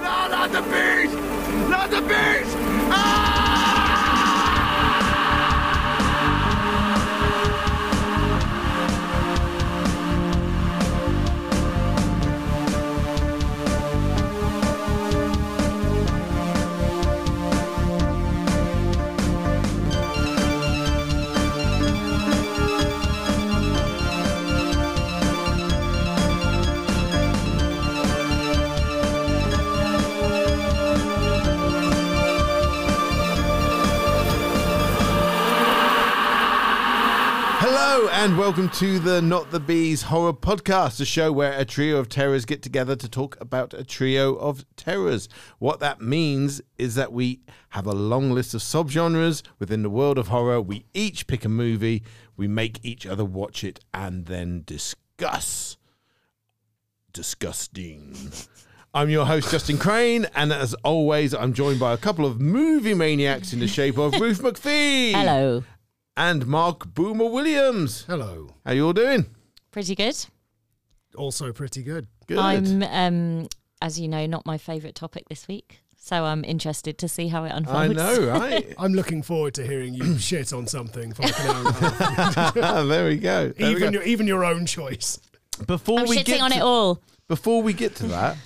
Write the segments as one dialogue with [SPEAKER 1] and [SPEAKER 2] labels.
[SPEAKER 1] Not the beast! Not the beast!
[SPEAKER 2] Hello, and welcome to the Not the Bees Horror Podcast, a show where a trio of terrors get together to talk about a trio of terrors. What that means is that we have a long list of subgenres within the world of horror. We each pick a movie, we make each other watch it, and then discuss. Disgusting. I'm your host, Justin Crane, and as always, I'm joined by a couple of movie maniacs in the shape of Ruth McPhee.
[SPEAKER 3] Hello.
[SPEAKER 2] and Mark Boomer Williams.
[SPEAKER 4] Hello.
[SPEAKER 2] How you all doing?
[SPEAKER 3] Pretty good.
[SPEAKER 4] Also pretty good.
[SPEAKER 2] Good.
[SPEAKER 3] I'm, um, as you know, not my favourite topic this week. So I'm interested to see how it
[SPEAKER 2] I
[SPEAKER 3] unfolds.
[SPEAKER 2] know, right?
[SPEAKER 4] I'm looking forward to hearing you shit on something for like an hour and a half.
[SPEAKER 2] Ah, there we go. There we
[SPEAKER 4] even,
[SPEAKER 2] go.
[SPEAKER 4] your, even your own choice.
[SPEAKER 2] Before
[SPEAKER 3] I'm
[SPEAKER 2] we
[SPEAKER 3] shitting
[SPEAKER 2] get
[SPEAKER 3] on
[SPEAKER 2] to,
[SPEAKER 3] it all.
[SPEAKER 2] before we get to that,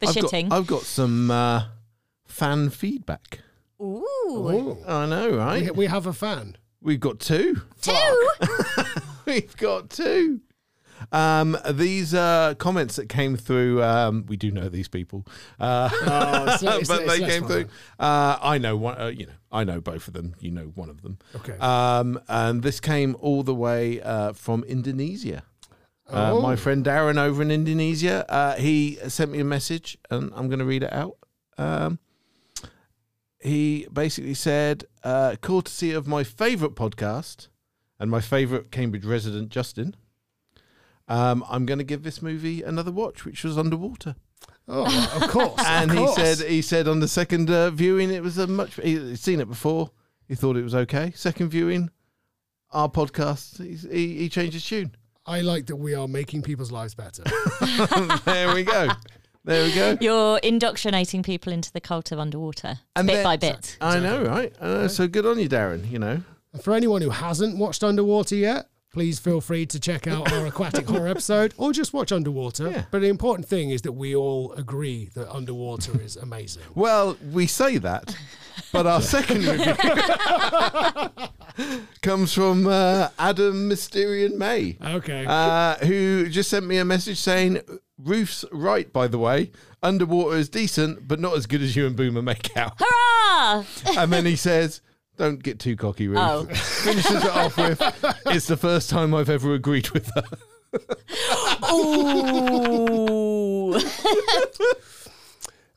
[SPEAKER 3] The
[SPEAKER 2] I've
[SPEAKER 3] shitting.
[SPEAKER 2] Got, I've got some uh, fan feedback.
[SPEAKER 3] Ooh.
[SPEAKER 2] I know,
[SPEAKER 4] Oh. We,
[SPEAKER 2] right?
[SPEAKER 4] we have a fan.
[SPEAKER 2] We've got two.
[SPEAKER 3] Two.
[SPEAKER 2] We've got two. Um, these uh, comments that came through, um, we do know these people, uh,
[SPEAKER 4] not- it's-
[SPEAKER 2] but
[SPEAKER 4] it's
[SPEAKER 2] they
[SPEAKER 4] less
[SPEAKER 2] came
[SPEAKER 4] fun.
[SPEAKER 2] through. Uh, I know one. Uh, you know, I know both of them. You know one of them.
[SPEAKER 4] Okay.
[SPEAKER 2] Um, and this came all the way uh, from Indonesia. Uh,
[SPEAKER 4] Oh.
[SPEAKER 2] My friend Darren over in Indonesia, uh, he sent me a message, and I'm going to read it out. Um, he basically said, uh, courtesy of my favourite podcast and my favourite Cambridge resident, Justin, um, I'm going to give this movie another watch, which was Underwater.
[SPEAKER 4] Oh, of course.
[SPEAKER 2] And
[SPEAKER 4] of
[SPEAKER 2] he
[SPEAKER 4] course.
[SPEAKER 2] said, he said on the second uh, viewing, it was a much. He'd seen it before. He thought it was okay. Second viewing, our podcast, he's, he, he changed his tune.
[SPEAKER 4] I like that we are making people's lives better.
[SPEAKER 2] there we go. There we go.
[SPEAKER 3] You're indoctrinating people into the cult of underwater,
[SPEAKER 2] And
[SPEAKER 3] bit
[SPEAKER 2] then-
[SPEAKER 3] by bit.
[SPEAKER 2] I know, right? Uh, so good on you, Darren. You know,
[SPEAKER 4] And for anyone who hasn't watched Underwater yet, please feel free to check out our aquatic horror episode or just watch Underwater.
[SPEAKER 2] Yeah.
[SPEAKER 4] But the important thing is that we all agree that Underwater is amazing.
[SPEAKER 2] Well, we say that, but our second review comes from uh, Adam Mysterian May,
[SPEAKER 4] Okay.
[SPEAKER 2] uh, who just sent me a message saying, Roof's right, by the way. Underwater is decent, but not as good as you and Boomer make out.
[SPEAKER 3] Hurrah!
[SPEAKER 2] And then he says, don't get too cocky, Roof.
[SPEAKER 3] Oh.
[SPEAKER 2] Finishes it off with, it's the first time I've ever agreed with her.
[SPEAKER 3] Oh. Ooh.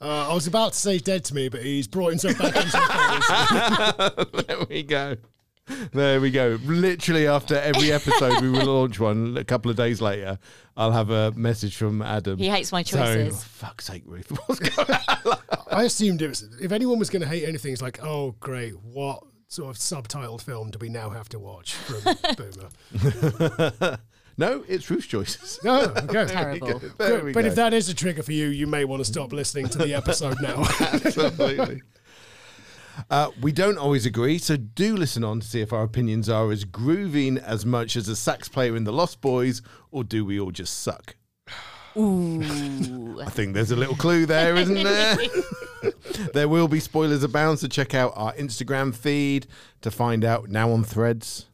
[SPEAKER 4] Uh, I was about to say dead to me, but he's brought himself back into the
[SPEAKER 2] there we go. There we go. Literally, after every episode, we will launch one a couple of days later. I'll have a message from Adam.
[SPEAKER 3] He hates my
[SPEAKER 2] So-
[SPEAKER 3] choices.
[SPEAKER 2] fuck's sake, Ruth. What's going on?
[SPEAKER 4] I assumed it was if anyone was going to hate anything, it's like, oh great, what sort of subtitled film do we now have to watch from Boomer?
[SPEAKER 2] No, it's Ruth's choices.
[SPEAKER 4] No, okay.
[SPEAKER 3] Terrible.
[SPEAKER 2] There we
[SPEAKER 4] But
[SPEAKER 2] go.
[SPEAKER 4] if that is a trigger for you, you may want to stop listening to the episode now.
[SPEAKER 2] Absolutely. Uh, we don't always agree, so do listen on to see if our opinions are as grooving as much as a sax player in The Lost Boys, or do we all just suck?
[SPEAKER 3] Ooh.
[SPEAKER 2] I think there's a little clue there, isn't there? there will be spoilers abound, so check out our Instagram feed to find out now on threads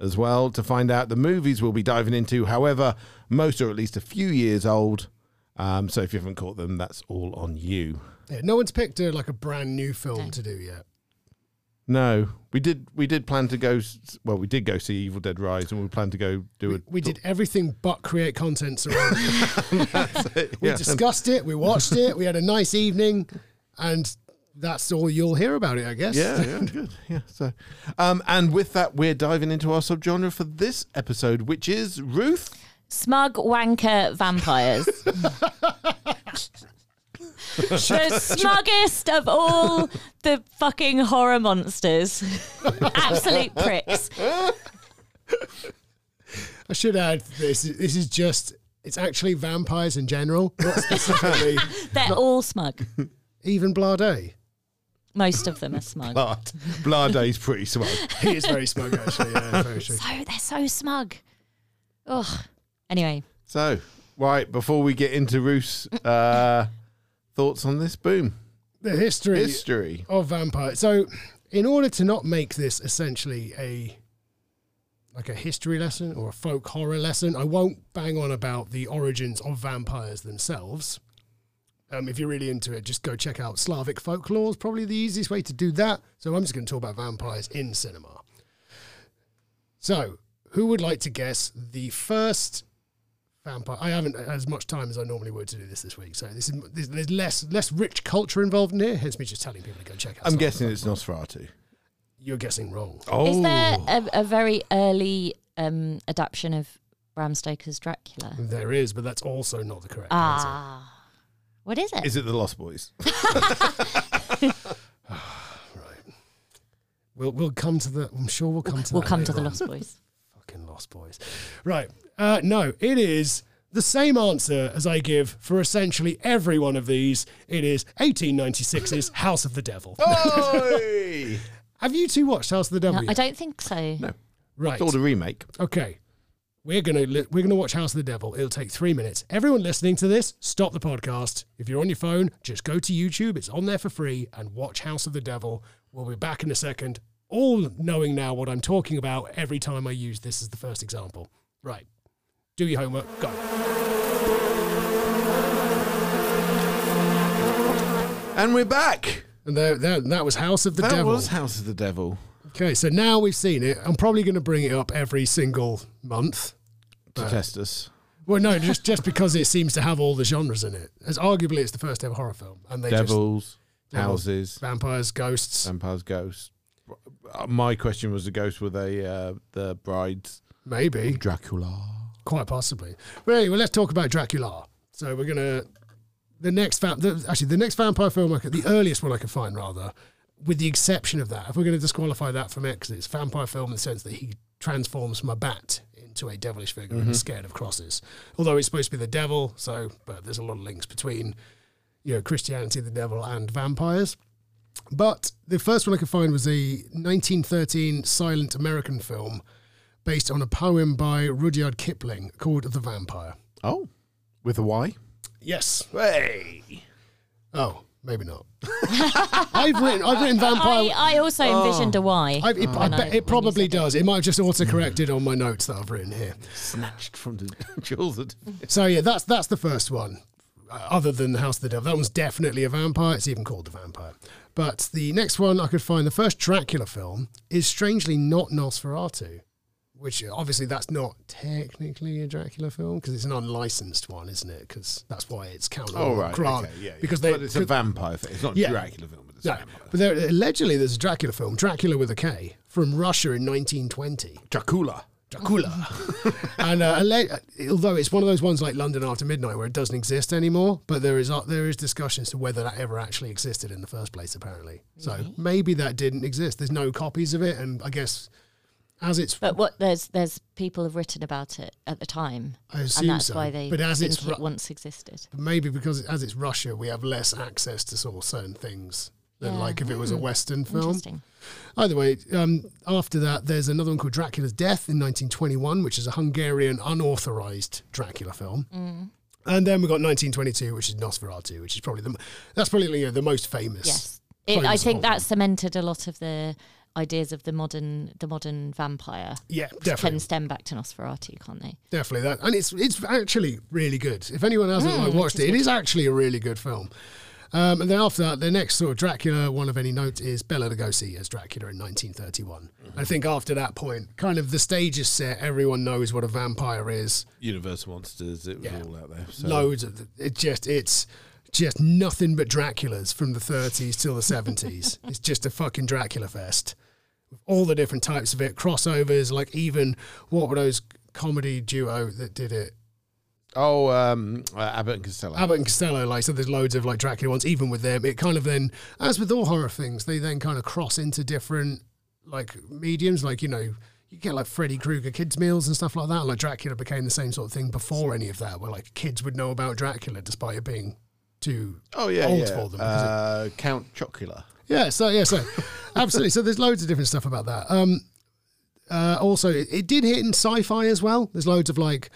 [SPEAKER 2] as well to find out the movies we'll be diving into. However, most are at least a few years old. Um, so if you haven't caught them, that's all on you.
[SPEAKER 4] Yeah, no one's picked a, like a brand new film to do yet.
[SPEAKER 2] No, we did we did plan to go. s- Well, we did go see Evil Dead Rise, and we planned to go do it.
[SPEAKER 4] We did everything but create content surrounding. it. We
[SPEAKER 2] Yeah.
[SPEAKER 4] discussed it, we watched it, we had a nice evening, and that's all you'll hear about it, I guess.
[SPEAKER 2] Yeah, yeah, good. Yeah. So, um, and with that, we're diving into our subgenre for this episode, which is Ruth.
[SPEAKER 3] Smug wanker vampires. the smuggest of all the fucking horror monsters. Absolute pricks.
[SPEAKER 4] I should add this. This is just. It's actually vampires in general, not specifically
[SPEAKER 3] They're all smug.
[SPEAKER 4] Even Blardet.
[SPEAKER 3] Most of them are smug.
[SPEAKER 2] Blard. Blarde's pretty smug.
[SPEAKER 4] He is very smug, actually. Yeah, very true.
[SPEAKER 3] so Oh, they're so smug. Ugh. Anyway,
[SPEAKER 2] So, right, before we get into Roos, uh, thoughts on this boom?
[SPEAKER 4] The history
[SPEAKER 2] History.
[SPEAKER 4] of vampire. So, in order to not make this essentially a like a history lesson or a folk horror lesson, I won't bang on about the origins of vampires themselves. Um, if you're really into it, just go check out Slavic folklore. Is probably the easiest way to do that. So I'm just going to talk about vampires in cinema. So, who would like to guess the first vampire? I haven't as much time as I normally would to do this this week. So this is there's, there's less less rich culture involved in here. Hence me just telling people to go check out.
[SPEAKER 2] I'm
[SPEAKER 4] Slavic
[SPEAKER 2] guessing it's Nosferatu.
[SPEAKER 4] you're guessing wrong.
[SPEAKER 2] Oh,
[SPEAKER 3] is there a, a very early um, adaptation of Bram Stoker's Dracula?
[SPEAKER 4] There is, but that's also not the correct answer.
[SPEAKER 3] Ah. What is it?
[SPEAKER 2] is it the Lost Boys?
[SPEAKER 4] Right. We'll we'll come to the. I'm sure we'll come to.
[SPEAKER 3] we'll
[SPEAKER 4] that
[SPEAKER 3] come to
[SPEAKER 4] later
[SPEAKER 3] the
[SPEAKER 4] on.
[SPEAKER 3] Lost Boys.
[SPEAKER 4] Fucking Lost Boys. Right. Uh, no, it is the same answer as I give for essentially every one of these. It is 1896's House of the Devil.
[SPEAKER 2] Oi!
[SPEAKER 4] Have you two watched House of the
[SPEAKER 3] No,
[SPEAKER 4] Devil?
[SPEAKER 3] I
[SPEAKER 4] yet?
[SPEAKER 3] don't think so.
[SPEAKER 2] No.
[SPEAKER 4] Right.
[SPEAKER 2] It's all the remake.
[SPEAKER 4] Okay. We're gonna li- we're gonna watch House of the Devil. It'll take three minutes. Everyone listening to this, stop the podcast. If you're on your phone, just go to YouTube. It's on there for free and watch House of the Devil. We'll be back in a second. All knowing now what I'm talking about every time I use this as the first example. Right. Do your homework. Go.
[SPEAKER 2] And we're back.
[SPEAKER 4] And there, there, that was House of the
[SPEAKER 2] that
[SPEAKER 4] Devil.
[SPEAKER 2] was House of the Devil.
[SPEAKER 4] Okay, so now we've seen it. I'm probably going to bring it up every single month.
[SPEAKER 2] To test us.
[SPEAKER 4] Well, no, just just because it seems to have all the genres in it. As arguably, it's the first ever horror film, and they just
[SPEAKER 2] Devils,
[SPEAKER 4] Devils.
[SPEAKER 2] houses,
[SPEAKER 4] vampires, ghosts,
[SPEAKER 2] vampires, ghosts. Uh, My question was the ghosts were they uh, the brides?
[SPEAKER 4] maybe,
[SPEAKER 2] Dracula.
[SPEAKER 4] quite possibly. But anyway, let's talk about Dracula. So we're gonna the next va- the, actually the next vampire film, I could, the earliest one I could find, rather, with the exception of that, if we're gonna disqualify that from it, because it's a vampire film in the sense that he transforms from a bat into a devilish figure and is scared of crosses. Although it's supposed to be the devil, so but there's a lot of links between you know Christianity, the devil, and vampires. But the first one I could find was a 1913 silent American film based on a poem by Rudyard Kipling called The Vampire.
[SPEAKER 2] Oh, with a Y.
[SPEAKER 4] Yes.
[SPEAKER 2] Hey.
[SPEAKER 4] Oh, maybe not. I've written I've written vampire.
[SPEAKER 3] I, I also envisioned a Y.
[SPEAKER 4] I, it, I bet it probably does. It might have just autocorrected on my notes that I've written here.
[SPEAKER 2] Snatched from the jaws of
[SPEAKER 4] So yeah, that's that's the first one. Uh, Other than the House of the Devil, that one's definitely a vampire. It's even called the Vampire. But the next one I could find, the first Dracula film, is strangely not Nosferatu, which uh, obviously that's not technically a Dracula film because it's an unlicensed one, isn't it? Because that's why it's counted.
[SPEAKER 2] Oh
[SPEAKER 4] on
[SPEAKER 2] right,
[SPEAKER 4] Quran.
[SPEAKER 2] okay, yeah, yeah.
[SPEAKER 4] Because they
[SPEAKER 2] but it's a vampire film. It's not
[SPEAKER 4] Yeah.
[SPEAKER 2] a Dracula film, but it's
[SPEAKER 4] no,
[SPEAKER 2] a vampire.
[SPEAKER 4] but there, allegedly there's a Dracula film, Dracula with a K, from Russia in 1920.
[SPEAKER 2] Dracula.
[SPEAKER 4] Dracula. and uh, alle- although it's one of those ones like London After Midnight where it doesn't exist anymore, but there is uh, there is discussion as to whether that ever actually existed in the first place. Apparently, so maybe that didn't exist. There's no copies of it, and I guess as it's
[SPEAKER 3] But what there's there's people have written about it at the time,
[SPEAKER 4] I assume
[SPEAKER 3] and that's
[SPEAKER 4] so.
[SPEAKER 3] why they
[SPEAKER 4] but as
[SPEAKER 3] think
[SPEAKER 4] it's
[SPEAKER 3] it
[SPEAKER 4] Ru-
[SPEAKER 3] once existed.
[SPEAKER 4] maybe because as it's Russia, we have less access to sort of certain things than
[SPEAKER 3] Yeah. Hmm.
[SPEAKER 4] like if it was a Western film.
[SPEAKER 3] Interesting.
[SPEAKER 4] Either way, um, after that, there's another one called Dracula's Death in 1921, which is a Hungarian unauthorized Dracula film. And then we got 1922, which is Nosferatu, which is probably the m- that's probably you know, the most famous.
[SPEAKER 3] Yes, it, I
[SPEAKER 4] famous
[SPEAKER 3] think
[SPEAKER 4] of
[SPEAKER 3] that
[SPEAKER 4] them.
[SPEAKER 3] cemented a lot of the ideas of the modern the modern vampire
[SPEAKER 4] yeah,
[SPEAKER 3] can
[SPEAKER 4] definitely,
[SPEAKER 3] stem back to Nosferatu, can't they?
[SPEAKER 4] definitely that, and it's it's actually really good. If anyone hasn't like, watched it, it is actually a really good film. Um, and then after that, the next sort of Dracula one of any note is Bela Lugosi as Dracula in 1931. I think after that point, kind of the stage is set. Everyone knows what a vampire is.
[SPEAKER 2] Universal monsters. It was
[SPEAKER 4] Yeah.
[SPEAKER 2] all out there. So.
[SPEAKER 4] loads of th- it just it's just nothing but Draculas from the 30s till the 70s. it's just a fucking Dracula fest. All the different types of it, crossovers, like even what were those comedy duo that did it?
[SPEAKER 2] Oh, um, uh, Abbott and Costello.
[SPEAKER 4] Abbott and Costello, like so there's loads of like Dracula ones, even with them, it kind of then as with all horror things, they then kind of cross into different like mediums, like you know, you get like Freddy Krueger kids meals and stuff like that. Like Dracula became the same sort of thing before any of that, where like kids would know about Dracula despite it being too
[SPEAKER 2] Oh yeah,
[SPEAKER 4] old
[SPEAKER 2] yeah.
[SPEAKER 4] for them. because it-
[SPEAKER 2] Uh, Count Chocula.
[SPEAKER 4] yeah, so yeah, so absolutely. So there's loads of different stuff about that. Um, uh, also, it, it did hit in sci-fi as well. There's loads of like,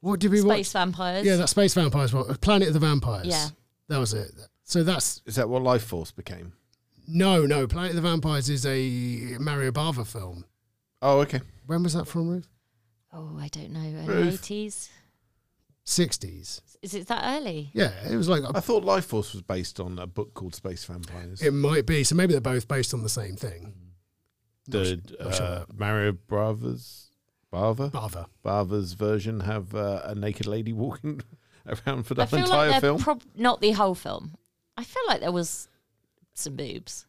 [SPEAKER 4] what did we watch?
[SPEAKER 3] Space vampires.
[SPEAKER 4] Yeah, that space vampires one, Planet of the Vampires.
[SPEAKER 3] Yeah.
[SPEAKER 4] that was it. So that's
[SPEAKER 2] Is that what Life Force became?
[SPEAKER 4] no, no. Planet of the Vampires is a Mario Bava film.
[SPEAKER 2] Oh, okay.
[SPEAKER 4] When was that from? Ruth?
[SPEAKER 3] Oh, I don't know.
[SPEAKER 2] Ruth.
[SPEAKER 3] Eighties.
[SPEAKER 4] Sixties.
[SPEAKER 3] Is it that early?
[SPEAKER 4] Yeah, it was like
[SPEAKER 2] I thought Life Force was based on a book called Space Vampires.
[SPEAKER 4] it might be. So maybe they're both based on the same thing.
[SPEAKER 2] Did
[SPEAKER 4] not sure.
[SPEAKER 2] uh, Mario Brothers, Bava,
[SPEAKER 4] Bava.
[SPEAKER 2] Bava's version have uh, a naked lady walking around for the
[SPEAKER 3] I feel
[SPEAKER 2] entire
[SPEAKER 3] like they're
[SPEAKER 2] film?
[SPEAKER 3] prob- not the whole film. I feel like there was some boobs.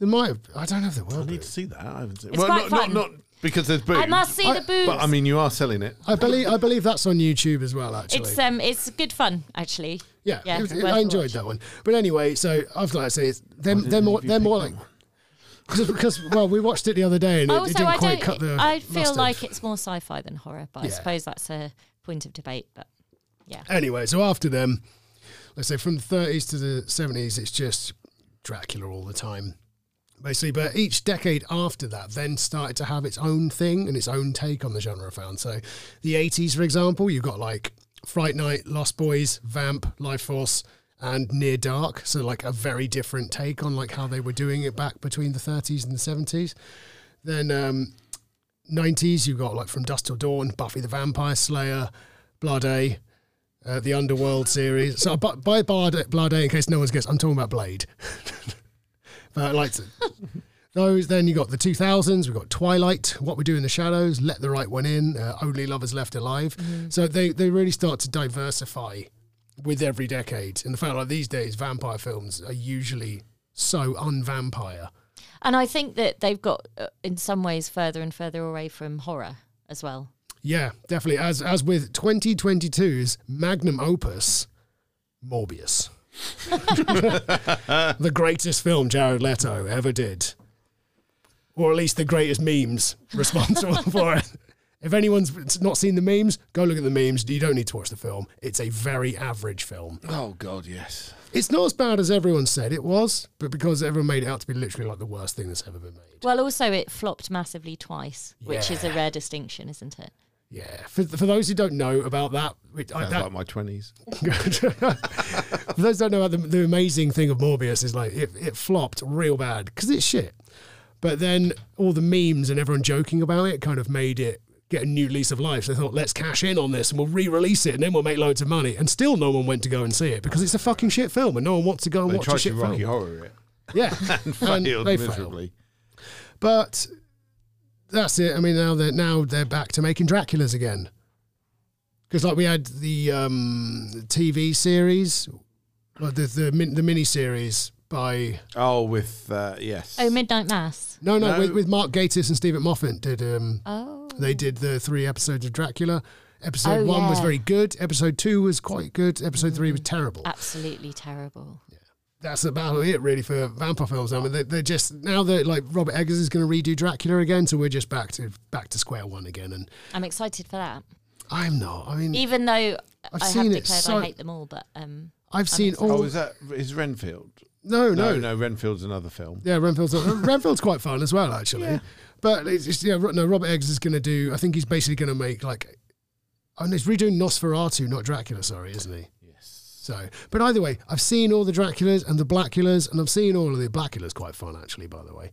[SPEAKER 4] It might. Have, I don't know if they were.
[SPEAKER 2] I need
[SPEAKER 4] both.
[SPEAKER 2] to see that. I haven't seen.
[SPEAKER 3] It's
[SPEAKER 2] well,
[SPEAKER 3] quite
[SPEAKER 2] not,
[SPEAKER 3] fun.
[SPEAKER 2] not not because there's boobs.
[SPEAKER 3] I must see
[SPEAKER 4] I-
[SPEAKER 3] the boobs.
[SPEAKER 2] But I mean, you are selling it.
[SPEAKER 4] I believe. I believe that's on YouTube as well. Actually,
[SPEAKER 3] it's um, it's good fun actually.
[SPEAKER 4] Yeah,
[SPEAKER 3] Yeah,
[SPEAKER 4] it was-
[SPEAKER 3] worth
[SPEAKER 4] I
[SPEAKER 3] a
[SPEAKER 4] enjoyed
[SPEAKER 3] watch.
[SPEAKER 4] that one. But anyway, so I've like I say, it's, they're,
[SPEAKER 2] didn't
[SPEAKER 4] they're
[SPEAKER 2] know
[SPEAKER 4] more
[SPEAKER 2] if you
[SPEAKER 4] they're more
[SPEAKER 2] picked
[SPEAKER 4] like because because well, we watched it the other day and it, it
[SPEAKER 3] Also,
[SPEAKER 4] didn't
[SPEAKER 3] Oh, I
[SPEAKER 4] quite
[SPEAKER 3] don't.
[SPEAKER 4] cut the.
[SPEAKER 3] I feel
[SPEAKER 4] mustard.
[SPEAKER 3] like it's more sci-fi than horror, but I
[SPEAKER 4] Yeah.
[SPEAKER 3] suppose that's a point of debate. But yeah,
[SPEAKER 4] anyway. So after them, let's say from the 30s to the 70s, it's just Dracula all the time, basically. But each decade after that, then started to have its own thing and its own take on the genre. I found so the 80s, for example, you've got like Fright Night, Lost Boys, Vamp, Life Force. And Near Dark, so like a very different take on like how they were doing it back between the 30s and the 70s. Then um, 90s, you've got like From Dust Till Dawn, Buffy the Vampire Slayer, Blood A, uh, the Underworld series. So by, by Blood, Blood A, in case no one's guessed, I'm talking about Blade. but I liked it. Those, then you got the 2000s, we've got Twilight, What We Do in the Shadows, Let the Right One In, uh, Only Lovers Left Alive. So they, they really start to diversify with every decade. And the fact like these days, vampire films are usually so unvampire.
[SPEAKER 3] and I think that they've got uh, in some ways further and further away from horror as well.
[SPEAKER 4] Yeah, definitely. As as with 2022's magnum opus, Morbius, the greatest film Jared Leto ever did, or at least the greatest memes responsible for it. If anyone's not seen the memes, go look at the memes. You don't need to watch the film. It's a very average film.
[SPEAKER 2] Oh God, yes.
[SPEAKER 4] It's not as bad as everyone said it was, but because everyone made it out to be literally like the worst thing that's ever been made.
[SPEAKER 3] Well, also it flopped massively twice, which is a
[SPEAKER 4] Yeah.
[SPEAKER 3] rare distinction, isn't it?
[SPEAKER 4] Yeah. For, for those who don't know about that, which I,
[SPEAKER 2] Sounds
[SPEAKER 4] that
[SPEAKER 2] like my twenties.
[SPEAKER 4] Good. For those who don't know, the, the amazing thing of Morbius is like it, it flopped real bad because it's shit. But then all the memes and everyone joking about it kind of made it get a new lease of life. So they thought, let's cash in on this and we'll re-release it and then we'll make loads of money. And still, no one went to go and see it because it's a fucking shit film and no one wants to go and
[SPEAKER 2] They
[SPEAKER 4] watch a
[SPEAKER 2] tried
[SPEAKER 4] shit
[SPEAKER 2] to Rocky
[SPEAKER 4] film.
[SPEAKER 2] Horror it
[SPEAKER 4] Yeah,
[SPEAKER 2] and
[SPEAKER 4] And
[SPEAKER 2] failed
[SPEAKER 4] they
[SPEAKER 2] miserably.
[SPEAKER 4] But that's it. I mean, now they're now they're back to making Draculas again. Because like we had the um, TV series, like the the, min, the mini series by
[SPEAKER 2] Oh, with uh, yes.
[SPEAKER 3] Oh, Midnight Mass.
[SPEAKER 4] no no,
[SPEAKER 2] No.
[SPEAKER 4] With, with Mark Gatiss and Stephen Moffat did um,
[SPEAKER 3] Oh,
[SPEAKER 4] they did the three episodes of Dracula. Episode
[SPEAKER 3] Oh,
[SPEAKER 4] one was
[SPEAKER 3] yeah. Mm.
[SPEAKER 4] very good. Episode two was quite good. Episode three was terrible.
[SPEAKER 3] Uh, absolutely terrible.
[SPEAKER 4] that's about it really for vampire films. I mean, they, they're just now that like Robert Eggers is going to redo Dracula again, so we're just back to back to square one again. And
[SPEAKER 3] I'm excited for that,
[SPEAKER 4] I'm not. I mean,
[SPEAKER 3] even though
[SPEAKER 4] Mm. I've
[SPEAKER 3] I
[SPEAKER 4] seen
[SPEAKER 3] have
[SPEAKER 4] it
[SPEAKER 3] declared
[SPEAKER 4] so-
[SPEAKER 3] I hate them all. But um,
[SPEAKER 4] I've seen all.
[SPEAKER 2] Oh, is that is Renfield?
[SPEAKER 4] no,
[SPEAKER 2] No,
[SPEAKER 4] no,
[SPEAKER 2] no, Renfield's another film.
[SPEAKER 4] Yeah, Renfield's uh, Renfield's quite fun as well, actually. But it's, it's yeah, no. Robert Eggers is going to do. I think he's basically going to make like. Oh no, he's redoing Nosferatu, not Dracula. Sorry, isn't he?
[SPEAKER 2] Yes.
[SPEAKER 4] So, but either way, I've seen all the Draculas and the Blackulas, and I've seen all of the Blackulas. Quite fun, actually, by the way.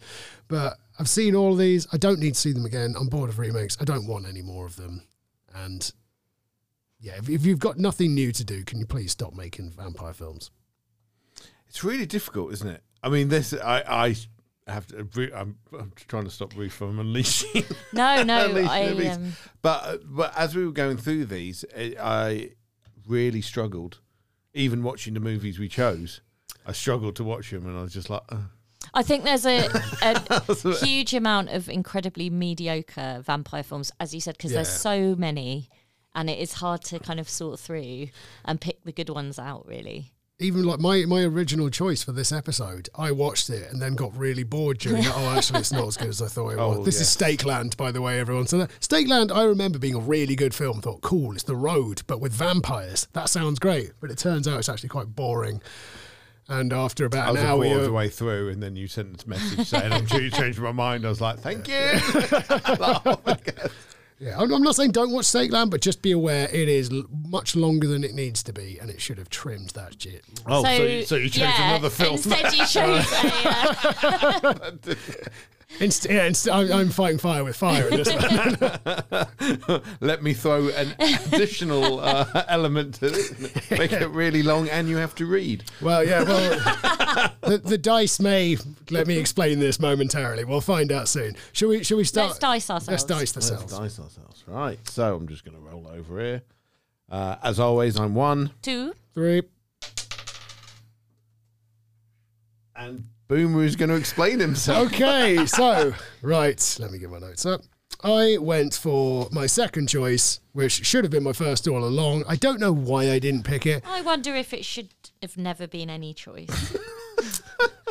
[SPEAKER 4] But I've seen all of these. I don't need to see them again. I'm bored of remakes. I don't want any more of them. And yeah, if, if you've got nothing new to do, can you please stop making vampire films?
[SPEAKER 2] It's really difficult, isn't it? I mean, this I I have to. re- I'm, I'm trying to stop Ruth from unleashing.
[SPEAKER 3] no, no,
[SPEAKER 2] unleashing
[SPEAKER 3] I
[SPEAKER 2] the beast.
[SPEAKER 3] um,
[SPEAKER 2] But but as we were going through these, I- I really struggled. Even watching the movies we chose, I struggled to watch them, and I was just like, uh,
[SPEAKER 3] I think there's a, a huge amount of incredibly mediocre vampire films, as you said, because there's
[SPEAKER 4] Yeah.
[SPEAKER 3] so many, and it is hard to kind of sort through and pick the good ones out. Really,
[SPEAKER 4] even like my my original choice for this episode, I watched it and then got really bored during that. Oh, actually, it's not as good as I thought it was.
[SPEAKER 2] Oh,
[SPEAKER 4] this
[SPEAKER 2] yeah.
[SPEAKER 4] is Stakeland, by the way, everyone. So that, Stakeland, I remember being a really good film. Thought, cool, it's the road, but with vampires. That sounds great, but it turns out it's actually quite boring. And after
[SPEAKER 2] I
[SPEAKER 4] about
[SPEAKER 2] was
[SPEAKER 4] an
[SPEAKER 2] a
[SPEAKER 4] hour,
[SPEAKER 2] quarter of
[SPEAKER 4] you
[SPEAKER 2] the way through, and then you sent this message saying, "I'm sure you changed my mind." I was like, "Thank you."
[SPEAKER 4] Yeah, I'm, I'm not saying don't watch Stakeland, but just be aware it is l- much longer than it needs to be, and it should have trimmed that shit.
[SPEAKER 2] oh, so, you, so you chose
[SPEAKER 3] yeah,
[SPEAKER 2] another film.
[SPEAKER 3] Instead, you chose a. Uh,
[SPEAKER 4] Inst- yeah, inst- I'm, I'm fighting fire with fire. in this one.
[SPEAKER 2] Let me throw an additional uh, element to it, make it really long, and you have to read.
[SPEAKER 4] well, yeah, well, the, the dice may let me explain this momentarily. We'll find out soon. Shall we? Shall we start?
[SPEAKER 3] Let's dice ourselves.
[SPEAKER 4] Let's dice ourselves.
[SPEAKER 2] Let's dice ourselves, right? So I'm just going to roll over here. Uh, as always, I'm one,
[SPEAKER 3] Two.
[SPEAKER 4] Three.
[SPEAKER 2] and Boomer is going to explain himself.
[SPEAKER 4] Okay, so right, let me get my notes up. I went for my second choice, which should have been my first all along. I don't know why I didn't pick it.
[SPEAKER 3] I wonder if it should have never been any choice.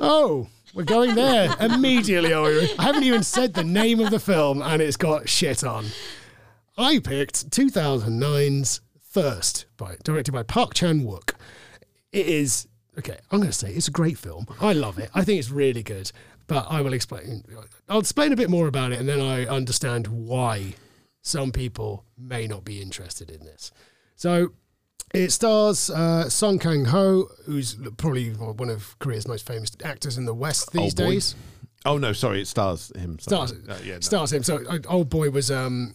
[SPEAKER 4] Oh, we're going there immediately, are we? I haven't even said the name of the film, and it's got shit on. I picked 2009's Thirst, by, directed by Park Chan Wook. It is, okay, I'm going to say it's a great film. I love it. I think it's really good, but I will explain. I'll explain a bit more about it, and then I understand why some people may not be interested in this. So it stars uh, Song Kang Ho, who's probably one of Korea's most famous actors in the West these
[SPEAKER 2] Old boy.
[SPEAKER 4] days.
[SPEAKER 2] Oh no, sorry, it stars him. sorry.
[SPEAKER 4] Stars,
[SPEAKER 2] Uh, yeah, no. uh,
[SPEAKER 4] stars him. So uh, old boy was um,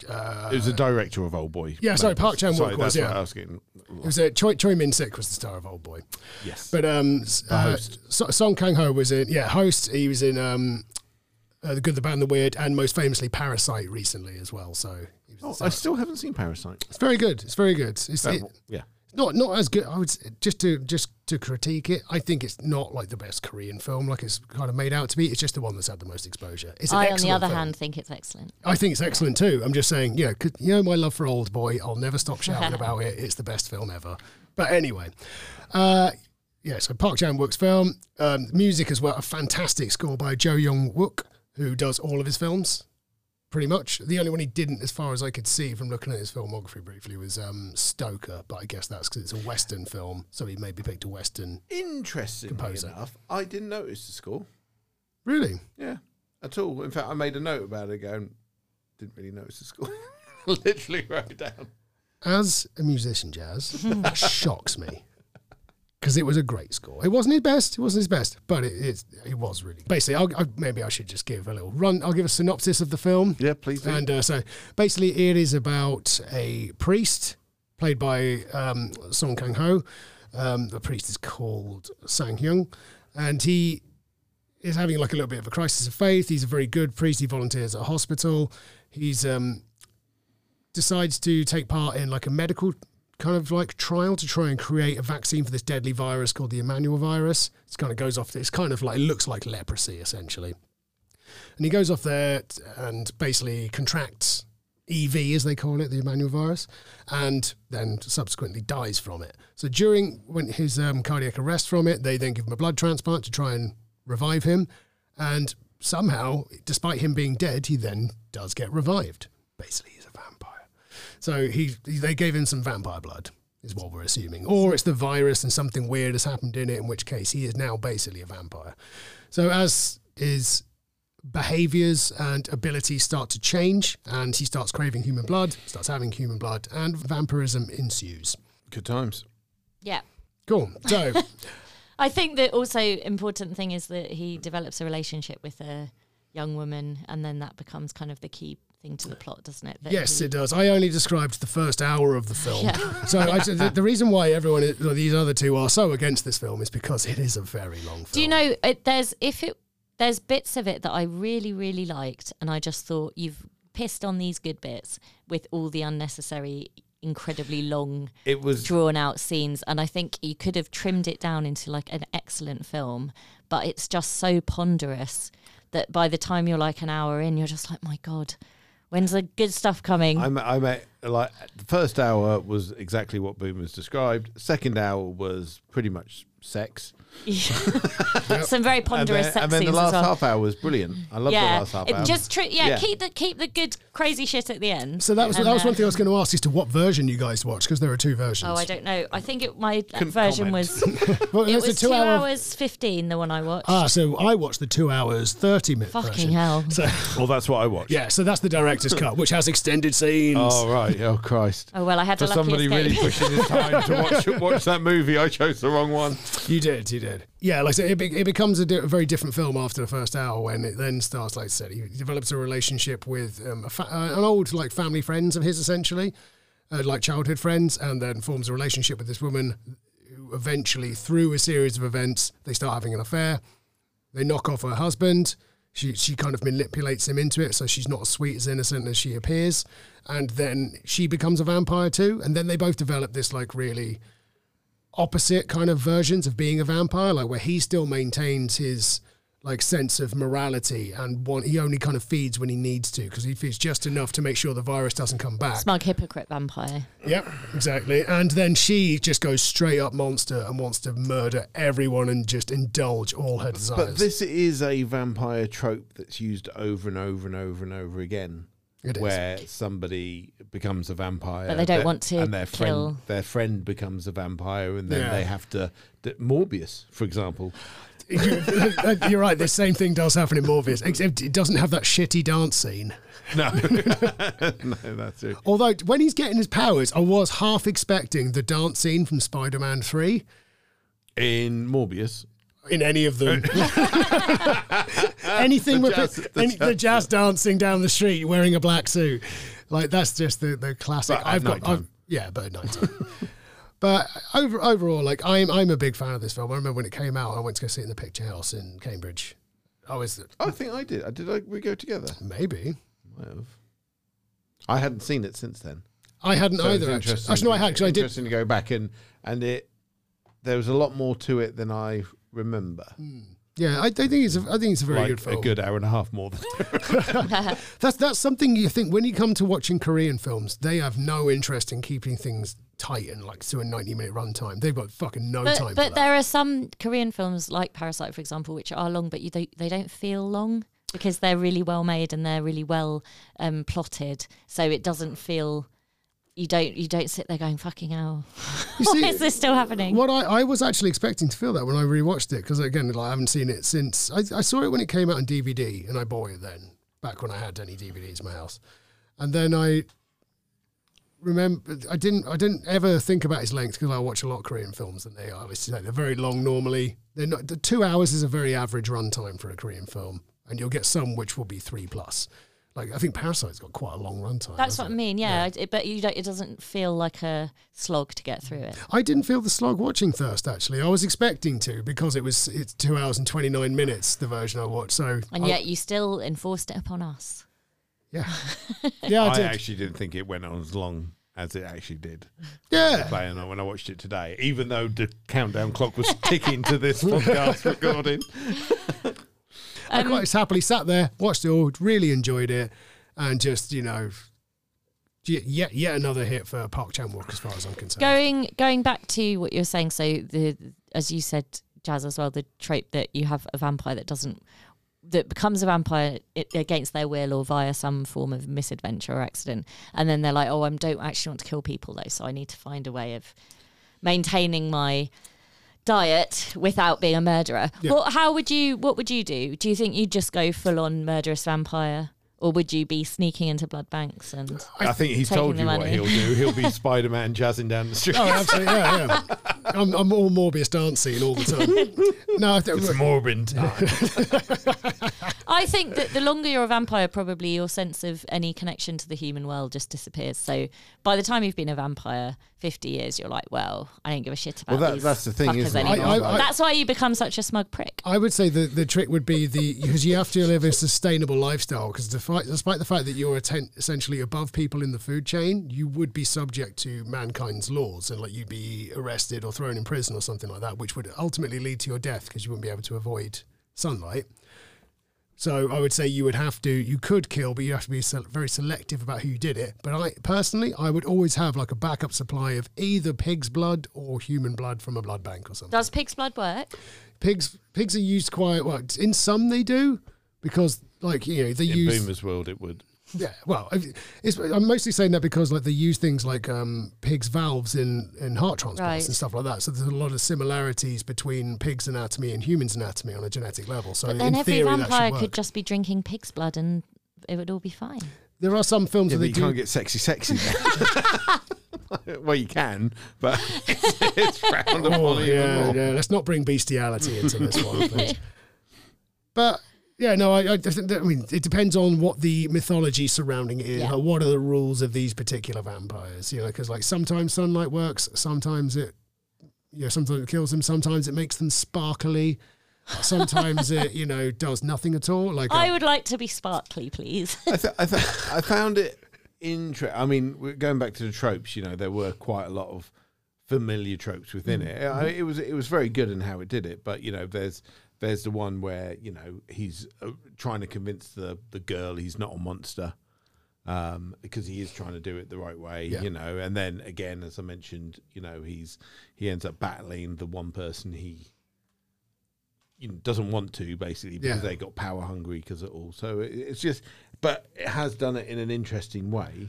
[SPEAKER 2] it was the director of Old Boy.
[SPEAKER 4] Yeah, sorry, Park Chan-wook
[SPEAKER 2] Sorry,
[SPEAKER 4] was,
[SPEAKER 2] that's what
[SPEAKER 4] yeah.
[SPEAKER 2] I was getting.
[SPEAKER 4] it was uh, Choi, Choi Min Sik was the star of Old Boy.
[SPEAKER 2] Yes,
[SPEAKER 4] But um, s- uh, So- Song Kang Ho was in yeah host. He was in um, uh, the Good, the Bad, and the Weird, and most famously Parasite recently as well. So he was-
[SPEAKER 2] oh, I Uh, still haven't seen Parasite.
[SPEAKER 4] it's very good. It's very good. It's it,
[SPEAKER 2] Yeah.
[SPEAKER 4] not not as good. I would s- just to just to critique it. I think it's not like the best Korean film like it's kind of made out to be. It's just the one that's had the most exposure. It's an
[SPEAKER 3] I, on the
[SPEAKER 4] excellent
[SPEAKER 3] other
[SPEAKER 4] film.
[SPEAKER 3] hand, think it's excellent.
[SPEAKER 4] I think it's excellent too. I'm just saying, you know, 'cause you know my love for Old Boy. I'll never stop shouting about it. It's the best film ever. But anyway, uh, yeah. So Park Chan Wook's film, um, music as well, a fantastic score by Jo Young Wook, who does all of his films, pretty much. The only one he didn't, as far as I could see from looking at his filmography briefly, was um, Stoker. But I guess that's because it's a Western film, so he maybe picked a Western.
[SPEAKER 2] Interestingly
[SPEAKER 4] Composer.
[SPEAKER 2] enough, I didn't notice the score.
[SPEAKER 4] Really?
[SPEAKER 2] Yeah, at all. In fact, I made a note about it going, didn't really notice the score. Literally wrote it down.
[SPEAKER 4] as a musician, Jazz, that shocks me because it was a great score. It wasn't his best. It wasn't his best, but it it, it was really. Good. Basically, I'll, I, maybe I should just give a little run. I'll give a synopsis of the film.
[SPEAKER 2] Yeah, please do.
[SPEAKER 4] And uh, so basically, it is about a priest played by um, Song Kang Ho. Um, the priest is called Sang Hyung, and he is having like a little bit of a crisis of faith. He's a very good priest. He volunteers at a hospital. He's um, decides to take part in like a medical kind of like trial to try and create a vaccine for this deadly virus called the Emmanuel virus. It's kind of goes off. It's kind of like it looks like leprosy essentially, and he goes off there t- and basically contracts EV E as they call it, the Emmanuel virus, and then subsequently dies from it. So during when his um, cardiac arrest from it, they then give him a blood transplant to try and revive him, and somehow, despite him being dead, he then does get revived. Basically, he's a vampire. So he, he they gave him some vampire blood, is what we're assuming, or it's the virus and something weird has happened in it. In which case, he is now basically a vampire. So as is behaviors and abilities start to change, and he starts craving human blood, starts having human blood, and vampirism ensues.
[SPEAKER 2] Good times.
[SPEAKER 3] Yeah.
[SPEAKER 4] Cool. So,
[SPEAKER 3] I think that also important thing is that he develops a relationship with a young woman, and then that becomes kind of the key thing to the plot, doesn't it? That
[SPEAKER 4] yes,
[SPEAKER 3] he-
[SPEAKER 4] it does. I only described the first hour of the film. So, I, the, the reason why everyone, is, or these other two, are so against this film is because it is a very long film.
[SPEAKER 3] Do you know it, there's if it there's bits of it that I really really liked, and I just thought you've pissed on these good bits with all the unnecessary, incredibly long,
[SPEAKER 2] It was.
[SPEAKER 3] drawn out scenes, and I think you could have trimmed it down into like an excellent film, but it's just so ponderous that by the time you're like an hour in, you're just like, my god, when's the good stuff coming?
[SPEAKER 2] I met, I met like the first hour was exactly what Boomer's described. Second hour was pretty much sex.
[SPEAKER 3] Some very
[SPEAKER 2] And
[SPEAKER 3] ponderous
[SPEAKER 2] then,
[SPEAKER 3] sex
[SPEAKER 2] and then the
[SPEAKER 3] scenes
[SPEAKER 2] last
[SPEAKER 3] as well.
[SPEAKER 2] half hour was brilliant. I love the
[SPEAKER 3] yeah,
[SPEAKER 2] last half
[SPEAKER 3] it
[SPEAKER 2] hour.
[SPEAKER 3] just tr- yeah,
[SPEAKER 2] Yeah.
[SPEAKER 3] keep the keep the good crazy shit at the end.
[SPEAKER 4] So that was
[SPEAKER 3] And
[SPEAKER 4] that was
[SPEAKER 3] then-
[SPEAKER 4] one thing I was going to ask is to what version you guys watched because there are two versions.
[SPEAKER 3] Oh, I don't know. I think it, my
[SPEAKER 2] Couldn't
[SPEAKER 3] version
[SPEAKER 2] comment.
[SPEAKER 3] was
[SPEAKER 4] Well,
[SPEAKER 3] it
[SPEAKER 4] it's a
[SPEAKER 3] was two
[SPEAKER 4] two-hour-
[SPEAKER 3] hours fifteen. The one I watched.
[SPEAKER 4] Ah, so I watched the two hours thirty minute
[SPEAKER 3] Fucking
[SPEAKER 4] version.
[SPEAKER 3] hell.
[SPEAKER 4] So
[SPEAKER 2] well, that's what I watched.
[SPEAKER 4] yeah, so that's the director's cut, which has extended scenes.
[SPEAKER 2] Oh right. Oh Christ.
[SPEAKER 3] oh well, I had
[SPEAKER 2] For
[SPEAKER 3] a lucky
[SPEAKER 2] somebody
[SPEAKER 3] escape.
[SPEAKER 2] really pushing his time to watch
[SPEAKER 3] Oh.
[SPEAKER 2] watch that movie, I chose the wrong one.
[SPEAKER 4] You did, you did. Yeah, like I said, it, be- it becomes a, di- a very different film after the first hour when it then starts, like I said, he develops a relationship with um, a fa- uh, an old like family friends of his essentially, uh, like childhood friends, and then forms a relationship with this woman. Who eventually, through a series of events, they start having an affair. They knock off her husband. She she kind of manipulates him into it, so she's not as sweet as innocent as she appears. And then she becomes a vampire too. And then they both develop this like really opposite kind of versions of being a vampire, like where he still maintains his like sense of morality and one he only kind of feeds when he needs to because he feeds just enough to make sure the virus doesn't come back.
[SPEAKER 3] smug hypocrite vampire.
[SPEAKER 4] Yep, exactly. And then she just goes straight up monster and wants to murder everyone and just indulge all her desires.
[SPEAKER 2] But this is a vampire trope that's used over and over and over and over again.
[SPEAKER 4] It is.
[SPEAKER 2] where somebody becomes a vampire,
[SPEAKER 3] But they don't
[SPEAKER 2] their-
[SPEAKER 3] want to
[SPEAKER 2] and their
[SPEAKER 3] kill.
[SPEAKER 2] friend their friend becomes a vampire, and then
[SPEAKER 4] Yeah.
[SPEAKER 2] they have to. d- Morbius, for example,
[SPEAKER 4] You- You're right. The same thing does happen in Morbius, except it doesn't have that shitty dance scene.
[SPEAKER 2] no, no, that's it.
[SPEAKER 4] Although when he's getting his powers, I was half expecting the dance scene from Spider-Man Three.
[SPEAKER 2] In Morbius,
[SPEAKER 4] in any of them. Anything
[SPEAKER 2] The
[SPEAKER 4] repeat-
[SPEAKER 2] jazz- the
[SPEAKER 4] any- the,
[SPEAKER 2] jazz-
[SPEAKER 4] jazz dancing down the street wearing a black suit, like that's just the the classic.
[SPEAKER 2] But at
[SPEAKER 4] I've got
[SPEAKER 2] nighttime.
[SPEAKER 4] I've, yeah, but at night But over, overall, like I'm, I'm a big fan of this film. I remember when it came out, I went to go see it in the Picture House in Cambridge. I was
[SPEAKER 2] I think I did. I did. I, we go together.
[SPEAKER 4] maybe
[SPEAKER 2] Might have. I hadn't seen it since then.
[SPEAKER 4] I hadn't
[SPEAKER 2] So it's
[SPEAKER 4] either. Actually,
[SPEAKER 2] interesting-
[SPEAKER 4] actually, no, I had because I did.
[SPEAKER 2] Interesting to go back and and it. There was a lot more to it than I remember.
[SPEAKER 4] Yeah, I, I think it's a, I think it's a Hmm. very
[SPEAKER 2] like
[SPEAKER 4] good film.
[SPEAKER 2] a good hour and a half more than.
[SPEAKER 4] That's that's something you think when you come to watching Korean films, they have no interest in keeping things tight and like to a ninety minute runtime. They've got fucking no time.
[SPEAKER 3] But, but
[SPEAKER 4] for that.
[SPEAKER 3] there are some Korean films like Parasite, for example, which are long, but you they, they don't feel long because they're really well made and they're really well um, plotted. So it doesn't feel you don't you don't sit there going fucking hell. Why
[SPEAKER 4] see-
[SPEAKER 3] is this still happening?
[SPEAKER 4] What I, I was actually expecting to feel that when I rewatched it because again, like, I haven't seen it since I, I saw it when it came out on DVD and I bought it then back when I had any DVDs in my house, and then I remember I didn't I didn't ever think about its length because I watch a lot of Korean films and they are obviously like, they're very long normally. They're not the two hours is a very average runtime for a Korean film, and you'll get some which will be three plus. Like I think Parasite's got quite a long runtime.
[SPEAKER 3] That's
[SPEAKER 4] hasn't
[SPEAKER 3] what I
[SPEAKER 4] it?
[SPEAKER 3] mean. Yeah, I- It, but you don't. It doesn't feel like a slog to get through it.
[SPEAKER 4] I didn't feel the slog watching Thirst actually. I was expecting to because it was it's two hours and twenty nine minutes the version I watched. So
[SPEAKER 3] And
[SPEAKER 4] I-
[SPEAKER 3] yet you still enforced it upon us.
[SPEAKER 4] yeah, yeah, I
[SPEAKER 2] I
[SPEAKER 4] did.
[SPEAKER 2] actually didn't think it went on as long as it actually did.
[SPEAKER 4] yeah,
[SPEAKER 2] Playing when I watched it today, even though the countdown clock was ticking to this podcast recording.
[SPEAKER 4] I quite
[SPEAKER 3] Um,
[SPEAKER 4] happily sat there, watched it all, really enjoyed it, and just you know, y- yet yet another hit for Park Chan Wook as far as I'm concerned.
[SPEAKER 3] Going going back to what you were saying, so the as you said, jazz as well, the trope that you have a vampire that doesn't that becomes a vampire i against their will or via some form of misadventure or accident, and then they're like, oh, I don't actually want to kill people though, so I need to find a way of maintaining my diet without being a murderer. What how would you what would you do? Do you think you'd just go full on murderous vampire? Or would you be sneaking into blood banks and
[SPEAKER 2] I think he's
[SPEAKER 3] Taking
[SPEAKER 2] told
[SPEAKER 3] the
[SPEAKER 2] you what
[SPEAKER 3] money.
[SPEAKER 2] he'll do. He'll be Spider Man jazzing down the street.
[SPEAKER 4] Oh, absolutely, yeah, yeah. I'm, I'm all Morbius dancing all the time. No, I think,
[SPEAKER 2] It's Morbin time.
[SPEAKER 3] I think that the longer you're a vampire, probably your sense of any connection to the human world just disappears. So by the time you've been a vampire fifty years, you're like, well, I don't give a shit about
[SPEAKER 2] Well, that-
[SPEAKER 3] these
[SPEAKER 2] that's the thing,
[SPEAKER 3] fuckers
[SPEAKER 2] isn't it?
[SPEAKER 4] I-
[SPEAKER 3] anymore.
[SPEAKER 4] I- I-
[SPEAKER 3] that's why you become such a smug prick.
[SPEAKER 4] I would say the, the trick would be the because you have to live a sustainable lifestyle because despite, despite the fact that you're atten- essentially above people in the food chain, you would be subject to mankind's laws and like you'd be arrested or thrown in prison or something like that, which would ultimately lead to your death because you wouldn't be able to avoid sunlight. So I would say you would have to, you could kill, but you have to be sel- very selective about who you did it. But I personally, I would always have like a backup supply of either pig's blood or human blood from a blood bank or something.
[SPEAKER 3] Does pig's blood work?
[SPEAKER 4] pigs, pigs are used quite well. In some they do because like you know they
[SPEAKER 2] In
[SPEAKER 4] use
[SPEAKER 2] Boomer's world, it would.
[SPEAKER 4] yeah. Well, if- it's, I'm mostly saying that because like they use things like um, pigs' valves in in heart transplants
[SPEAKER 3] Right.
[SPEAKER 4] and stuff like that. So there's a lot of similarities between pigs' anatomy and humans' anatomy on a genetic level. So
[SPEAKER 3] Then
[SPEAKER 4] in
[SPEAKER 3] every
[SPEAKER 4] theory, that
[SPEAKER 3] vampire
[SPEAKER 4] should work.
[SPEAKER 3] could just be drinking pig's blood and it would all be fine.
[SPEAKER 4] There are some films
[SPEAKER 2] Yeah,
[SPEAKER 4] that
[SPEAKER 2] but
[SPEAKER 4] they
[SPEAKER 2] you
[SPEAKER 4] do.
[SPEAKER 2] can't get sexy, sexy. then. well, you can, but it's, it's frowned upon
[SPEAKER 4] Oh,
[SPEAKER 2] even
[SPEAKER 4] yeah,
[SPEAKER 2] more.
[SPEAKER 4] yeah. Let's not bring bestiality into this one. please. But yeah, no, I, I, think that- I mean, it depends on what the mythology surrounding it is.
[SPEAKER 3] Yeah.
[SPEAKER 4] Like, what are the rules of these particular vampires? You know, because like sometimes sunlight works, sometimes it, you know, sometimes it kills them, sometimes it makes them sparkly, sometimes it, you know, does nothing at all. Like,
[SPEAKER 3] I
[SPEAKER 4] uh,
[SPEAKER 3] would like to be sparkly, please.
[SPEAKER 2] I, th- I, th- I found it interesting. I mean, we're going back to the tropes, you know, there were quite a lot of familiar tropes within it.
[SPEAKER 4] Mm-hmm.
[SPEAKER 2] I, it was it was very good in how it did it, but you know, there's there's the one where you know he's uh, trying to convince the the girl he's not a monster um, because he is trying to do it the right way,
[SPEAKER 4] Yeah.
[SPEAKER 2] you know. And then again, as I mentioned, you know, he's he ends up battling the one person he. You know, doesn't want to basically because
[SPEAKER 4] Yeah.
[SPEAKER 2] they got power hungry because of all. So it, it's just, but it has done it in an interesting way.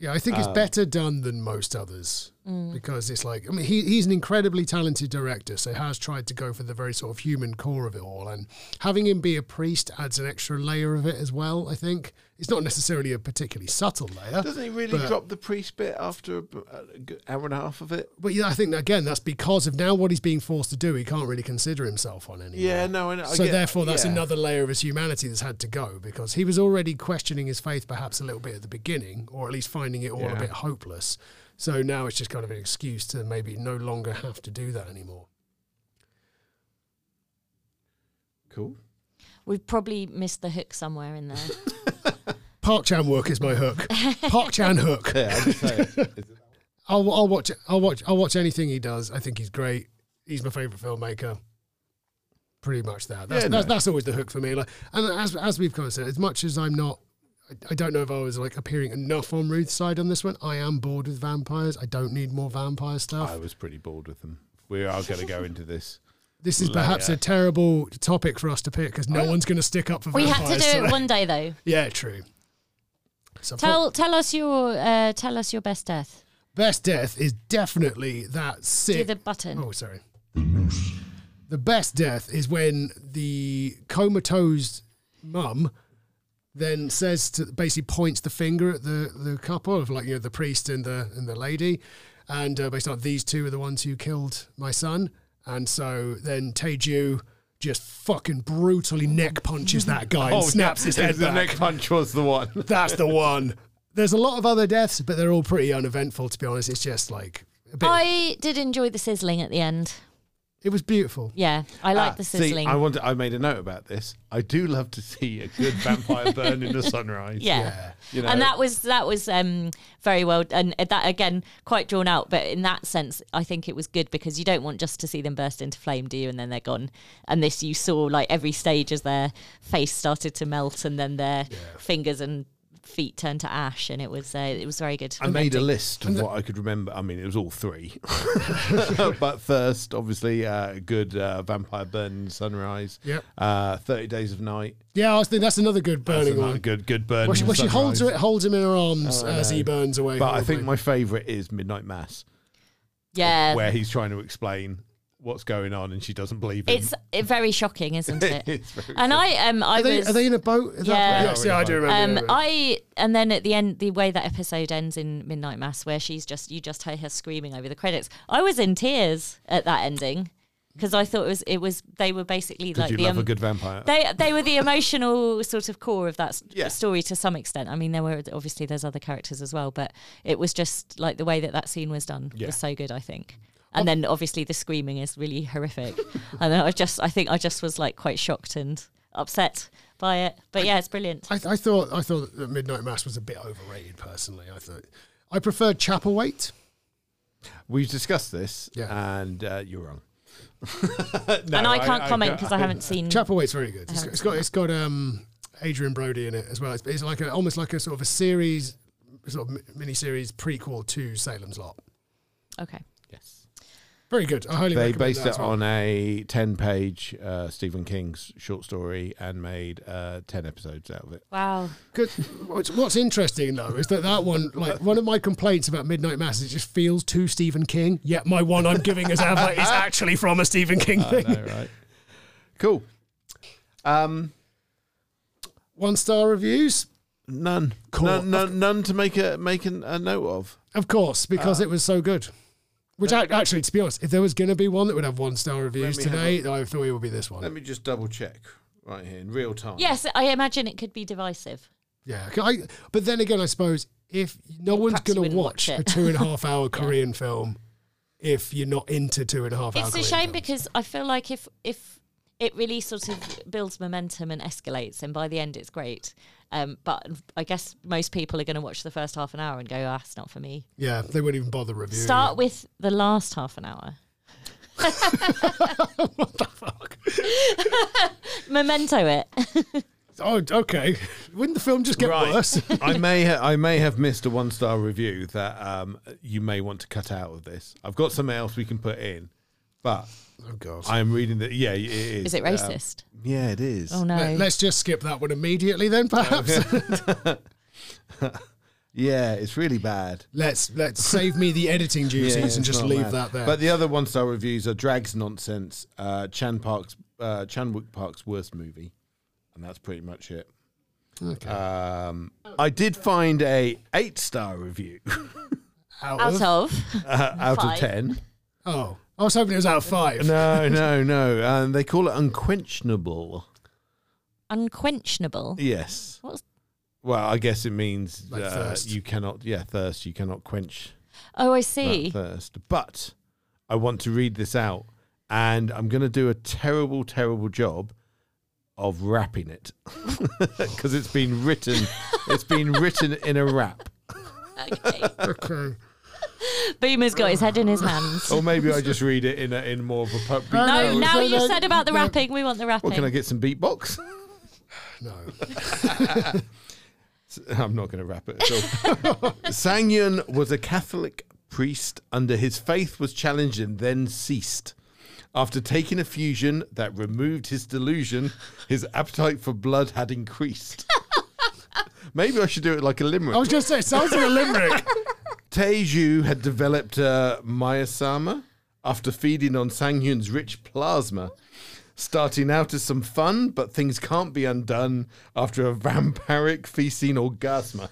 [SPEAKER 4] yeah, I think it's better done than most others because it's like, I mean, he, he's an incredibly talented director, so has tried to go for the very sort of human core of it all. And having him be a priest adds an extra layer of it as well, I think. It's not necessarily a particularly subtle layer.
[SPEAKER 2] Doesn't he really drop the priest bit after a, a good hour and a half of it?
[SPEAKER 4] But yeah, I think again that's because of now what he's being forced to do. He can't really consider himself on anymore.
[SPEAKER 2] Oh, Yeah, no, I know. I
[SPEAKER 4] So
[SPEAKER 2] get-
[SPEAKER 4] therefore, that's
[SPEAKER 2] yeah.
[SPEAKER 4] another layer of his humanity that's had to go because he was already questioning his faith, perhaps a little bit at the beginning, or at least finding it all a
[SPEAKER 2] Yeah.
[SPEAKER 4] bit hopeless. So now it's just kind of an excuse to maybe no longer have to do that anymore.
[SPEAKER 2] Cool.
[SPEAKER 3] We've probably missed the hook somewhere in there.
[SPEAKER 4] Park Chan work is my hook. Park Chan hook.
[SPEAKER 2] Yeah, I'd say it's-
[SPEAKER 4] I'll, I'll watch. I'll watch. I'll watch anything he does. I think he's great. He's my favorite filmmaker. Pretty much that. That's,
[SPEAKER 2] Yeah,
[SPEAKER 4] that's,
[SPEAKER 2] no.
[SPEAKER 4] that's always the hook for me. Like, and as as we've kind of said, as much as I'm not, I, I don't know if I was like appearing enough on Ruth's side on this one. I am bored with vampires. I don't need more vampire stuff.
[SPEAKER 2] I was pretty bored with them. We are going to go into this.
[SPEAKER 4] this is perhaps a terrible topic for us to pick because
[SPEAKER 2] Oh.
[SPEAKER 4] no one's going to stick up for
[SPEAKER 3] we had to
[SPEAKER 4] vampires.
[SPEAKER 3] do
[SPEAKER 4] so-
[SPEAKER 3] it one day though.
[SPEAKER 4] yeah, true. So
[SPEAKER 3] Tell tell us your uh, tell us your best death.
[SPEAKER 4] best death is definitely that sick.
[SPEAKER 3] Do the button.
[SPEAKER 4] Oh, sorry. The best death is when the comatose mum then says to basically points the finger at the, the couple of like you know the priest and the and the lady, and uh, based on these two are the ones who killed my son, and so then Teju just fucking brutally neck punches that guy and snaps his head
[SPEAKER 2] Oh, The
[SPEAKER 4] back.
[SPEAKER 2] neck punch was the one.
[SPEAKER 4] That's the one. There's a lot of other deaths, but they're all pretty uneventful to be honest. It's just like a bit,
[SPEAKER 3] I did enjoy the sizzling at the end.
[SPEAKER 4] it was beautiful.
[SPEAKER 3] Yeah, I like
[SPEAKER 2] Ah,
[SPEAKER 3] the
[SPEAKER 2] see,
[SPEAKER 3] sizzling.
[SPEAKER 2] I want. I made a note about this. I do love to see a good vampire burn in the sunrise.
[SPEAKER 3] yeah.
[SPEAKER 2] You know.
[SPEAKER 3] And that was that was um, very well, and uh, that again quite drawn out. But in that sense, I think it was good because you don't want just to see them burst into flame, do you? And then they're gone. And this, you saw like every stage as their face started to melt, and then their fingers and feet turned to ash, and it was uh, it was very good.
[SPEAKER 2] I made a list of what I could remember. I mean, it was all three. but first, obviously, uh, good uh, vampire burn in the sunrise.
[SPEAKER 4] Yep.
[SPEAKER 2] Uh, Thirty days of night.
[SPEAKER 4] Yeah, I was thinking that's another good burning
[SPEAKER 2] That's another
[SPEAKER 4] one.
[SPEAKER 2] good good burn.
[SPEAKER 4] Well, she,
[SPEAKER 2] in
[SPEAKER 4] well,
[SPEAKER 2] the
[SPEAKER 4] she holds
[SPEAKER 2] sunrise.
[SPEAKER 4] her, holds him in her arms uh, as he burns away.
[SPEAKER 2] But I think
[SPEAKER 4] horribly.
[SPEAKER 2] my favourite is midnight mass,
[SPEAKER 3] yeah,
[SPEAKER 2] where he's trying to explain what's going on, and she doesn't believe him.
[SPEAKER 3] it's uh, very shocking, isn't it?
[SPEAKER 2] It's very
[SPEAKER 3] and I um I
[SPEAKER 4] are they,
[SPEAKER 3] was
[SPEAKER 4] are they in a boat? Is
[SPEAKER 3] Yeah.
[SPEAKER 4] that- yes, yeah, I do
[SPEAKER 3] Um,
[SPEAKER 4] remember. yeah.
[SPEAKER 3] I and then at the end, the way that episode ends in Midnight Mass, where she's just you just hear her screaming over the credits. I was in tears at that ending because I thought it was it was they were basically
[SPEAKER 2] Did
[SPEAKER 3] like
[SPEAKER 2] you
[SPEAKER 3] the
[SPEAKER 2] love
[SPEAKER 3] um,
[SPEAKER 2] a good vampire?
[SPEAKER 3] they they were the emotional sort of core of that s
[SPEAKER 2] Yeah.
[SPEAKER 3] story to some extent. I mean, there were obviously there's other characters as well, but it was just like the way that that scene was done
[SPEAKER 2] Yeah. Oh.
[SPEAKER 3] was so good. I think. And then obviously the screaming is really horrific, and I just I think I just was like quite shocked and upset by it. But yeah, it's brilliant.
[SPEAKER 4] I, I thought I thought that Midnight Mass was a bit overrated personally. I thought I preferred Chapelwaite.
[SPEAKER 2] We've discussed this,
[SPEAKER 4] Yeah.
[SPEAKER 2] and uh, you're wrong. No,
[SPEAKER 3] and I can't comment because I, haven't seen.
[SPEAKER 4] Chapelwaite's very good. It's,
[SPEAKER 3] haven't
[SPEAKER 4] it's got it's got um, Adrian Brody in it as well. It's, it's like a, almost like a sort of a series, sort of mini series prequel to Salem's Lot.
[SPEAKER 3] Okay.
[SPEAKER 2] Yes.
[SPEAKER 4] Very good. I highly
[SPEAKER 2] They
[SPEAKER 4] recommend
[SPEAKER 2] based
[SPEAKER 4] that
[SPEAKER 2] it
[SPEAKER 4] as well.
[SPEAKER 2] on a 10 page uh, Stephen King's short story and made uh, 10 episodes out of it.
[SPEAKER 3] Wow.
[SPEAKER 4] Good. What's, what's interesting though is that that one, like one of my complaints about Midnight Mass, is it just feels too Stephen King. Yet my one I'm giving as Ava is actually from a Stephen
[SPEAKER 2] Oh,
[SPEAKER 4] King thing.
[SPEAKER 2] All right. Cool. Um,
[SPEAKER 4] One star reviews,
[SPEAKER 2] none.
[SPEAKER 4] Cool.
[SPEAKER 2] None, none. None to make a, make an, a note of.
[SPEAKER 4] of course, because
[SPEAKER 2] Uh.
[SPEAKER 4] it was so good. Which ac actually, to be honest, if there was going to be one that would have one star reviews
[SPEAKER 2] Let me have
[SPEAKER 4] today, I thought it would be this one.
[SPEAKER 2] Let me just double check right here in real time.
[SPEAKER 3] Yes, I imagine it could be divisive.
[SPEAKER 4] Yeah, 'cause I, but then again, I suppose if no one's
[SPEAKER 3] Perhaps you
[SPEAKER 4] going
[SPEAKER 3] wouldn't
[SPEAKER 4] to watch,
[SPEAKER 3] watch
[SPEAKER 4] a
[SPEAKER 3] it.
[SPEAKER 4] two and a half hour Korean film if you're not into two and a half hour.
[SPEAKER 3] It's a
[SPEAKER 4] Korean
[SPEAKER 3] shame
[SPEAKER 4] films.
[SPEAKER 3] because I feel like if if it really sort of builds momentum and escalates, and by the end it's great. Um, but I guess most people are going to watch the first half an hour and go, "Ah, it's not for me."
[SPEAKER 4] yeah, they wouldn't even bother reviewing.
[SPEAKER 3] Start with the last half an hour. Memento it.
[SPEAKER 4] it. Oh, okay. Wouldn't the film just get
[SPEAKER 2] Right.
[SPEAKER 4] worse?
[SPEAKER 2] I may ha- I may have missed a one star review that um, you may want to cut out of this. I've got something else we can put in, but
[SPEAKER 4] Oh god.
[SPEAKER 2] I am reading that. Yeah, it is.
[SPEAKER 3] Is it
[SPEAKER 2] Um,
[SPEAKER 3] racist?
[SPEAKER 2] yeah, it is.
[SPEAKER 3] oh no.
[SPEAKER 4] Let, us just skip that one immediately then, perhaps.
[SPEAKER 2] Yeah, it's really bad.
[SPEAKER 4] let's let's save me the editing duties
[SPEAKER 2] Yeah, it's
[SPEAKER 4] and just
[SPEAKER 2] not
[SPEAKER 4] leave
[SPEAKER 2] bad.
[SPEAKER 4] that there.
[SPEAKER 2] But the other one star reviews are Drag's nonsense, uh, Chan Park's uh, Chan Wook Park's worst movie, and that's pretty much it.
[SPEAKER 4] Okay.
[SPEAKER 2] Um, I did find a eight star review
[SPEAKER 4] out
[SPEAKER 3] Out
[SPEAKER 4] of-
[SPEAKER 3] of.
[SPEAKER 2] uh, out of
[SPEAKER 3] Five.
[SPEAKER 2] ten.
[SPEAKER 4] oh, I was hoping it was out of five.
[SPEAKER 2] No, no, no. Um, they call it unquenchable.
[SPEAKER 3] Unquenchable.
[SPEAKER 2] Yes.
[SPEAKER 3] What's
[SPEAKER 2] Well, I guess it means
[SPEAKER 4] Like
[SPEAKER 2] uh,
[SPEAKER 4] thirst.
[SPEAKER 2] you cannot, yeah, thirst. You cannot quench
[SPEAKER 3] Oh, I
[SPEAKER 2] that
[SPEAKER 3] see.
[SPEAKER 2] thirst. But I want to read this out, and I'm going to do a terrible, terrible job of wrapping it because it's been written. It's been written in a wrap,
[SPEAKER 3] Okay.
[SPEAKER 4] Okay.
[SPEAKER 3] Boomer's got his head in his hands.
[SPEAKER 2] or maybe I just read it in a, in more of a. Pub-
[SPEAKER 4] No,
[SPEAKER 3] No,
[SPEAKER 4] no,
[SPEAKER 3] now
[SPEAKER 4] no,
[SPEAKER 3] you
[SPEAKER 4] no,
[SPEAKER 3] said about the
[SPEAKER 4] no.
[SPEAKER 3] wrapping. We want the wrapping.
[SPEAKER 2] What can I get? Some beatbox?
[SPEAKER 4] No.
[SPEAKER 2] I'm not going to wrap it at all. Sangyun was a Catholic priest under his faith was challenged and then ceased. After taking a fusion that removed his delusion, his appetite for blood had increased. Maybe I should do it like a limerick.
[SPEAKER 4] I was going to say, it sounds like a limerick.
[SPEAKER 2] Teju had developed uh, Myasama after feeding on Sanghyun's rich plasma. Starting out as some fun, but things can't be undone after a vampiric feasting orgasma.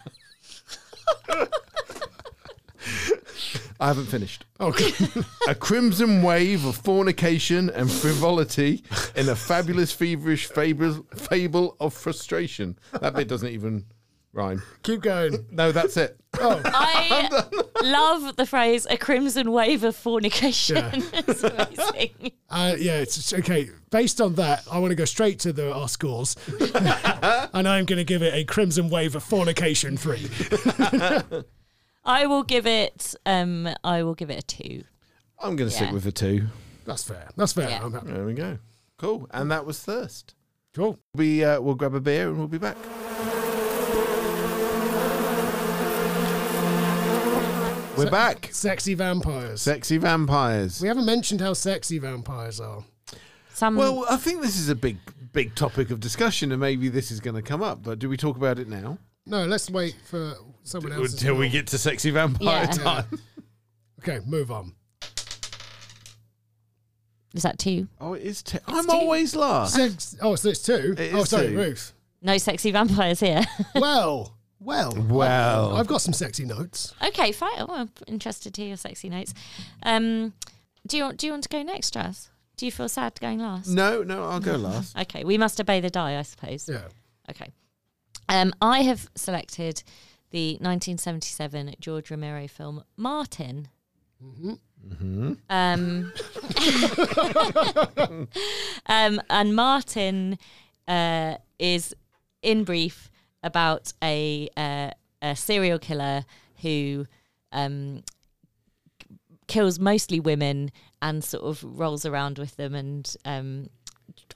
[SPEAKER 2] I haven't finished.
[SPEAKER 4] Okay.
[SPEAKER 2] A crimson wave of fornication and frivolity in a fabulous, feverish fable, fable of frustration. That bit doesn't even rhyme.
[SPEAKER 4] Keep going.
[SPEAKER 2] No, that's it.
[SPEAKER 3] I love the phrase "a crimson wave of fornication." it's amazing.
[SPEAKER 4] Uh, yeah, it's it's- okay. Based on that, I want to go straight to the our scores, and I'm going to give it a Crimson Wave of Fornication three.
[SPEAKER 3] I will give it. Um, I will give it a two.
[SPEAKER 2] I'm going to stick
[SPEAKER 3] Yeah.
[SPEAKER 2] with a two.
[SPEAKER 4] That's fair. That's fair.
[SPEAKER 3] Yeah.
[SPEAKER 4] I'm happy.
[SPEAKER 2] There we go. Cool. And that was Thirst.
[SPEAKER 4] Cool.
[SPEAKER 2] We, uh, we'll grab a beer and we'll be back. We're back.
[SPEAKER 4] Sexy vampires.
[SPEAKER 2] Sexy vampires.
[SPEAKER 4] we haven't mentioned how sexy vampires are.
[SPEAKER 3] Some.
[SPEAKER 2] Well, I think this is a big, big topic of discussion, and maybe this is going to come up. But do we talk about it now?
[SPEAKER 4] No, let's wait for someone else.
[SPEAKER 2] Until we get to sexy vampire
[SPEAKER 3] Yeah.
[SPEAKER 2] time.
[SPEAKER 4] Okay, move on.
[SPEAKER 3] is that two?
[SPEAKER 2] Oh, it is. Te- I'm
[SPEAKER 3] two.
[SPEAKER 2] always last.
[SPEAKER 4] Sex. Oh, so it's two.
[SPEAKER 2] It
[SPEAKER 4] oh,
[SPEAKER 2] is
[SPEAKER 4] sorry,
[SPEAKER 2] two.
[SPEAKER 4] Ruth.
[SPEAKER 3] No sexy vampires here.
[SPEAKER 4] Well, well,
[SPEAKER 2] Well.
[SPEAKER 4] I've got some sexy notes.
[SPEAKER 3] okay, fine. Oh, I'm interested to hear your sexy notes. Um, do you want? Do you want to go next, Jazz? Do you feel sad going last?
[SPEAKER 2] No, no, I'll go last.
[SPEAKER 3] Okay, we must obey the die, I suppose.
[SPEAKER 4] Yeah.
[SPEAKER 3] Okay. Um, I have selected the 1977 George Romero film Martin. Um, um, and Martin uh, is, in brief, about a, uh, a serial killer who um, kills mostly women and sort of rolls around with them. And um,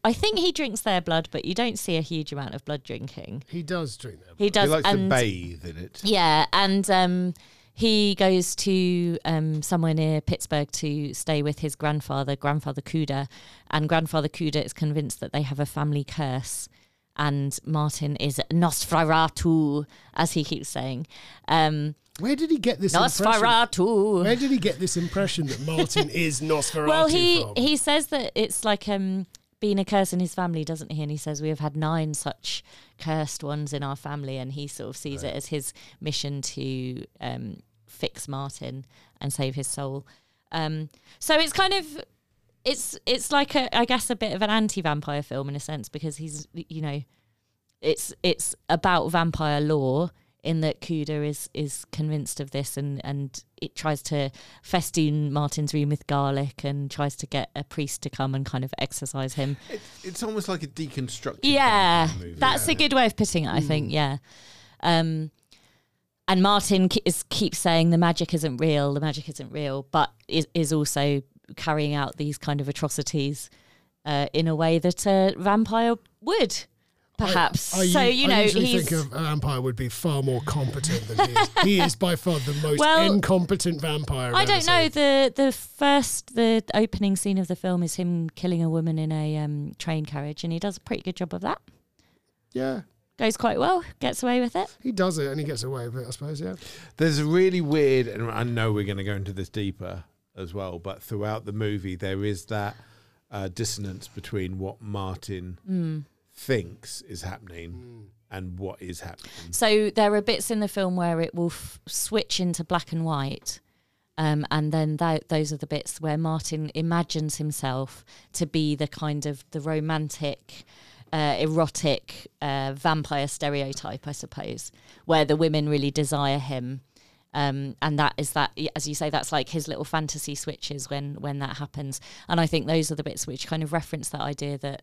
[SPEAKER 3] I think he drinks their blood, but you don't see a huge amount of blood drinking.
[SPEAKER 4] He does drink them.
[SPEAKER 3] He does.
[SPEAKER 2] he likes
[SPEAKER 3] and
[SPEAKER 2] to bathe in it.
[SPEAKER 3] yeah, and um, he goes to um, somewhere near Pittsburgh to stay with his grandfather, Grandfather Kuda, and Grandfather Kuda is convinced that they have a family curse. And Martin is Nosferatu, as he keeps saying. Um,
[SPEAKER 4] Where did he get this impression?
[SPEAKER 3] Nosferatu.
[SPEAKER 4] Where did he get this impression that Martin is Nosferatu
[SPEAKER 3] Well, he
[SPEAKER 4] from?
[SPEAKER 3] he says that it's like um being a curse in his family, doesn't he? And he says we have had nine such cursed ones in our family, and he sort of sees it as his mission to um fix Martin and save his soul. Um, so it's kind of it's it's like a I guess a bit of an anti-vampire film in a sense because he's you know it's it's about vampire lore in that Kuda is is convinced of this and and it tries to festoon Martin's room with garlic and tries to get a priest to come and kind of exorcise him.
[SPEAKER 2] It- It's almost like a deconstructed.
[SPEAKER 3] Yeah,
[SPEAKER 2] vampire movie.
[SPEAKER 3] that's a good way of putting it. I
[SPEAKER 4] Mm.
[SPEAKER 3] think. Yeah. Um, and Martin ke- is keeps saying the magic isn't real. The magic isn't real, but is, is also carrying out these kind of atrocities uh, in a way that a vampire would, perhaps.
[SPEAKER 4] I,
[SPEAKER 3] so
[SPEAKER 4] u-
[SPEAKER 3] you
[SPEAKER 4] I
[SPEAKER 3] know,
[SPEAKER 4] usually
[SPEAKER 3] he's
[SPEAKER 4] think of a vampire would be far more competent than he is. he is by far the most
[SPEAKER 3] Well,
[SPEAKER 4] incompetent vampire. I've
[SPEAKER 3] I
[SPEAKER 4] ever
[SPEAKER 3] don't know.
[SPEAKER 4] seen.
[SPEAKER 3] The the first the opening scene of the film is him killing a woman in a um, train carriage, and he does a pretty good job of that.
[SPEAKER 4] Yeah,
[SPEAKER 3] Goes quite well, gets away with it.
[SPEAKER 4] he does it and he gets away with it. I suppose. Yeah.
[SPEAKER 2] There's a really weird, and I know we're going to go into this deeper as well, but throughout the movie, there is that uh, dissonance between what Martin
[SPEAKER 3] Mm.
[SPEAKER 2] thinks is happening and what is happening.
[SPEAKER 3] So there are bits in the film where it will f- switch into black and white. Um, and then tho- those are the bits where Martin imagines himself to be the kind of the romantic, uh, erotic uh, vampire stereotype, I suppose, where the women really desire him. Um, and that is that, as you say, that's like his little fantasy switches when when that happens. And I think those are the bits which kind of reference that idea that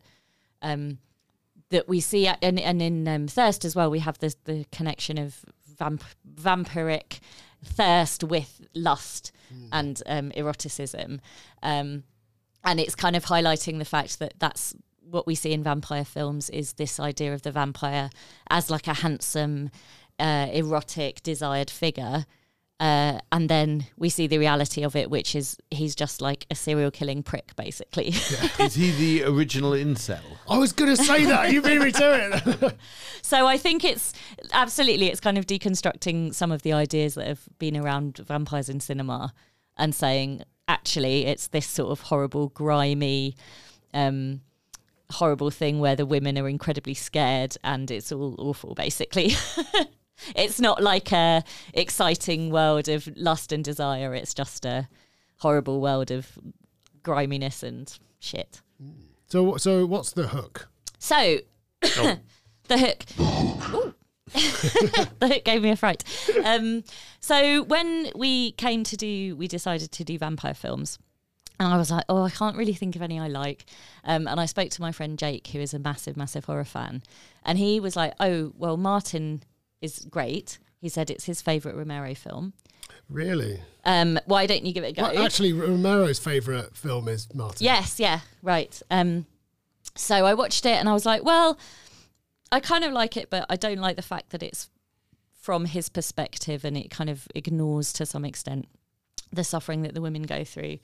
[SPEAKER 3] that we see at- and, and in um, thirst as well we have this the connection of vamp, vampiric thirst with lust and um, eroticism um, and it's kind of highlighting the fact that that's what we see in vampire films is this idea of the vampire as like a handsome uh, erotic desired figure uh, and then we see the reality of it which is he's just like a serial killing prick basically
[SPEAKER 2] is he the original incel?
[SPEAKER 4] I was going to say that. You beat me to it.
[SPEAKER 3] So I think it's absolutely it's kind of deconstructing some of the ideas that have been around vampires in cinema and saying actually it's this sort of horrible grimy um horrible thing where the women are incredibly scared and it's all awful basically. it's not like a exciting world of lust and desire it's just a horrible world of griminess and shit.
[SPEAKER 4] so, so what's the hook?
[SPEAKER 3] So,
[SPEAKER 4] Oh.
[SPEAKER 3] the hook. Ooh. the hook gave me a fright. Um, so when we came to do, we decided to do vampire films. And I was like, oh, I can't really think of any I like. Um, and I spoke to my friend Jake, who is a massive, massive horror fan. And he was like, oh, well, Martin is great. He said it's his favourite Romero film.
[SPEAKER 4] Really?
[SPEAKER 3] Um, why don't you give it a go?
[SPEAKER 4] Well, actually, Romero's favorite film is Martin.
[SPEAKER 3] Yes, yeah, right. Um, so I watched it and I was like, well, I kind of like it, but I don't like the fact that it's from his perspective and it kind of ignores to some extent the suffering that the women go through.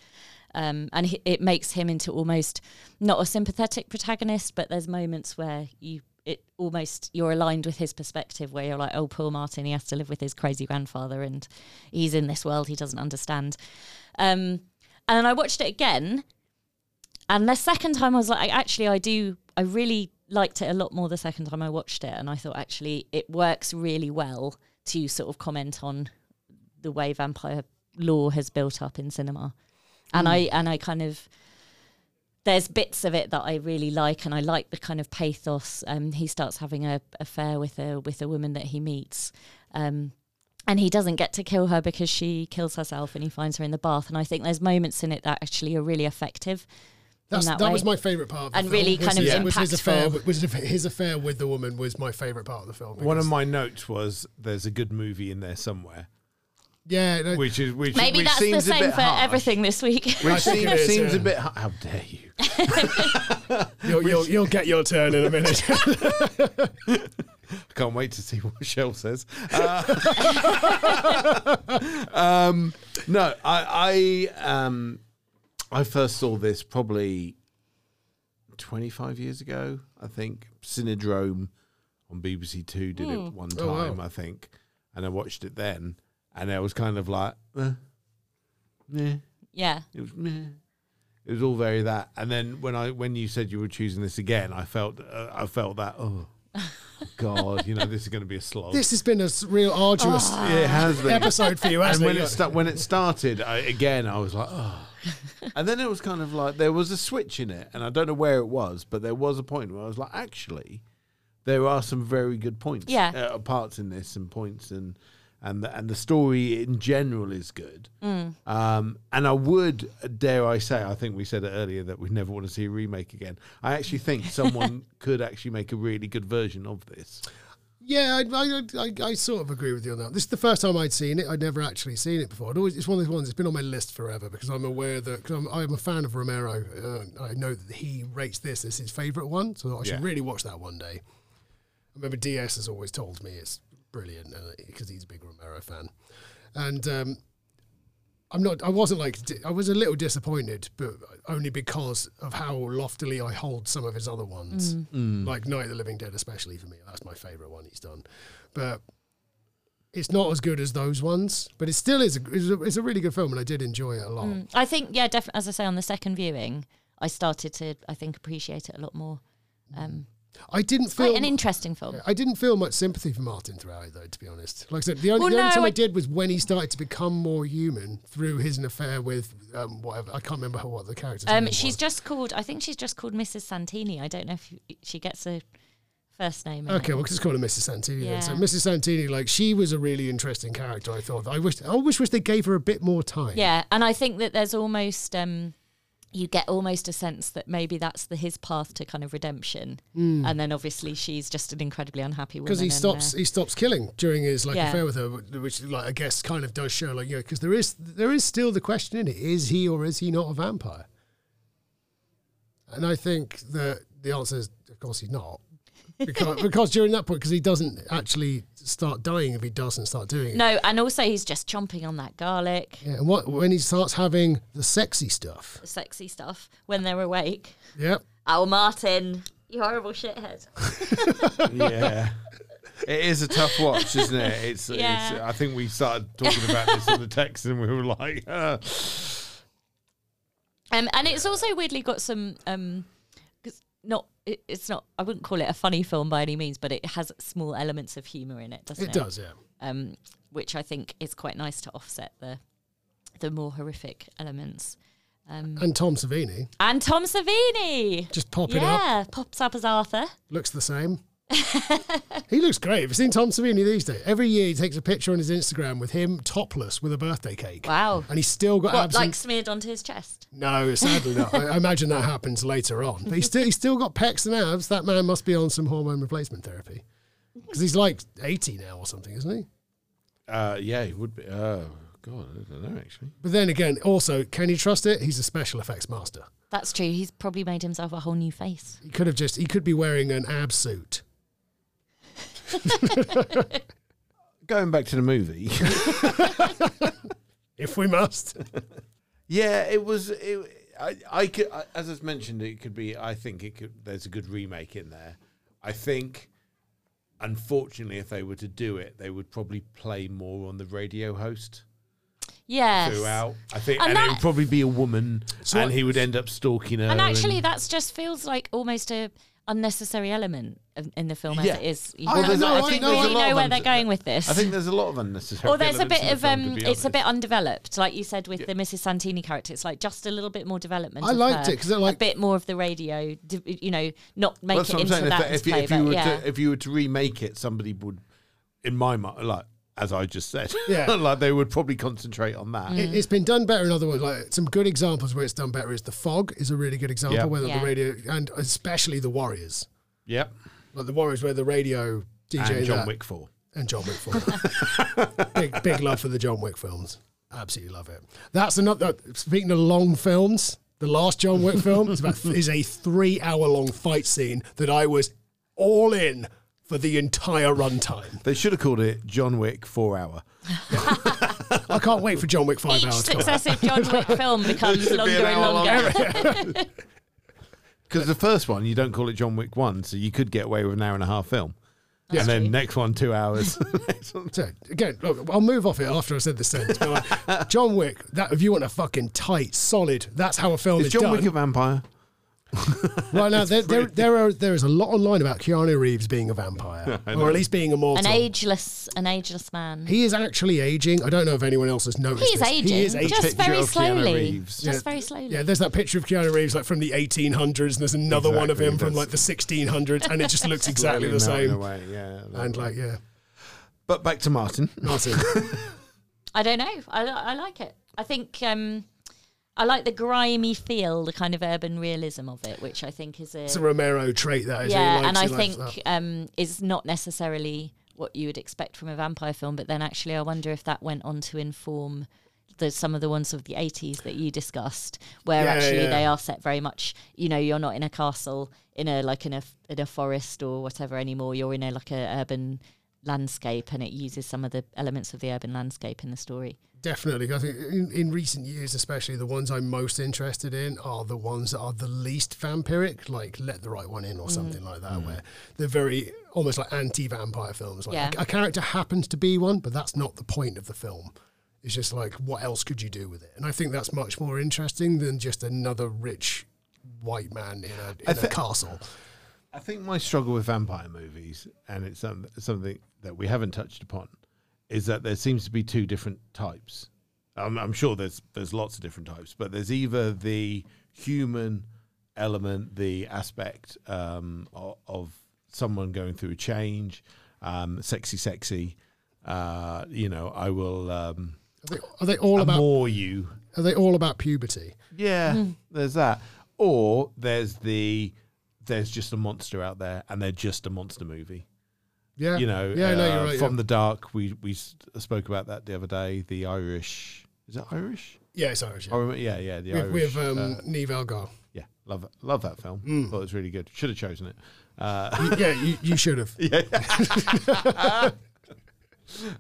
[SPEAKER 3] Um, and he, it makes him into almost not a sympathetic protagonist, but there's moments where you it almost you're aligned with his perspective where you're like, oh, poor Martin, he has to live with his crazy grandfather and he's in this world he doesn't understand. Um, and then I watched it again and the second time I was like, I actually, I do, I really liked it a lot more the second time I watched it. And I thought, actually, it works really well to sort of comment on the way vampire lore has built up in cinema. And I, and I kind of, there's bits of it that I really like, and I like the kind of pathos. Um, he starts having a affair with a with a woman that he meets, um, and he doesn't get to kill her because she kills herself, and he finds her in the bath. And I think there's moments in it that actually are really effective.
[SPEAKER 4] That's,
[SPEAKER 3] that
[SPEAKER 4] that
[SPEAKER 3] way.
[SPEAKER 4] was my favorite part. Of the
[SPEAKER 3] And
[SPEAKER 4] film,
[SPEAKER 3] really
[SPEAKER 4] was
[SPEAKER 3] kind of
[SPEAKER 4] his, was his
[SPEAKER 3] impactful.
[SPEAKER 4] affair. Was his affair with the woman was my favorite part of the film.
[SPEAKER 2] One of
[SPEAKER 4] because-
[SPEAKER 2] my notes was there's a good movie in there somewhere.
[SPEAKER 4] Yeah, no,
[SPEAKER 2] which is which.
[SPEAKER 3] Maybe
[SPEAKER 2] which
[SPEAKER 3] that's the
[SPEAKER 2] seems a
[SPEAKER 3] same
[SPEAKER 2] bit
[SPEAKER 3] for
[SPEAKER 2] harsh.
[SPEAKER 3] everything this week.
[SPEAKER 2] Which
[SPEAKER 4] I think
[SPEAKER 2] seems,
[SPEAKER 4] it is,
[SPEAKER 2] seems a
[SPEAKER 4] yeah.
[SPEAKER 2] bit. har- How dare you?
[SPEAKER 4] you'll, you'll, you'll get your turn in a minute.
[SPEAKER 2] I can't wait to see what Shell says. Uh, um, no, I I, um, I first saw this probably 25 years ago, I think. Synodrome on BBC Two did it one time,
[SPEAKER 4] Oh, wow.
[SPEAKER 2] I think. And I watched it then, and I was kind of like, eh, meh.
[SPEAKER 3] yeah.
[SPEAKER 2] It was meh. It was all very that. And then when I when you said you were choosing this again, I felt uh, I felt that oh god, you know this is going to be a slog.
[SPEAKER 4] this has been a s- real arduous
[SPEAKER 2] it has been.
[SPEAKER 4] episode for you,
[SPEAKER 2] And
[SPEAKER 4] hasn't
[SPEAKER 2] when
[SPEAKER 4] it?
[SPEAKER 2] it sta- when it started I, again, I was like oh. And then it was kind of like there was a switch in it, and I don't know where it was, but there was a point where I was like, actually, there are some very good points,
[SPEAKER 3] Yeah.
[SPEAKER 2] uh, parts in this, and points and. And the, and the story in general is good.
[SPEAKER 4] Mm.
[SPEAKER 2] Um, and I would, dare I say, I think we said it earlier that we never want to see a remake again. I actually think someone could actually make a really good version of this.
[SPEAKER 4] Yeah, I, I, I, I sort of agree with you on that. This is the first time I'd seen it. I'd never actually seen it before. I'd always, it's one of those ones that's been on my list forever because I'm aware that cause I'm, I'm a fan of Romero. Uh, I know that he rates this as his favourite one, so I should
[SPEAKER 2] Yeah.
[SPEAKER 4] really watch that one day. I remember DS has always told me it's brilliant because he's a big Romero fan, and um, I'm not. I wasn't like. di- I was a little disappointed, but only because of how loftily I hold some of his other ones,
[SPEAKER 3] Mm.
[SPEAKER 4] like Night of the Living Dead, especially for me. That's my favourite one he's done, but it's not as good as those ones. But it still is. A, is a, it's a really good film, and I did enjoy it a lot.
[SPEAKER 3] I think, yeah, definitely. As I say, on the second viewing, I started to, I think, appreciate it a lot more. Um,
[SPEAKER 4] I didn't feel.
[SPEAKER 3] quite an interesting film.
[SPEAKER 4] I didn't feel much sympathy for Martin throughout it, though, to be honest. Like I said, the only,
[SPEAKER 3] Well,
[SPEAKER 4] the only
[SPEAKER 3] no,
[SPEAKER 4] time I,
[SPEAKER 3] I-
[SPEAKER 4] did was when he started to become more human through his affair with um, whatever. I can't remember who- what the character.
[SPEAKER 3] Um, she's just called, I think she's just called Mrs. Santini. I don't know if you- she gets a first name. in it.
[SPEAKER 4] Okay, well, just call her Mrs. Santini. Then. So
[SPEAKER 3] Yeah.
[SPEAKER 4] Mrs. Santini, like she was a really interesting character. I thought. I wish. I wish. Wish they gave her a bit more time.
[SPEAKER 3] Yeah, and I think that there's almost um, you get almost a sense that maybe that's the his path to kind of redemption, and then obviously she's just an incredibly unhappy woman.
[SPEAKER 4] Hmm. Because he
[SPEAKER 3] and, uh,
[SPEAKER 4] stops, he stops killing during his like
[SPEAKER 3] Yeah.
[SPEAKER 4] affair with her, which like I guess kind of does show like yeah, because there is there is still the question in it: is he or is he not a vampire? And I think that the answer is, of course, he's not, because, because during that point, because he doesn't actually start dying if he doesn't start doing it.
[SPEAKER 3] no, and also he's just chomping on that garlic,
[SPEAKER 4] Yeah, and what when he starts having the sexy stuff?
[SPEAKER 3] the sexy stuff when they're awake.
[SPEAKER 4] Yep.
[SPEAKER 3] Oh, Martin, you horrible shithead.
[SPEAKER 2] yeah. It is a tough watch, isn't it? It's, it's
[SPEAKER 3] Yeah.
[SPEAKER 2] I think we started talking about this on the text and we were like, uh,
[SPEAKER 3] Um, and it's also weirdly got some um, 'cause not. It, it's not. I wouldn't call it a funny film by any means, but it has small elements of humour in it, doesn't it?
[SPEAKER 4] It does, yeah.
[SPEAKER 3] um, which I think is quite nice to offset the the more horrific elements.
[SPEAKER 4] And Tom Savini
[SPEAKER 3] And Tom Savini,
[SPEAKER 4] just popping up,
[SPEAKER 3] yeah, pops up as Arthur.
[SPEAKER 4] looks the same. he looks great. Have you seen Tom Savini these days? Every year he takes a picture on his Instagram with him topless with a birthday cake.
[SPEAKER 3] Wow,
[SPEAKER 4] And he's still got
[SPEAKER 3] what
[SPEAKER 4] abs.
[SPEAKER 3] like smeared onto his chest?
[SPEAKER 4] no, sadly not. I, I imagine that happens later on. But he's still he's still got pecs and abs. That man must be on some hormone replacement therapy because he's like eighty now or something, isn't he?
[SPEAKER 2] uh, yeah, it would be. Oh, God, I don't know, actually.
[SPEAKER 4] But then again, also, can you trust it? He's a special effects master.
[SPEAKER 3] That's true. He's probably made himself a whole new face.
[SPEAKER 4] He could have just he could be wearing an ab suit.
[SPEAKER 2] Going back to the movie.
[SPEAKER 4] If we must,
[SPEAKER 2] yeah, it was. It, I, I could, I, as I mentioned, it could be. I think it could. There's a good remake in there. I think, unfortunately, if they were to do it, they would probably play more on the radio host.
[SPEAKER 3] Yes.
[SPEAKER 2] throughout. I think, and,
[SPEAKER 3] And
[SPEAKER 2] it would
[SPEAKER 3] that-
[SPEAKER 2] probably be a woman,
[SPEAKER 4] So
[SPEAKER 2] and
[SPEAKER 4] I-
[SPEAKER 2] he would end up stalking her.
[SPEAKER 3] And actually, that's just feels like almost a unnecessary element of- in the film as
[SPEAKER 2] Yeah.
[SPEAKER 3] it is. You
[SPEAKER 2] I
[SPEAKER 3] don't
[SPEAKER 2] don't know, I think
[SPEAKER 3] think
[SPEAKER 2] there's a
[SPEAKER 3] really
[SPEAKER 2] lot
[SPEAKER 3] know
[SPEAKER 2] of
[SPEAKER 3] where
[SPEAKER 2] uns-
[SPEAKER 3] they're going with this.
[SPEAKER 2] I think there's a lot of unnecessary.
[SPEAKER 3] or there's a
[SPEAKER 2] elements
[SPEAKER 3] bit
[SPEAKER 2] in
[SPEAKER 3] of
[SPEAKER 2] the film,
[SPEAKER 3] um,
[SPEAKER 2] to be
[SPEAKER 3] it's a bit
[SPEAKER 2] honest.
[SPEAKER 3] undeveloped, like you said with the Mrs. Santini character. It's like just a little bit more development.
[SPEAKER 4] I
[SPEAKER 3] of
[SPEAKER 4] liked
[SPEAKER 3] her,
[SPEAKER 4] it 'cause it, like-
[SPEAKER 3] a bit more of the radio. d- You know, not
[SPEAKER 2] Well,
[SPEAKER 3] make
[SPEAKER 2] that's
[SPEAKER 3] it
[SPEAKER 2] what I'm
[SPEAKER 3] into
[SPEAKER 2] saying. If,
[SPEAKER 3] that.
[SPEAKER 2] that- if, you-
[SPEAKER 3] display,
[SPEAKER 2] if you
[SPEAKER 3] but
[SPEAKER 2] were
[SPEAKER 3] yeah.
[SPEAKER 2] to if you were to remake it, somebody would, in my mind, like as I just said,
[SPEAKER 4] Yeah.
[SPEAKER 2] like they would probably concentrate on that.
[SPEAKER 3] Mm.
[SPEAKER 4] It, it's been done better in other words. Like some good examples where it's done better is the fog is a really good example.
[SPEAKER 2] Yeah.
[SPEAKER 4] Whether
[SPEAKER 3] Yeah.
[SPEAKER 4] the radio and especially the Warriors,
[SPEAKER 2] Yep,
[SPEAKER 4] like the Warriors, where the radio DJ
[SPEAKER 2] and John
[SPEAKER 4] that-
[SPEAKER 2] Wick four.
[SPEAKER 4] and John Wick 4. big, big love for the John Wick films. Absolutely love it. That's another. uh, Speaking of long films, the last John Wick film is, about, is a three-hour-long fight scene that I was all in for the entire runtime.
[SPEAKER 2] They should have called it John Wick Four Hour.
[SPEAKER 4] I can't wait for John Wick Five
[SPEAKER 3] Each
[SPEAKER 4] Hours. to come out.
[SPEAKER 3] successive John Wick film
[SPEAKER 2] It
[SPEAKER 3] becomes
[SPEAKER 2] should be
[SPEAKER 3] longer
[SPEAKER 2] an
[SPEAKER 3] and
[SPEAKER 2] hour
[SPEAKER 3] longer.
[SPEAKER 2] Because the first one, you don't call it John Wick One, so you could get away with an hour and a half film.
[SPEAKER 4] Yeah.
[SPEAKER 2] And then next one, two hours. Next one-
[SPEAKER 4] So again, look, I'll move off it after I said this sentence. but, like, John Wick. That if you want a fucking tight, solid. That's how a film is,
[SPEAKER 2] Is John
[SPEAKER 4] done.
[SPEAKER 2] Wick a vampire?
[SPEAKER 4] right now, there, there, there are there is a lot online about Keanu Reeves being a vampire, or at least being immortal.
[SPEAKER 3] An ageless, an ageless man.
[SPEAKER 4] He is actually aging. I don't know if anyone else has noticed.
[SPEAKER 3] He's
[SPEAKER 4] this.
[SPEAKER 3] aging.
[SPEAKER 4] He is aging.
[SPEAKER 3] Just
[SPEAKER 2] picture
[SPEAKER 3] very
[SPEAKER 2] of Keanu
[SPEAKER 3] slowly.
[SPEAKER 2] Reeves.
[SPEAKER 3] Just
[SPEAKER 4] Yeah.
[SPEAKER 3] very slowly.
[SPEAKER 4] Yeah, there's that picture of Keanu Reeves like from the 1800s, and there's another one of
[SPEAKER 2] Exactly,
[SPEAKER 4] him from
[SPEAKER 2] that's-
[SPEAKER 4] like the 1600s, and it just looks exactly the
[SPEAKER 2] Slowly melting
[SPEAKER 4] same.
[SPEAKER 2] away, yeah.
[SPEAKER 4] And like, yeah,
[SPEAKER 2] but back to Martin.
[SPEAKER 4] Martin.
[SPEAKER 3] I don't know. I, li- I like it. I think um, I like the grimy feel, the kind of urban realism of it, which I think is a
[SPEAKER 4] it's a Romero trait that is.
[SPEAKER 3] yeah,
[SPEAKER 4] he likes,
[SPEAKER 3] and
[SPEAKER 4] he
[SPEAKER 3] I
[SPEAKER 4] likes
[SPEAKER 3] think
[SPEAKER 4] that.
[SPEAKER 3] um, is not necessarily what you would expect from a vampire film. But then actually, I wonder if that went on to inform. The, some of the ones of the 80s that you discussed where
[SPEAKER 4] Yeah,
[SPEAKER 3] actually
[SPEAKER 4] yeah.
[SPEAKER 3] they are set very much you know you're not in a castle in a like in a f- in a forest or whatever anymore you're in a like a urban landscape and it uses some of the elements of the urban landscape in the story
[SPEAKER 4] Definitely. I think in, in recent years, especially, the ones I'm most interested in are the ones that are the least vampiric, like Let the Right One In or something like
[SPEAKER 2] Mm.
[SPEAKER 4] that, where they're very almost like anti vampire films. Like
[SPEAKER 3] Yeah.
[SPEAKER 4] a, a character happens to be one, but that's not the point of the film. It's just like, what else could you do with it? And I think that's much more interesting than just another rich white man in a, in a castle.
[SPEAKER 2] I think my struggle with vampire movies, and it's some, something that we haven't touched upon, is that there seems to be two different types. I'm, I'm sure there's there's lots of different types, but there's either the human element, the aspect um, of, of someone going through a change, um, sexy, sexy. Uh, you know, I will um,
[SPEAKER 4] Are they, are they all about
[SPEAKER 2] more you.
[SPEAKER 4] Are they all about puberty?
[SPEAKER 2] Yeah,
[SPEAKER 4] Mm.
[SPEAKER 2] there's that. Or there's the there's just a monster out there, and they're just a monster movie.
[SPEAKER 4] Yeah,
[SPEAKER 2] you know,
[SPEAKER 4] yeah, no,
[SPEAKER 2] uh,
[SPEAKER 4] you're right.
[SPEAKER 2] from
[SPEAKER 4] yeah.
[SPEAKER 2] the dark. We we s- spoke about that the other day. The Irish is it Irish?
[SPEAKER 4] yeah, it's Irish.
[SPEAKER 2] I
[SPEAKER 4] Yeah.
[SPEAKER 2] remember, yeah, yeah, the
[SPEAKER 4] With,
[SPEAKER 2] Irish.
[SPEAKER 4] with um,
[SPEAKER 2] uh,
[SPEAKER 4] Neve Algar.
[SPEAKER 2] yeah, love it- love that film.
[SPEAKER 4] Hmm.
[SPEAKER 2] Thought it was really good. Should have chosen it. Uh,
[SPEAKER 4] yeah, you, you should have.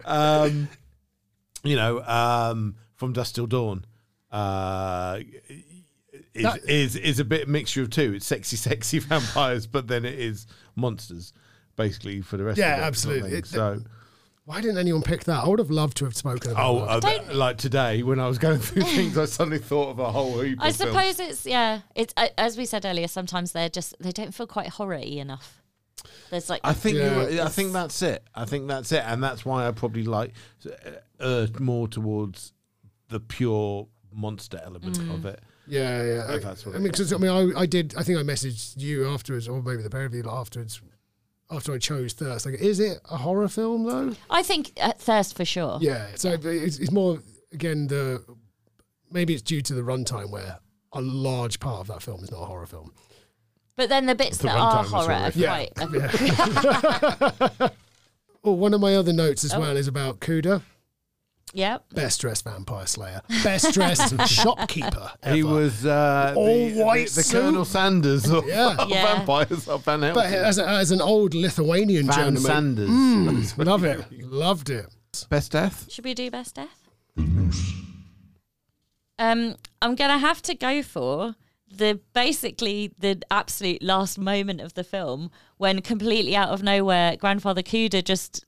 [SPEAKER 2] um, you know, um, from dusk till dawn. Uh, is,
[SPEAKER 4] That-
[SPEAKER 2] is is a bit mixture of two. It's sexy, sexy vampires, but then it is monsters, basically for the rest.
[SPEAKER 4] Yeah,
[SPEAKER 2] of it,
[SPEAKER 4] absolutely.
[SPEAKER 2] sort of
[SPEAKER 4] It-
[SPEAKER 2] thing. so,
[SPEAKER 4] Why didn't anyone pick that? I would have loved to have spoken about
[SPEAKER 2] oh,
[SPEAKER 4] that.
[SPEAKER 2] uh, like today when I was going through things, I suddenly thought of a whole heap.
[SPEAKER 3] I
[SPEAKER 2] of films.
[SPEAKER 3] suppose it's yeah. It's uh, as we said earlier. Sometimes they're just they don't feel quite horror-y enough. There's like
[SPEAKER 2] I think
[SPEAKER 4] Yeah.
[SPEAKER 2] you're, right. I think that's it. I think that's it, and that's why I probably like uh, erred more towards the pure monster element
[SPEAKER 3] Mm.
[SPEAKER 2] of it.
[SPEAKER 4] Yeah, yeah. I,
[SPEAKER 2] that's what
[SPEAKER 4] I
[SPEAKER 2] it
[SPEAKER 4] mean, 'cause, I mean, I, I did. I think I messaged you afterwards, or maybe the pair of you afterwards, after I chose Thirst. Like, is it a horror film though?
[SPEAKER 3] I think uh, thirst for sure.
[SPEAKER 4] Yeah. So it's, it's more again the maybe it's due to the runtime where a large part of that film is not a horror film.
[SPEAKER 3] But then the bits
[SPEAKER 2] The
[SPEAKER 3] that are
[SPEAKER 2] runtime was
[SPEAKER 3] horror are
[SPEAKER 2] horrific.
[SPEAKER 4] Yeah.
[SPEAKER 3] quite. um,
[SPEAKER 4] Oh, one of my other notes as well is about Kuda,
[SPEAKER 3] yeah.
[SPEAKER 4] best dressed vampire slayer, best dressed shopkeeper. Ever.
[SPEAKER 2] He was uh,
[SPEAKER 4] All
[SPEAKER 2] the,
[SPEAKER 4] white
[SPEAKER 2] the, the
[SPEAKER 4] suit.
[SPEAKER 2] Colonel Sanders of,
[SPEAKER 4] Yeah.
[SPEAKER 2] of
[SPEAKER 3] Yeah.
[SPEAKER 2] vampires of Van
[SPEAKER 4] But uh,
[SPEAKER 2] Helsing.
[SPEAKER 4] as, a, as an old Lithuanian
[SPEAKER 2] Van
[SPEAKER 4] gentleman,
[SPEAKER 2] Sanders,
[SPEAKER 4] Hmm. love it, loved it.
[SPEAKER 2] best death.
[SPEAKER 3] Should we do best death? Um, I'm gonna have to go for the basically the absolute last moment of the film when completely out of nowhere, Grandfather Cuda just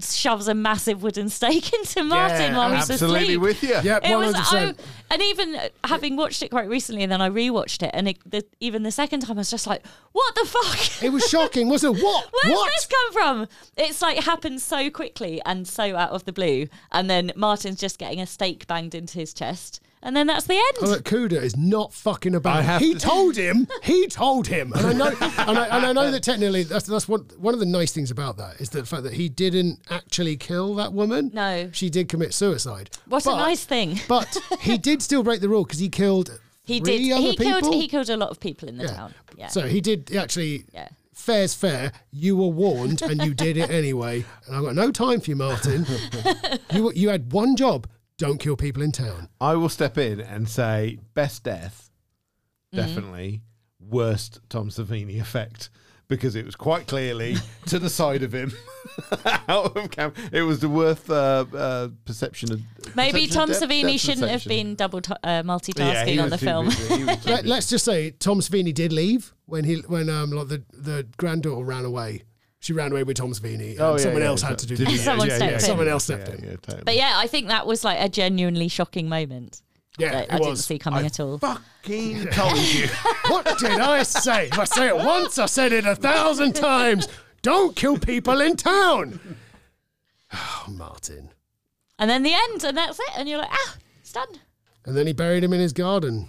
[SPEAKER 3] shoves a massive wooden stake into Martin
[SPEAKER 4] Yeah,
[SPEAKER 3] while he's
[SPEAKER 2] Absolutely
[SPEAKER 3] asleep.
[SPEAKER 2] with you.
[SPEAKER 4] Yep,
[SPEAKER 3] It
[SPEAKER 4] one
[SPEAKER 3] was,
[SPEAKER 4] hundred
[SPEAKER 3] I,
[SPEAKER 4] percent.
[SPEAKER 3] and even uh, having watched it quite recently, and then I rewatched it, and it, the, even the second time, I was just like, "What the fuck?
[SPEAKER 4] It was shocking, wasn't it? What?
[SPEAKER 3] Where's
[SPEAKER 4] what?
[SPEAKER 3] this come from?" It's like happened so quickly and so out of the blue, and then Martin's just getting a stake banged into his chest, and then that's the end.
[SPEAKER 4] Oh, look, Kuda is not fucking about.
[SPEAKER 2] I have
[SPEAKER 4] he
[SPEAKER 2] to-
[SPEAKER 4] told him. He told him. And I know. and, I, and I know that technically, that's that's one one of the nice things about that is the fact that he didn't actually kill that woman.
[SPEAKER 3] No.
[SPEAKER 4] she did commit suicide.
[SPEAKER 3] What a nice thing.
[SPEAKER 4] But he did still break the rule because he killed.
[SPEAKER 3] he
[SPEAKER 4] three
[SPEAKER 3] did.
[SPEAKER 4] Other
[SPEAKER 3] He
[SPEAKER 4] people?
[SPEAKER 3] killed. He killed a lot of people in the town. Yeah.
[SPEAKER 4] So he did he actually.
[SPEAKER 3] Yeah.
[SPEAKER 4] fair's fair. You were warned and you did it anyway. And I've got no time for you, Martin. you, you had one job don't kill people in town.
[SPEAKER 2] I will step in and say best death,
[SPEAKER 3] Mm-hmm.
[SPEAKER 2] definitely worst Tom Savini effect because it was quite clearly to the side of him, out of cam. It was the worst uh, uh, perception of
[SPEAKER 3] Maybe
[SPEAKER 2] perception of
[SPEAKER 3] Tom
[SPEAKER 2] depth?
[SPEAKER 3] Savini
[SPEAKER 2] Depth
[SPEAKER 3] shouldn't have
[SPEAKER 2] perception.
[SPEAKER 3] been double t- uh,
[SPEAKER 2] Yeah, he
[SPEAKER 3] multitasking on
[SPEAKER 2] was
[SPEAKER 3] the
[SPEAKER 2] too
[SPEAKER 3] film.
[SPEAKER 2] busy. He was too
[SPEAKER 4] Let,
[SPEAKER 2] busy.
[SPEAKER 4] let's just say Tom Savini did leave when he when um like the, the granddaughter ran away. She ran away with Tom Savini. And
[SPEAKER 2] Oh, yeah,
[SPEAKER 4] someone
[SPEAKER 2] yeah,
[SPEAKER 4] else
[SPEAKER 2] yeah.
[SPEAKER 4] had to do
[SPEAKER 2] Did
[SPEAKER 4] that.
[SPEAKER 2] he?
[SPEAKER 3] Someone stepped in.
[SPEAKER 4] Someone else stepped
[SPEAKER 2] Yeah,
[SPEAKER 4] in.
[SPEAKER 2] yeah, totally.
[SPEAKER 3] But yeah, I think that was like a genuinely shocking moment.
[SPEAKER 4] Yeah,
[SPEAKER 3] that
[SPEAKER 4] it
[SPEAKER 3] I didn't
[SPEAKER 4] was.
[SPEAKER 3] see coming at all.
[SPEAKER 2] Fucking told you.
[SPEAKER 4] What did I say? If I say it once, I said it a thousand times. Don't kill people in town. Oh, Martin.
[SPEAKER 3] And then the end, and that's it. And you're like, ah, it's done.
[SPEAKER 4] And then he buried him in his garden.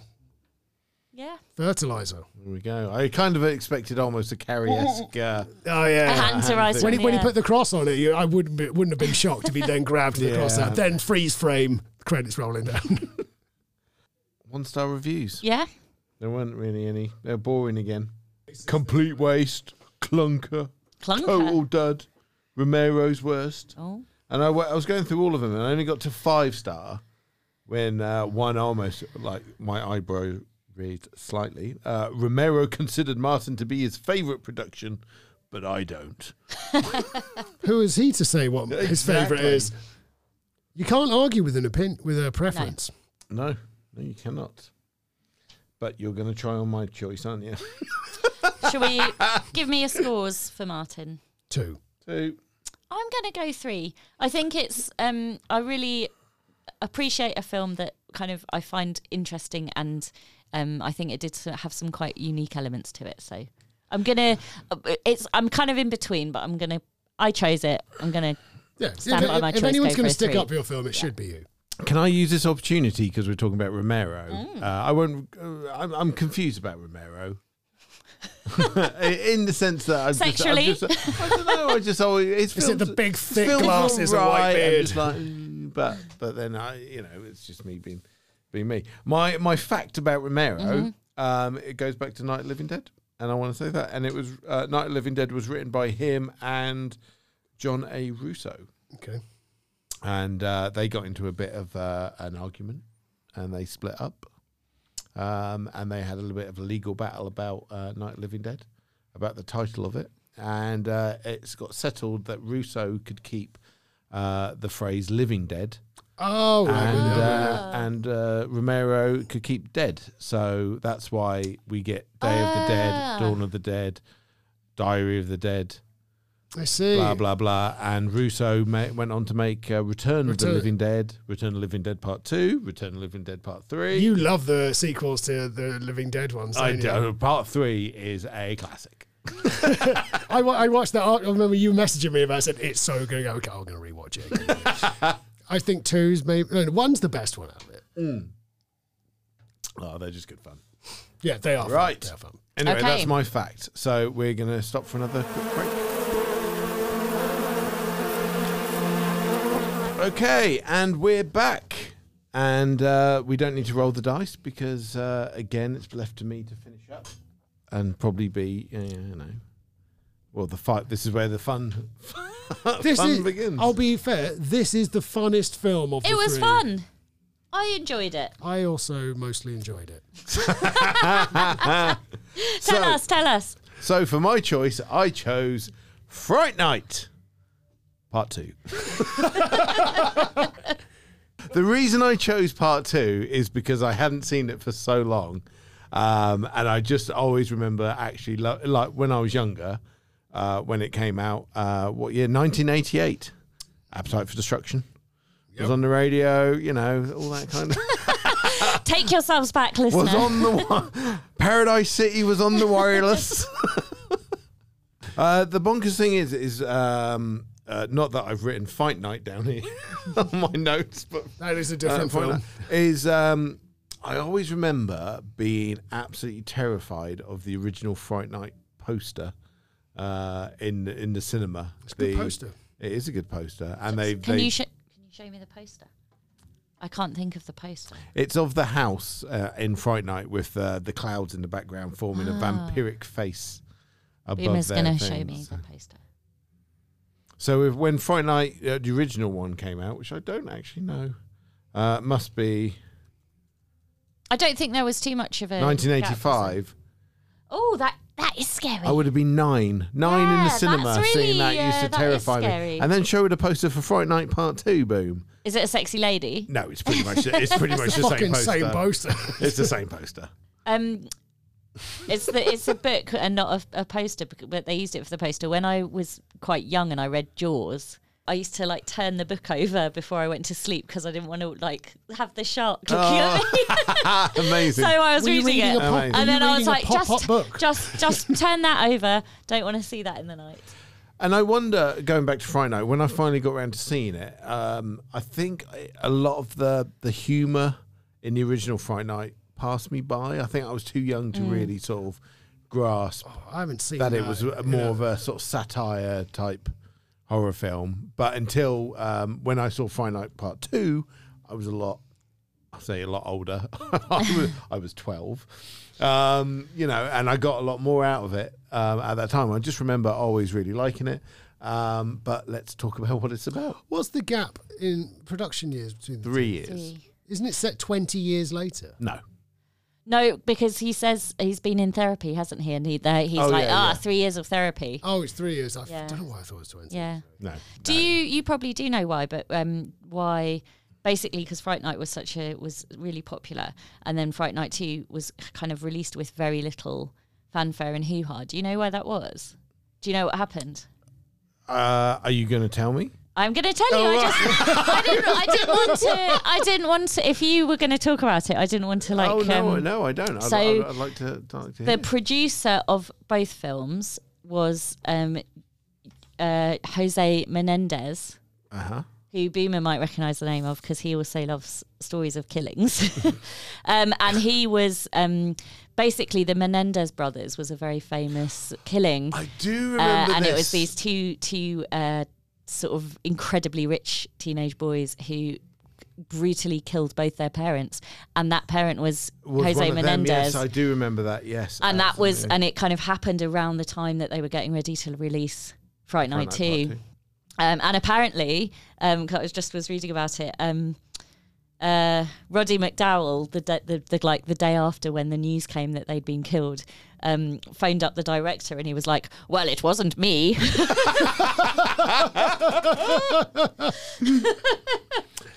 [SPEAKER 3] Yeah.
[SPEAKER 4] Fertilizer.
[SPEAKER 2] There we go. I kind of expected almost a carry esque. Uh,
[SPEAKER 4] Oh yeah.
[SPEAKER 3] A hand to rise
[SPEAKER 4] when
[SPEAKER 3] from
[SPEAKER 4] he, when
[SPEAKER 3] the
[SPEAKER 4] he put the cross on it, you, I wouldn't be, wouldn't have been shocked if he then grabbed the cross
[SPEAKER 2] Yeah.
[SPEAKER 4] out, then freeze frame, credits rolling down.
[SPEAKER 2] one star reviews.
[SPEAKER 3] Yeah.
[SPEAKER 2] There weren't really any. They're boring again. Complete waste. Clunker.
[SPEAKER 3] Clunker.
[SPEAKER 2] Total Oh, dud. Romero's worst.
[SPEAKER 3] Oh.
[SPEAKER 2] And I, wa- I was going through all of them, and I only got to five star when uh, one almost like my eyebrow raised slightly. Uh, Romero considered Martin to be his favorite production, but I don't.
[SPEAKER 4] Who is he to say what his
[SPEAKER 2] Exactly.
[SPEAKER 4] favourite is? You can't argue with an opinion with a preference.
[SPEAKER 2] No, no, you cannot. But you're going to try on my choice, aren't you?
[SPEAKER 4] Oh.
[SPEAKER 3] Shall we give me your scores for Martin?
[SPEAKER 4] Two.
[SPEAKER 2] Two.
[SPEAKER 3] I'm going to go three. I think it's, um, I really appreciate a film that kind of I find interesting and um, I think it did sort of have some quite unique elements to it. So I'm going to, it's, I'm kind of in between, but I'm going to, I chose it. I'm going to,
[SPEAKER 4] Yeah. If,
[SPEAKER 3] Stand by my
[SPEAKER 4] if
[SPEAKER 3] choice,
[SPEAKER 4] anyone's
[SPEAKER 3] go
[SPEAKER 4] going
[SPEAKER 3] for a
[SPEAKER 4] to stick
[SPEAKER 3] three.
[SPEAKER 4] up for your film, it should be you.
[SPEAKER 2] Can I use this opportunity because we're talking about Romero? Uh, I won't. Uh, I'm, I'm confused about Romero. In the sense that I'm
[SPEAKER 3] Sexually?
[SPEAKER 2] just, I'm just, I don't know. I just always it's
[SPEAKER 4] Is it the big, thick glasses and
[SPEAKER 2] right.
[SPEAKER 4] white
[SPEAKER 2] I'm just like, "Mm," but but then I, you know, it's just me being being me. My my fact about Romero, um, it goes back to Night of the Living Dead, and I want to say that. And it was uh, Night of the Living Dead was written by him and John A. Russo
[SPEAKER 4] Okay.
[SPEAKER 2] and uh, they got into a bit of uh, an argument and they split up um, and they had a little bit of a legal battle about uh, Night of the Living Dead about the title of it and uh, it's got settled that Russo could keep uh, the phrase Living Dead
[SPEAKER 4] Oh, right,
[SPEAKER 2] and,
[SPEAKER 4] well, yeah.
[SPEAKER 2] uh, and uh, Romero could keep dead so that's why we get Day of the Dead
[SPEAKER 3] Ah.
[SPEAKER 2] Dawn of the Dead Diary of the Dead
[SPEAKER 4] I see.
[SPEAKER 2] blah blah blah. And Russo ma- went on to make uh, Return of the
[SPEAKER 4] Return-
[SPEAKER 2] Living Dead, Return of the Living Dead Part Two, Return of the Living Dead Part Three.
[SPEAKER 4] You love the sequels to the Living Dead ones.
[SPEAKER 2] I
[SPEAKER 4] don't you?
[SPEAKER 2] do. Part Three is a classic.
[SPEAKER 4] I, wa- I watched that. I remember you messaging me about. it, I said it's so good. I go, Okay, I'm going to rewatch it. I think two's maybe no, one's the best one out of it.
[SPEAKER 2] Oh, they're just good fun.
[SPEAKER 4] Yeah, they are
[SPEAKER 2] Right.
[SPEAKER 4] Fun. They are fun.
[SPEAKER 2] Anyway,
[SPEAKER 3] Okay.
[SPEAKER 2] that's my fact. So we're gonna stop for another quick break. Okay, and we're back. And uh, we don't need to roll the dice because, uh, again, it's left to me to finish up and probably be, uh, you know, well, the fight. This is where the fun,
[SPEAKER 4] This
[SPEAKER 2] fun
[SPEAKER 4] is.
[SPEAKER 2] begins.
[SPEAKER 4] I'll be fair. This is the funnest film of.
[SPEAKER 3] it
[SPEAKER 4] the
[SPEAKER 3] was
[SPEAKER 4] three.
[SPEAKER 3] fun. I enjoyed it.
[SPEAKER 4] I also mostly enjoyed it.
[SPEAKER 3] Tell
[SPEAKER 2] So-
[SPEAKER 3] us, tell us.
[SPEAKER 2] So for my choice, I chose Fright Night Part 2. the reason I chose Part 2 is because I hadn't seen it for so long. Um, and I just always remember actually, lo- like when I was younger, uh, when it came out, uh, what year? 1988. Appetite for Destruction. Was on the radio, you know, all that kind of.
[SPEAKER 3] Take yourselves back, listener.
[SPEAKER 2] was on the wi- Paradise City was on the wireless. uh, the bonkers thing is is um, uh, not that I've written Fight Night down here on my notes, but
[SPEAKER 4] That is a
[SPEAKER 2] uh,
[SPEAKER 4] different
[SPEAKER 2] Fight
[SPEAKER 4] film.
[SPEAKER 2] Night is um, I always remember being absolutely terrified of the original Fright Night poster uh, in in the cinema. It's
[SPEAKER 4] a good poster.
[SPEAKER 2] It is a good poster, and they
[SPEAKER 3] Can
[SPEAKER 2] they
[SPEAKER 3] you sh- can you show me the poster? I can't think of the poster.
[SPEAKER 2] It's of the
[SPEAKER 3] Ah.
[SPEAKER 2] house uh, in Fright Night with uh, the clouds in the background forming a vampiric face. above
[SPEAKER 3] Uma's
[SPEAKER 2] their
[SPEAKER 3] going to show
[SPEAKER 2] things.
[SPEAKER 3] me the poster.
[SPEAKER 2] So if, when Friday Night, uh, the original one came out, which I don't actually know, uh, must be
[SPEAKER 3] I don't think there was too much of a gap, was there?
[SPEAKER 2] 1985.
[SPEAKER 3] Oh, that that is scary.
[SPEAKER 2] I would have been nine, nine in
[SPEAKER 3] Yeah,
[SPEAKER 2] the
[SPEAKER 3] that's
[SPEAKER 2] cinema, seeing that
[SPEAKER 3] really,
[SPEAKER 2] used to
[SPEAKER 3] uh, that is
[SPEAKER 2] terrify me.
[SPEAKER 3] scary.
[SPEAKER 2] And then showed a poster for Friday Night Part Two. Boom.
[SPEAKER 3] is it a sexy lady?
[SPEAKER 2] No, it's pretty much it's pretty much the same
[SPEAKER 4] Fucking
[SPEAKER 2] poster.
[SPEAKER 4] same poster.
[SPEAKER 2] It's the same poster.
[SPEAKER 3] Um, it's the it's a book and not a, a poster, bec- but they used it for the poster. When I was quite young and I read Jaws, I used to like turn the book over before I went to sleep because I didn't want to like have the shark looking at
[SPEAKER 2] Ah.
[SPEAKER 3] me.
[SPEAKER 2] Amazing.
[SPEAKER 3] So I was
[SPEAKER 4] Were you
[SPEAKER 3] reading
[SPEAKER 4] reading
[SPEAKER 3] it,
[SPEAKER 4] a pop-
[SPEAKER 2] Amazing.
[SPEAKER 3] and then
[SPEAKER 4] were you
[SPEAKER 3] I was
[SPEAKER 4] reading a
[SPEAKER 3] like,
[SPEAKER 4] pop-
[SPEAKER 3] just,
[SPEAKER 4] pop book?
[SPEAKER 3] just, just turn that over. Don't want to see that in the night.
[SPEAKER 2] And I wonder, going back to Friday Night, when I finally got around to seeing it, um, I think I- a lot of the the humour in the original Friday Night passed me by. I think I was too young to really sort of grasp
[SPEAKER 4] Oh, I haven't seen
[SPEAKER 2] that
[SPEAKER 4] that.
[SPEAKER 2] it was a- more of a sort of satire type horror film. But until um, when I saw Friday Night Part Two, I was a lot, I say a lot older. I, was, I was twelve, um, you know, and I got a lot more out of it um, at that time. I just remember always really liking it. Um, but let's talk about what it's about.
[SPEAKER 4] What's the gap in production years between the
[SPEAKER 2] Three years?
[SPEAKER 3] Gee.
[SPEAKER 4] is Isn't it set 20 years later?
[SPEAKER 2] No.
[SPEAKER 3] No, because he says he's been in therapy, hasn't he? And he, there, he's
[SPEAKER 2] Oh,
[SPEAKER 3] like,
[SPEAKER 2] yeah,
[SPEAKER 3] ah,
[SPEAKER 2] yeah.
[SPEAKER 3] three years of therapy.
[SPEAKER 4] Oh, it's three years. I f-
[SPEAKER 3] Yeah.
[SPEAKER 4] don't know why I thought it was 20.
[SPEAKER 3] Yeah.
[SPEAKER 2] No.
[SPEAKER 3] Do you? You probably do know why, but um, why? Basically, because Fright Night was such a was really popular, and then Fright Night Two was kind of released with very little fanfare and hoo ha. Do you know why that was? Do you know what happened?
[SPEAKER 2] Uh, are you going to tell me?
[SPEAKER 3] I'm going to tell
[SPEAKER 2] Oh,
[SPEAKER 3] you. I, just, I didn't. I didn't want to. I didn't want to. If you were going to talk about it, I didn't want to like.
[SPEAKER 2] oh no,
[SPEAKER 3] um,
[SPEAKER 2] no, I don't. I'd,
[SPEAKER 3] so
[SPEAKER 2] I'd, I'd like to. I'd like to hear.
[SPEAKER 3] the producer of both films was um, uh, Jose Menendez,
[SPEAKER 2] Uh huh.
[SPEAKER 3] who Boomer might recognise the name of because he also loves stories of killings. um, and he was um, basically the Menendez brothers was a very famous killing
[SPEAKER 2] I do remember
[SPEAKER 3] uh, and
[SPEAKER 2] this.
[SPEAKER 3] it was these two two uh, sort of incredibly rich teenage boys who brutally killed both their parents, and that parent was,
[SPEAKER 2] was
[SPEAKER 3] Jose
[SPEAKER 2] one of them.
[SPEAKER 3] Menendez.
[SPEAKER 2] Yes, I do remember that. Yes,
[SPEAKER 3] and that was,
[SPEAKER 2] absolutely.
[SPEAKER 3] and it kind of happened around the time that they were getting ready to release Fright Night,
[SPEAKER 2] Fright Night
[SPEAKER 3] 2.
[SPEAKER 2] Part
[SPEAKER 3] Um, and apparently, um, 'cause I was just was reading about it. Um, uh, Roddy McDowell, the, de- the the like the day after when the news came that they'd been killed, um, phoned up the director and he was like, "Well, it wasn't me."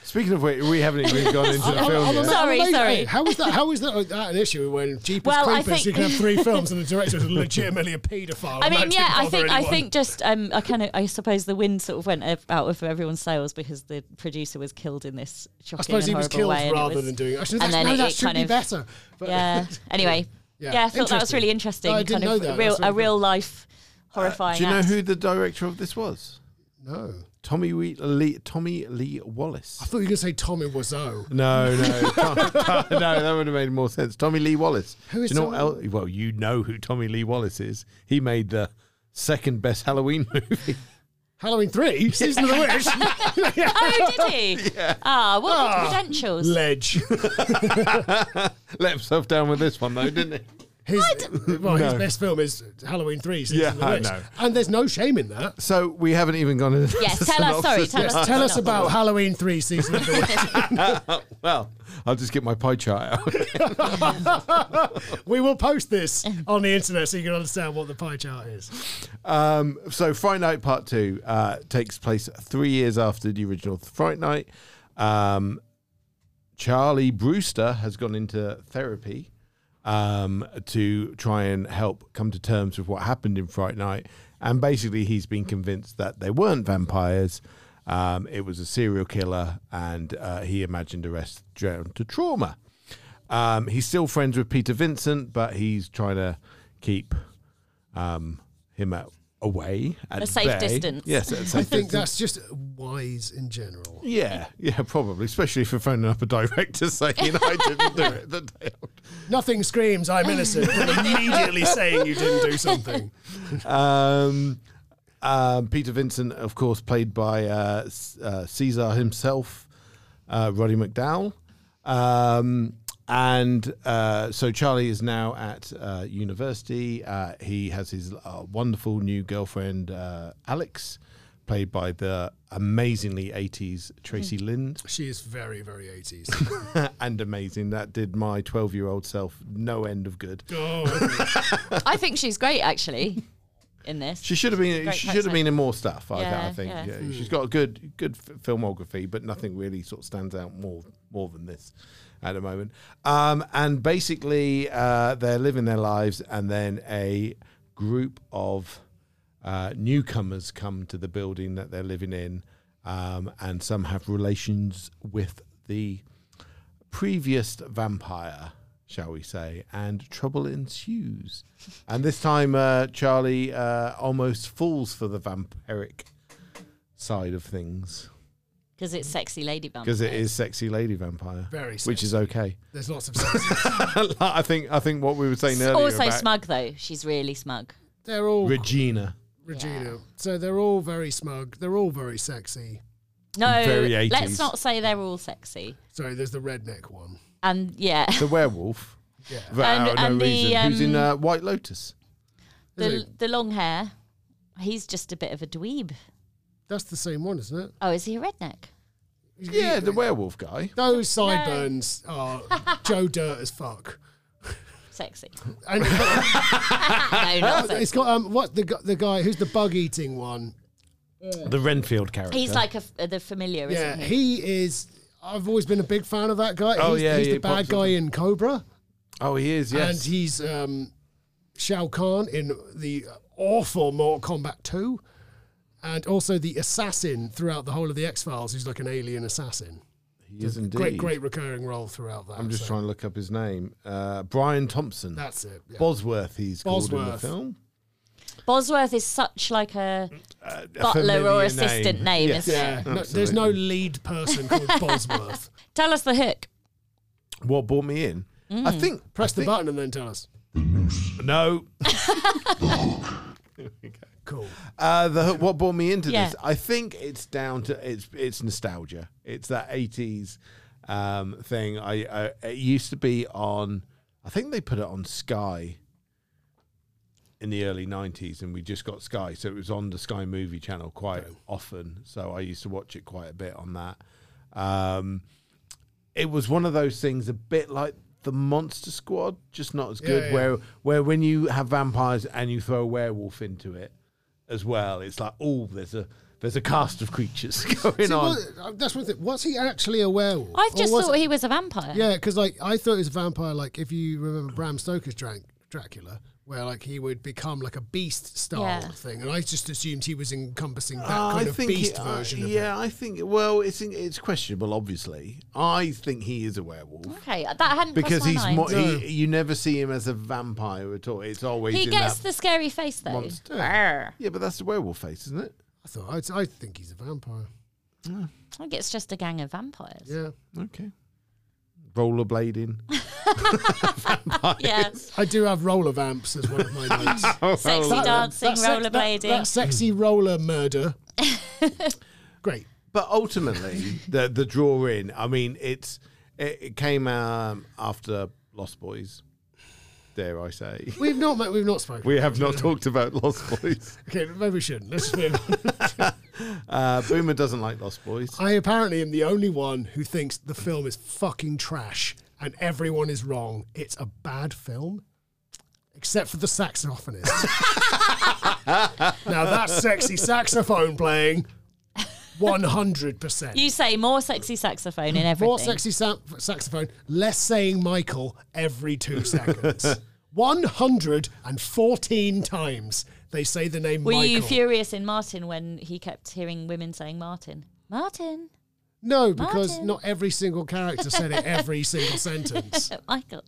[SPEAKER 2] Speaking of which, we haven't even gone into the film
[SPEAKER 4] I'm
[SPEAKER 2] yet.
[SPEAKER 3] Sorry,
[SPEAKER 4] amazed-
[SPEAKER 3] sorry.
[SPEAKER 4] hey, How was that? How was that, uh, that an issue when Jeepers
[SPEAKER 3] Well, I
[SPEAKER 4] Creepers you
[SPEAKER 3] think-
[SPEAKER 4] can have three films and the director is legitimately a paedophile?
[SPEAKER 3] I
[SPEAKER 4] and
[SPEAKER 3] mean,
[SPEAKER 4] that
[SPEAKER 3] yeah,
[SPEAKER 4] didn't
[SPEAKER 3] I
[SPEAKER 4] bother
[SPEAKER 3] think I
[SPEAKER 4] anyone?
[SPEAKER 3] think just um, I kind of I suppose the wind sort of went ev- out of everyone's sails because the producer was killed in this shocking
[SPEAKER 4] I suppose
[SPEAKER 3] and
[SPEAKER 4] he was
[SPEAKER 3] horrible
[SPEAKER 4] killed
[SPEAKER 3] way, and it
[SPEAKER 4] rather
[SPEAKER 3] was-
[SPEAKER 4] than doing. I should,
[SPEAKER 3] and
[SPEAKER 4] that's,
[SPEAKER 3] then
[SPEAKER 4] no,
[SPEAKER 3] it-
[SPEAKER 4] that
[SPEAKER 3] it
[SPEAKER 4] should
[SPEAKER 3] kind
[SPEAKER 4] be
[SPEAKER 3] of-
[SPEAKER 4] better. But
[SPEAKER 3] Yeah. Anyway,
[SPEAKER 4] Yeah.
[SPEAKER 3] yeah, I thought that was
[SPEAKER 4] Interesting.
[SPEAKER 3] really interesting.
[SPEAKER 4] No, I didn't
[SPEAKER 3] kind of
[SPEAKER 4] know that.
[SPEAKER 3] real
[SPEAKER 4] That's
[SPEAKER 3] a
[SPEAKER 4] really Uh,
[SPEAKER 3] real life horrifying.
[SPEAKER 2] Do you know
[SPEAKER 3] act.
[SPEAKER 2] who the director of this was?
[SPEAKER 4] no,
[SPEAKER 2] Tommy Wee, Lee, Tommy Lee
[SPEAKER 4] I
[SPEAKER 2] Wallace.
[SPEAKER 4] thought you were going to say Tommy Wiseau.
[SPEAKER 2] No, no, Tom- no, that would have made more sense. Tommy Lee Wallace.
[SPEAKER 4] Who is
[SPEAKER 2] Do you know what
[SPEAKER 4] Tommy-
[SPEAKER 2] el- Well, you know who Tommy Lee Wallace is. He made the second best Halloween movie.
[SPEAKER 4] Halloween three, season of the witch,
[SPEAKER 3] Oh, did he? Ah, what were the credentials?
[SPEAKER 4] ledge.
[SPEAKER 2] Let himself down with this one though, didn't he?
[SPEAKER 4] His, well, his
[SPEAKER 2] No.
[SPEAKER 4] best film is Halloween three, season
[SPEAKER 2] Yeah,
[SPEAKER 4] of the
[SPEAKER 2] I
[SPEAKER 4] witch,
[SPEAKER 2] know.
[SPEAKER 4] and there's no shame in that.
[SPEAKER 2] So we haven't even gone into.
[SPEAKER 3] Yes,
[SPEAKER 2] the
[SPEAKER 3] tell us. Sorry,
[SPEAKER 2] synopsis
[SPEAKER 3] tell
[SPEAKER 2] yet.
[SPEAKER 3] us.
[SPEAKER 4] Tell us about Halloween three, season of the witch.
[SPEAKER 2] Well, I'll just get my pie chart out.
[SPEAKER 4] We will post this on the internet so you can understand what the pie chart is.
[SPEAKER 2] Um, so Fright Night Part Two uh, takes place three years after the original Fright Night. Um, Charlie Brewster has gone into therapy um, to try and help come to terms with what happened in Fright Night, and basically he's been convinced that they weren't vampires. Um, it was a serial killer, and uh, he imagined arrest down to trauma. Um, he's still friends with Peter Vincent, but he's trying to keep um, him out, away at
[SPEAKER 3] A safe
[SPEAKER 2] bay.
[SPEAKER 3] distance.
[SPEAKER 2] Yes, at a safe
[SPEAKER 4] I think
[SPEAKER 2] distance.
[SPEAKER 4] that's just wise in general.
[SPEAKER 2] Yeah, yeah, probably, especially for phoning up a director saying I didn't do it the day.
[SPEAKER 4] Nothing screams "I'm innocent" than immediately saying you didn't do something.
[SPEAKER 2] after. Um, um, Peter Vincent, of course, played by uh, S- uh, Caesar himself, uh, Roddy McDowell. Um, And uh, so Charlie is now at uh, university. Uh, he has his uh, wonderful new girlfriend, uh, Alex, played by the amazingly 80s Tracy Lind.
[SPEAKER 4] She is very, very 80s.
[SPEAKER 2] and amazing. That did my 12 year old self no end of good.
[SPEAKER 4] oh,
[SPEAKER 3] I think she's great actually in this.
[SPEAKER 2] She should have been.
[SPEAKER 3] Great
[SPEAKER 2] She should have been in more stuff. I,
[SPEAKER 3] Yeah,
[SPEAKER 2] I think
[SPEAKER 3] yeah.
[SPEAKER 2] yeah. she's got a good, good f- filmography, but nothing really sort of stands out more, more than this at the moment. Um, and basically, uh, they're living their lives, and then a group of uh, newcomers come to the building that they're living in, um, and some have relations with the previous vampire, shall we say, and trouble ensues. And this time, uh, Charlie uh, almost falls for the vampiric side of things
[SPEAKER 3] because it's sexy lady bump.
[SPEAKER 2] because it is sexy lady vampire,
[SPEAKER 4] Very
[SPEAKER 2] which is okay.
[SPEAKER 4] there's lots of sexy.
[SPEAKER 2] I think I think what we were saying earlier
[SPEAKER 3] also
[SPEAKER 2] about
[SPEAKER 3] smug though. She's really smug.
[SPEAKER 4] They're all
[SPEAKER 2] Regina.
[SPEAKER 4] Regina. So they're all very smug. They're all very sexy.
[SPEAKER 3] No,
[SPEAKER 2] Very 80s.
[SPEAKER 3] let's not say they're all sexy.
[SPEAKER 4] Sorry, there's the redneck one.
[SPEAKER 3] And yeah,
[SPEAKER 2] The werewolf,
[SPEAKER 4] Yeah.
[SPEAKER 2] for
[SPEAKER 3] And-
[SPEAKER 2] no
[SPEAKER 3] and the,
[SPEAKER 2] reason, who's in
[SPEAKER 3] um,
[SPEAKER 2] uh, White Lotus.
[SPEAKER 4] Is
[SPEAKER 3] the
[SPEAKER 4] it-
[SPEAKER 3] the long hair. He's just a bit of a dweeb.
[SPEAKER 4] That's the same one, isn't it?
[SPEAKER 3] Oh, is he a redneck?
[SPEAKER 2] Yeah, the werewolf guy.
[SPEAKER 4] Those sideburns are Joe Dirt as fuck.
[SPEAKER 3] Sexy.
[SPEAKER 4] And
[SPEAKER 3] no, not sexy.
[SPEAKER 4] it's got um what the gu- the guy who's the bug eating one.
[SPEAKER 2] The Renfield character.
[SPEAKER 3] He's like a f the familiar,
[SPEAKER 4] Yeah,
[SPEAKER 3] isn't he?
[SPEAKER 4] he is. I've always been a big fan of that guy.
[SPEAKER 2] Oh,
[SPEAKER 4] he's,
[SPEAKER 2] yeah,
[SPEAKER 4] he's
[SPEAKER 2] he
[SPEAKER 4] the bad
[SPEAKER 2] pops
[SPEAKER 4] guy
[SPEAKER 2] up.
[SPEAKER 4] in Cobra,
[SPEAKER 2] oh, he is. Yes,
[SPEAKER 4] and he's um, Shao Kahn in the awful Mortal Kombat Two, and also the assassin throughout the whole of the X Files, who's like an alien assassin.
[SPEAKER 2] he is indeed.
[SPEAKER 4] Great, great recurring role throughout that.
[SPEAKER 2] I'm just
[SPEAKER 4] so
[SPEAKER 2] trying to look up his name. Uh, Brian Thompson.
[SPEAKER 4] That's it. yeah.
[SPEAKER 2] Bosworth, he's called in the
[SPEAKER 4] Bosworth.
[SPEAKER 2] film.
[SPEAKER 3] Bosworth is such like a
[SPEAKER 2] A
[SPEAKER 3] butler
[SPEAKER 2] Uh, familiar
[SPEAKER 3] or assistant name.
[SPEAKER 2] Yes.
[SPEAKER 3] isn't it?
[SPEAKER 4] Yeah, no, there's no lead person called Bosworth.
[SPEAKER 3] Tell us the hook.
[SPEAKER 2] What brought me in? I think.
[SPEAKER 4] Mm. Press
[SPEAKER 2] I
[SPEAKER 4] the
[SPEAKER 2] think-
[SPEAKER 4] button and then tell us.
[SPEAKER 2] No.
[SPEAKER 4] Cool.
[SPEAKER 2] Uh, the, what brought me into
[SPEAKER 3] Yeah.
[SPEAKER 2] this? I think it's down to it's it's nostalgia. It's that eighties um, thing. I, I it used to be on. I think they put it on Sky in the early nineties, and we just got Sky, so it was on the Sky Movie channel quite often. So I used to watch it quite a bit on that. Um, it was one of those things, a bit like the Monster Squad, just not as good.
[SPEAKER 4] yeah.
[SPEAKER 2] Where where when you have vampires and you throw a werewolf into it as well, it's like oh, there's a there's a cast of creatures going
[SPEAKER 4] See,
[SPEAKER 2] on.
[SPEAKER 4] what- uh, that's one thing. Was he actually a werewolf?
[SPEAKER 3] I just
[SPEAKER 4] Or was
[SPEAKER 3] thought he was a vampire.
[SPEAKER 4] Yeah, because like I thought it was a vampire. Like if you remember Bram Stoker's Drank, Dracula, where like he would become like a beast style
[SPEAKER 3] Yeah.
[SPEAKER 4] thing, and I just assumed he was encompassing that
[SPEAKER 2] Uh,
[SPEAKER 4] kind of beast
[SPEAKER 2] he- uh,
[SPEAKER 4] version of it.
[SPEAKER 2] yeah, I think. Well, it's it's questionable, obviously. I think he is a werewolf.
[SPEAKER 3] Okay, that hadn't
[SPEAKER 2] Because
[SPEAKER 3] crossed my
[SPEAKER 2] he's
[SPEAKER 3] mind.
[SPEAKER 2] more, he, you never see him as a vampire at all. It's always
[SPEAKER 3] He
[SPEAKER 2] in
[SPEAKER 3] gets
[SPEAKER 2] that
[SPEAKER 3] the scary face though.
[SPEAKER 2] monster.
[SPEAKER 3] Arr.
[SPEAKER 2] Yeah, but that's the werewolf face, isn't it?
[SPEAKER 4] I thought I, I think he's a vampire.
[SPEAKER 3] I think it's just a gang of vampires.
[SPEAKER 4] Yeah,
[SPEAKER 2] Okay. Rollerblading.
[SPEAKER 3] Yeah.
[SPEAKER 4] I do have roller vamps as one of my names.
[SPEAKER 3] Sexy dancing,
[SPEAKER 4] That sex- that-
[SPEAKER 3] rollerblading.
[SPEAKER 4] that sexy roller murder. Great.
[SPEAKER 2] But ultimately, the the draw in. I mean, it's it, it came um, after Lost Boys. Dare I say?
[SPEAKER 4] We've not met. We've not spoken.
[SPEAKER 2] We have not talked about Lost Boys.
[SPEAKER 4] okay, maybe we shouldn't. Let's just move on.
[SPEAKER 2] Uh, Boomer doesn't like Lost Boys.
[SPEAKER 4] I apparently am the only one who thinks the film is fucking trash and everyone is wrong. It's a bad film. Except for the saxophonist. now that's sexy saxophone playing. 100%.
[SPEAKER 3] You say more sexy saxophone in everything.
[SPEAKER 4] More sexy sa- saxophone, less saying Michael every two seconds. 114 times they say the name
[SPEAKER 3] Were
[SPEAKER 4] Michael.
[SPEAKER 3] you furious in Martin when he kept hearing women saying Martin? Martin,
[SPEAKER 4] no, because
[SPEAKER 3] Martin.
[SPEAKER 4] not every single character said it every single sentence.
[SPEAKER 3] Oh, Michael.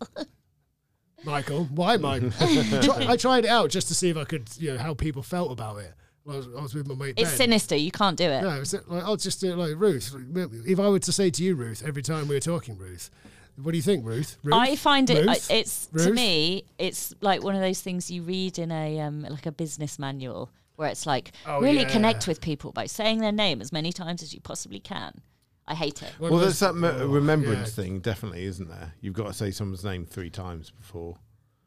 [SPEAKER 4] Michael. Why, Michael? Try- I tried it out just to see if I could, you know, how people felt about it. I was, I was with my mate.
[SPEAKER 3] It's
[SPEAKER 4] ben.
[SPEAKER 3] sinister. You can't do it.
[SPEAKER 4] No, it's like, I'll just do it like Ruth. If I were to say to you, Ruth, every time we were talking, Ruth, what do you think, Ruth? Ruth?
[SPEAKER 3] I find it. I-
[SPEAKER 4] Ruth?
[SPEAKER 3] It's to
[SPEAKER 4] Ruth?
[SPEAKER 3] me. It's like one of those things you read in a um, like a business manual where it's like
[SPEAKER 4] Oh,
[SPEAKER 3] really
[SPEAKER 4] yeah.
[SPEAKER 3] connect with people by saying their name as many times as you possibly can. I hate it.
[SPEAKER 4] One
[SPEAKER 2] Well,
[SPEAKER 4] of those-
[SPEAKER 2] there's that me- remembrance
[SPEAKER 4] yeah.
[SPEAKER 2] thing, definitely, isn't there? You've got to say someone's name three times before.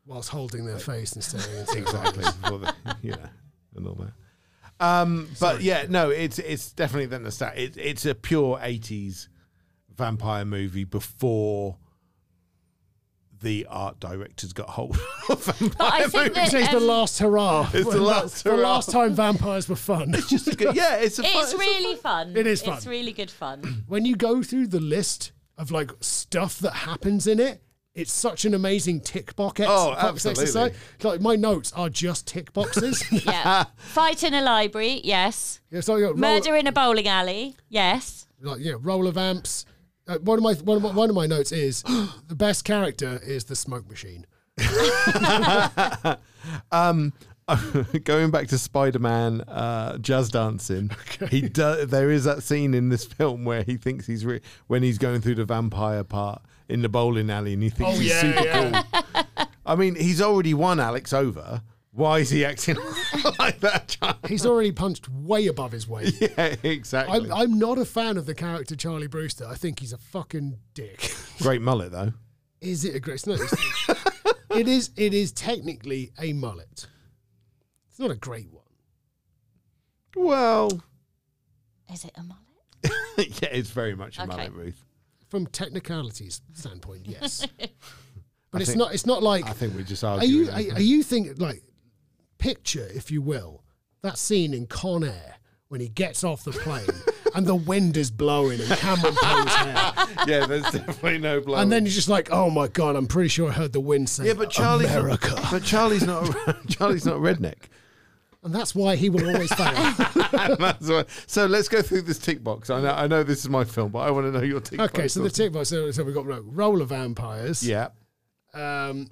[SPEAKER 4] whilst holding their face and staring into
[SPEAKER 2] exactly before the, you know and all that um but yeah no it's it's definitely that nostalgia it, it's a pure 80s vampire movie before the art directors got hold of vampire
[SPEAKER 3] But I think
[SPEAKER 2] movies.
[SPEAKER 3] that
[SPEAKER 4] It's the
[SPEAKER 3] um,
[SPEAKER 4] last hurrah.
[SPEAKER 2] It's the last hurrah.
[SPEAKER 4] last time vampires were fun.
[SPEAKER 2] Just a good- yeah it's a fun-
[SPEAKER 3] it's
[SPEAKER 2] a
[SPEAKER 3] really fun.
[SPEAKER 4] It is fun.
[SPEAKER 3] It's really good fun.
[SPEAKER 4] when you go through the list of like stuff that happens in it, it's such an amazing tick box, ex-
[SPEAKER 2] Oh,
[SPEAKER 4] box
[SPEAKER 2] absolutely.
[SPEAKER 4] exercise. Like my notes are just tick boxes.
[SPEAKER 3] Yeah. Fight in a library, yes.
[SPEAKER 4] it's like, uh,
[SPEAKER 3] Murder in a bowling alley, yes.
[SPEAKER 4] like yeah, roller vamps. Uh, one of my one of my, one of my notes is the best character is the smoke machine.
[SPEAKER 2] going back to Spider-Man uh, jazz dancing, he do, there is that scene in this film where he thinks he's re- when he's going through the vampire part in the bowling alley, and he thinks
[SPEAKER 4] Oh,
[SPEAKER 2] he's
[SPEAKER 4] yeah,
[SPEAKER 2] super
[SPEAKER 4] yeah.
[SPEAKER 2] cool. I mean, he's already won Alex over. Why is he acting like that?
[SPEAKER 4] He's already punched way above his weight.
[SPEAKER 2] yeah, exactly.
[SPEAKER 4] I'm, I'm not a fan of the character Charlie Brewster. I think he's a fucking dick.
[SPEAKER 2] Great mullet though.
[SPEAKER 4] Is it a grace? No, it's, it is. It is technically a mullet. It's not a great one.
[SPEAKER 2] Well,
[SPEAKER 3] Is it a mullet?
[SPEAKER 2] yeah, it's very much a
[SPEAKER 3] Okay.
[SPEAKER 2] mullet, Ruth.
[SPEAKER 4] from technicalities standpoint, yes.
[SPEAKER 2] I
[SPEAKER 4] but it's
[SPEAKER 2] think-
[SPEAKER 4] not. It's not like.
[SPEAKER 2] I think we just
[SPEAKER 4] Are
[SPEAKER 2] arguing.
[SPEAKER 4] you? Are, are you think like picture, if you will, that scene in Con Air when he gets off the plane and the wind is blowing and Cameron Poe's hair,
[SPEAKER 2] yeah, there's definitely no blood.
[SPEAKER 4] and then you're just like, oh my god, I'm pretty sure I heard the wind say,
[SPEAKER 2] yeah, but Charlie's
[SPEAKER 4] America,
[SPEAKER 2] Not, but Charlie's not. A, Charlie's not a redneck.
[SPEAKER 4] and that's why he will always fail.
[SPEAKER 2] That's right. So let's go through this tick box. I know, I know this is my film, but I want to know your tick box.
[SPEAKER 4] okay, so the tick box. So, so we've got ro- roller vampires.
[SPEAKER 2] Yeah.
[SPEAKER 4] Um,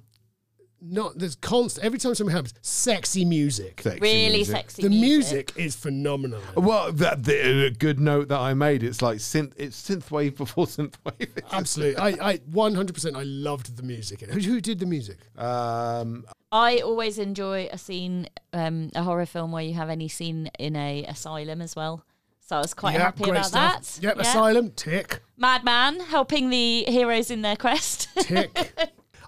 [SPEAKER 4] not there's constant every time something happens, sexy music.
[SPEAKER 2] Sexy
[SPEAKER 3] Really
[SPEAKER 2] music.
[SPEAKER 3] sexy.
[SPEAKER 4] The music is phenomenal.
[SPEAKER 2] Well, that the, a good note that I made. It's like synth. It's synthwave before synthwave.
[SPEAKER 4] Absolutely. I, I 100% I loved the music. Who, who did the music?
[SPEAKER 2] Um,
[SPEAKER 3] I always enjoy a scene, um, a horror film where you have any scene in a asylum as well. So I was quite happy about that.
[SPEAKER 4] Yep,
[SPEAKER 3] Yeah.
[SPEAKER 4] Asylum, tick,
[SPEAKER 3] Madman helping the heroes in their quest.
[SPEAKER 4] tick.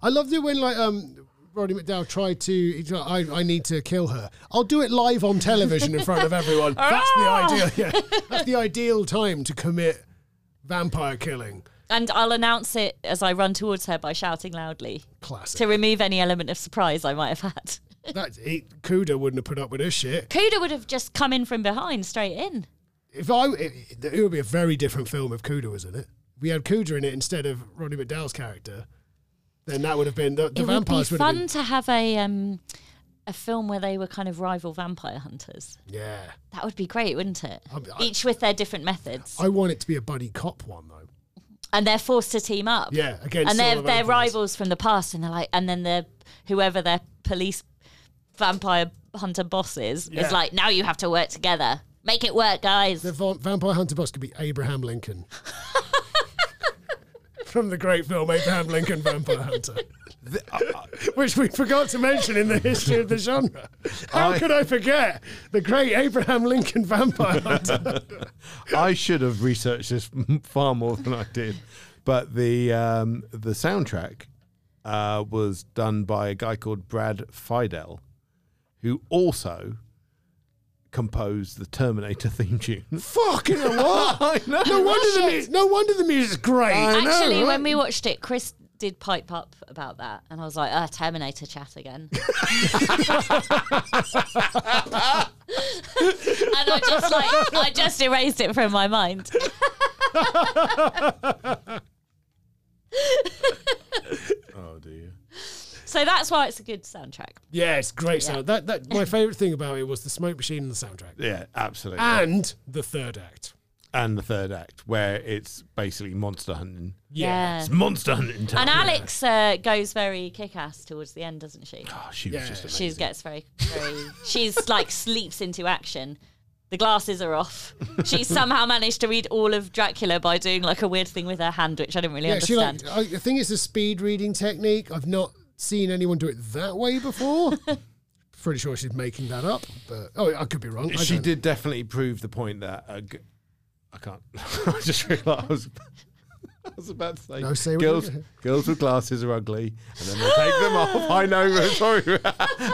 [SPEAKER 4] I loved it when like um Roddy McDowell tried to he's like, I, I need to kill her. I'll do it live on television in front of everyone. That's the
[SPEAKER 3] Ah!
[SPEAKER 4] ideal. Yeah. That's the ideal time to commit vampire killing.
[SPEAKER 3] and I'll announce it as I run towards her by shouting loudly to
[SPEAKER 4] Classic.
[SPEAKER 3] remove any element of surprise I might have had.
[SPEAKER 4] That he, Kuda wouldn't have put up with this shit.
[SPEAKER 3] Kuda would have just come in from behind straight in.
[SPEAKER 4] If I, it, it would be a very different film if Cuda was in it. We had Cuda in it instead of Roddy McDowell's character. Then that would have been the, the
[SPEAKER 3] it would be
[SPEAKER 4] vampires would,
[SPEAKER 3] fun
[SPEAKER 4] have been.
[SPEAKER 3] to have a um, a film where they were kind of rival vampire hunters.
[SPEAKER 4] Yeah,
[SPEAKER 3] That would be great, wouldn't it?
[SPEAKER 4] I mean, I-
[SPEAKER 3] Each with their different methods,
[SPEAKER 4] I want it to be a buddy cop one though.
[SPEAKER 3] and they're forced to team up.
[SPEAKER 4] Yeah, against
[SPEAKER 3] and
[SPEAKER 4] all
[SPEAKER 3] they're
[SPEAKER 4] the
[SPEAKER 3] they're
[SPEAKER 4] vampires.
[SPEAKER 3] rivals from the past, and they're like, and then the whoever their police vampire hunter boss is
[SPEAKER 4] Yeah.
[SPEAKER 3] is like, now you have to work together. Make it work, guys.
[SPEAKER 4] The va- vampire hunter boss could be Abraham Lincoln from the great film Abraham Lincoln Vampire Hunter, uh, which we forgot to mention in the history of the genre. How
[SPEAKER 2] I-
[SPEAKER 4] could I forget the great Abraham Lincoln Vampire Hunter?
[SPEAKER 2] I should have researched this far more than I did, but the um, the soundtrack uh, was done by a guy called Brad Fidel, who also composed the Terminator theme tune.
[SPEAKER 4] Fucking what?
[SPEAKER 2] I know.
[SPEAKER 4] Oh, No wonder the mu- no wonder the music's great.
[SPEAKER 2] I know,
[SPEAKER 3] Actually,
[SPEAKER 2] right?
[SPEAKER 3] when we watched it, Chris did pipe up about that, and I was like, ah, Terminator chat again. and I just like, I just erased it from my mind.
[SPEAKER 2] Oh dear.
[SPEAKER 3] So that's why it's a good soundtrack.
[SPEAKER 4] Yeah, it's great sound. That that my favorite thing about it was the smoke machine and the soundtrack,
[SPEAKER 2] Yeah, absolutely.
[SPEAKER 3] Ah.
[SPEAKER 4] and the third act.
[SPEAKER 2] and the third act where it's basically monster hunting.
[SPEAKER 3] Yeah.
[SPEAKER 2] It's monster hunting time.
[SPEAKER 3] Mm. And Alex uh, goes very kick-ass towards the end, doesn't she?
[SPEAKER 2] Oh, she
[SPEAKER 4] Yeah.
[SPEAKER 2] was just amazing.
[SPEAKER 3] She gets very, very. she's like sleeps into action. The glasses are off. She somehow managed to read all of Dracula by doing like a weird thing with her hand, which I didn't really
[SPEAKER 4] Yeah, she
[SPEAKER 3] understand.
[SPEAKER 4] like I I think it's a speed reading technique. I've not seen anyone do it that way before. Pretty sure she's making that up, but oh, I could be wrong. I
[SPEAKER 2] she
[SPEAKER 4] don't-
[SPEAKER 2] did definitely prove the point that a, uh, g- I can't. I just realised I was, I was about to say,
[SPEAKER 4] No, say what
[SPEAKER 2] girls,
[SPEAKER 4] you-
[SPEAKER 2] girls with glasses are ugly, and then they take them off. I know, sorry.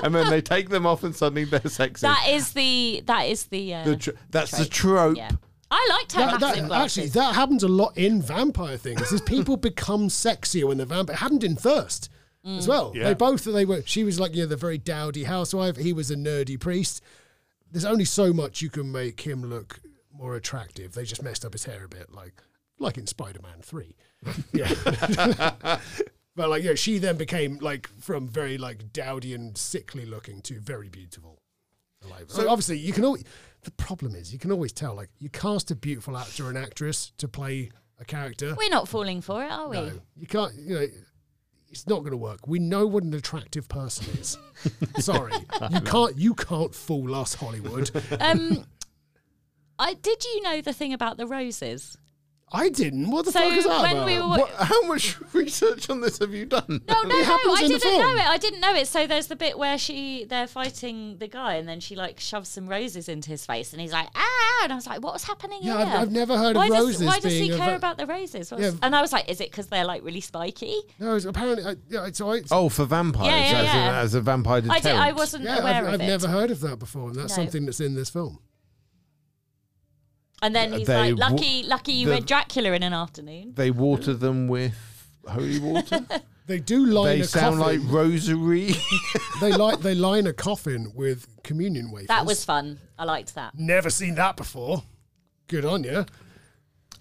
[SPEAKER 2] and then they take them off, and suddenly they're sexy.
[SPEAKER 3] That is the that is the, uh,
[SPEAKER 2] the tr- that's the trope.
[SPEAKER 3] yeah. I liked her
[SPEAKER 4] That,
[SPEAKER 3] that,
[SPEAKER 4] that, actually, that happens a lot in vampire things. Is people become sexier when they're vampire. It happened in Thirst as well.
[SPEAKER 2] Yeah.
[SPEAKER 4] They both they were. She was like you know the very dowdy housewife. He was a nerdy priest. There's only so much you can make him look more attractive. They just messed up his hair a bit, like like in Spider-Man Three. Yeah. but like yeah, she then became like from very like dowdy and sickly looking to very beautiful. Like, so obviously, you can always. The problem is, you can always tell. Like, you cast a beautiful actor and actress to play a character.
[SPEAKER 3] We're not falling for it, are we?
[SPEAKER 4] No, you can't. You know, it's not going to work. We know what an attractive person is. Sorry, you can't. You can't fool us, Hollywood.
[SPEAKER 3] Um, I did you know the thing about the roses?
[SPEAKER 4] I didn't. What the
[SPEAKER 3] So
[SPEAKER 4] fuck is that
[SPEAKER 3] when
[SPEAKER 4] about?
[SPEAKER 3] we were
[SPEAKER 2] What, how much research on this have you done?
[SPEAKER 3] No, no, no,
[SPEAKER 4] happens
[SPEAKER 3] I
[SPEAKER 4] in the
[SPEAKER 3] didn't know
[SPEAKER 4] film.
[SPEAKER 3] it. I didn't know it. So there's the bit where she they're fighting the guy and then she like shoves some roses into his face and he's like, ah and I was like, What's happening
[SPEAKER 4] Yeah,
[SPEAKER 3] here?
[SPEAKER 4] I've- I've never heard of
[SPEAKER 3] why
[SPEAKER 4] roses
[SPEAKER 3] Does, why does
[SPEAKER 4] being
[SPEAKER 3] he
[SPEAKER 4] a
[SPEAKER 3] care
[SPEAKER 4] va-
[SPEAKER 3] about the roses? What's-
[SPEAKER 4] Yeah.
[SPEAKER 3] And I was like, Is it because they're like really spiky?
[SPEAKER 4] no, it's apparently. I, yeah, it's, I,
[SPEAKER 2] Oh, for vampires,
[SPEAKER 3] Yeah, yeah,
[SPEAKER 2] as,
[SPEAKER 3] yeah.
[SPEAKER 2] A, as a vampire
[SPEAKER 3] I
[SPEAKER 2] deterrent.
[SPEAKER 3] did I wasn't
[SPEAKER 4] yeah,
[SPEAKER 3] aware
[SPEAKER 4] I've,
[SPEAKER 3] of
[SPEAKER 4] I've
[SPEAKER 3] it.
[SPEAKER 4] never heard of that before, and that's
[SPEAKER 3] No.
[SPEAKER 4] something that's in this film.
[SPEAKER 3] And then he's
[SPEAKER 2] They
[SPEAKER 3] like,
[SPEAKER 2] wa-
[SPEAKER 3] Lucky lucky you
[SPEAKER 2] the-
[SPEAKER 3] read Dracula in an afternoon.
[SPEAKER 2] They water them with holy water.
[SPEAKER 4] They do line
[SPEAKER 2] they
[SPEAKER 4] a
[SPEAKER 2] sound
[SPEAKER 4] coffin.
[SPEAKER 2] like rosary.
[SPEAKER 4] they like they line a coffin with communion wafers.
[SPEAKER 3] That was fun. I liked that.
[SPEAKER 4] never seen that before. Good on you.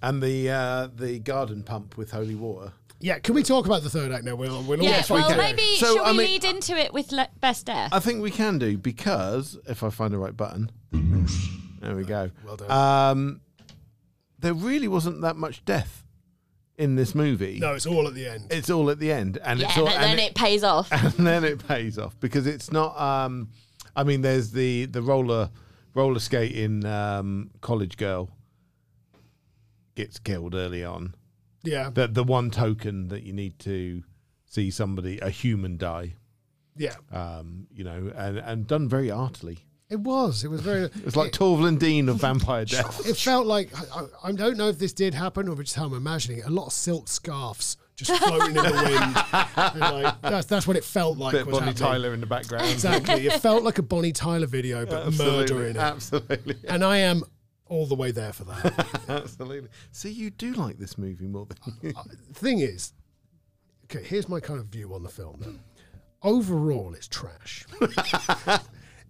[SPEAKER 2] and the uh, the garden pump with holy water.
[SPEAKER 4] Yeah, can we talk about the third act now? We'll, we'll
[SPEAKER 3] Yeah,
[SPEAKER 4] all
[SPEAKER 3] well,
[SPEAKER 2] can.
[SPEAKER 3] maybe
[SPEAKER 2] So,
[SPEAKER 3] should we
[SPEAKER 2] I mean-
[SPEAKER 3] lead into it with le- best death?
[SPEAKER 2] I think we can do because if I find the right button, there we go.
[SPEAKER 4] Well done.
[SPEAKER 2] Um, there really wasn't that much death in this movie.
[SPEAKER 4] no, it's all at the end.
[SPEAKER 2] It's all at the end, and
[SPEAKER 3] yeah,
[SPEAKER 2] it's all,
[SPEAKER 3] but then
[SPEAKER 2] and,
[SPEAKER 3] it, pays off.
[SPEAKER 2] and then it pays off because it's not. Um, I mean, there's the the roller roller skating um, college girl gets killed early on.
[SPEAKER 4] yeah,
[SPEAKER 2] The the one token that you need to see somebody a human die.
[SPEAKER 4] yeah.
[SPEAKER 2] Um, you know, and, and done very artily.
[SPEAKER 4] It was. It was very.
[SPEAKER 2] It's like Torvald Dean of Vampire Death.
[SPEAKER 4] It felt like I, I- I don't know if this did happen or just how I'm imagining it. A lot of silk scarves just floating in the wind. And, like, that's that's what it felt like.
[SPEAKER 2] Bit
[SPEAKER 4] was
[SPEAKER 2] Bonnie
[SPEAKER 4] happening.
[SPEAKER 2] Tyler in the background.
[SPEAKER 4] Exactly. It felt like a Bonnie Tyler video, but murder
[SPEAKER 2] Absolutely,
[SPEAKER 4] in it.
[SPEAKER 2] absolutely,
[SPEAKER 4] And I am all the way there for that.
[SPEAKER 2] absolutely. See, you do like this movie more than you.
[SPEAKER 4] thing is, okay, here's my kind of view on the film. Then. Overall, it's trash.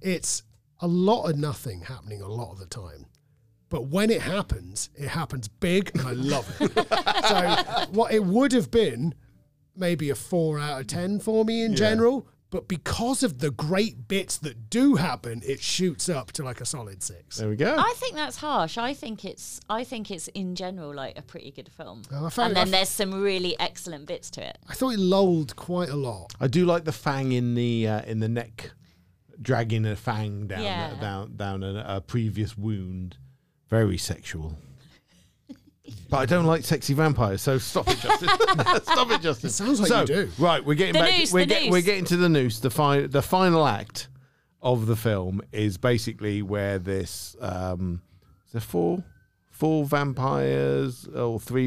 [SPEAKER 4] it's a lot of nothing happening a lot of the time. But when it happens, it happens big, and I love it. so, what it would have been maybe a four out of 10 for me in general. But because of the great bits that do happen, it shoots up to like a solid six.
[SPEAKER 2] There we go.
[SPEAKER 3] I think that's harsh. I think it's I think it's in general like a pretty good film.
[SPEAKER 4] Oh, I
[SPEAKER 3] and
[SPEAKER 4] found it- I
[SPEAKER 3] then
[SPEAKER 4] f-
[SPEAKER 3] there's some really excellent bits to it.
[SPEAKER 4] I thought it lulled quite a lot.
[SPEAKER 2] I do like the fang in the uh, in the neck, dragging a fang down uh,
[SPEAKER 3] Yeah.
[SPEAKER 2] down down a, a previous wound. Very sexual. But I don't like sexy vampires, so stop it, Justin. stop it, Justin. It
[SPEAKER 4] sounds like
[SPEAKER 2] so,
[SPEAKER 4] you do.
[SPEAKER 2] Right, we're getting
[SPEAKER 3] The
[SPEAKER 2] back.
[SPEAKER 3] noose,
[SPEAKER 2] we're,
[SPEAKER 3] the noose.
[SPEAKER 2] um,
[SPEAKER 3] The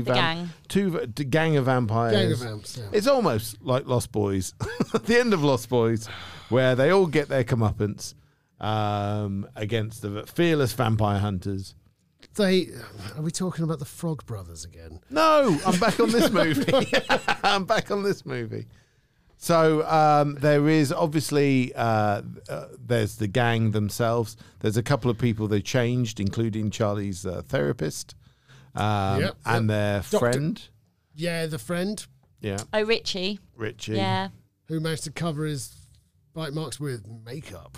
[SPEAKER 3] gang.
[SPEAKER 2] two va- d- gang of vampires.
[SPEAKER 4] Gang of vamps, yeah.
[SPEAKER 2] It's almost like Lost Boys, the end of Lost Boys, where they all get their comeuppance um, against the fearless vampire hunters.
[SPEAKER 4] They are we talking about the Frog Brothers again?
[SPEAKER 2] No, I'm back on this movie. I'm back on this movie. So um, there is obviously uh, uh, there's the gang themselves. There's a couple of people they changed, including Charlie's uh, therapist um,
[SPEAKER 4] Yep,
[SPEAKER 2] and
[SPEAKER 4] yep.
[SPEAKER 2] their
[SPEAKER 4] Doctor-
[SPEAKER 2] friend.
[SPEAKER 4] Yeah, the friend
[SPEAKER 2] Yeah,
[SPEAKER 3] Oh, Richie.
[SPEAKER 2] Richie.
[SPEAKER 3] Yeah.
[SPEAKER 4] who managed to cover his bite marks with makeup.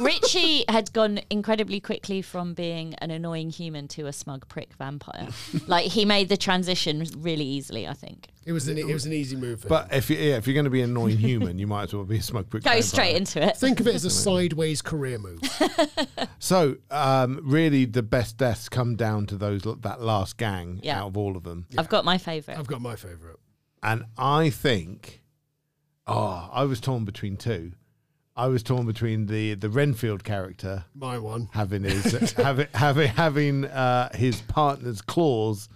[SPEAKER 3] Richie had gone incredibly quickly from being an annoying human to a smug prick vampire. like he made the transition really easily, I think.
[SPEAKER 4] It was an it was an easy move. But
[SPEAKER 2] But if you, yeah, if you're going to be an annoying human, you might as well be a smoke prick.
[SPEAKER 3] Go
[SPEAKER 2] vampire.
[SPEAKER 3] straight into it.
[SPEAKER 4] think of it as a sideways career move.
[SPEAKER 2] So um, really, the best deaths come down to those that last gang
[SPEAKER 3] Yeah.
[SPEAKER 2] out of all of them.
[SPEAKER 3] I've got my favourite.
[SPEAKER 4] I've got my favorite.
[SPEAKER 2] and I think, oh, I was torn between two. I was torn between the the Renfield character
[SPEAKER 4] My one.
[SPEAKER 2] having his having having having uh, his partner's claws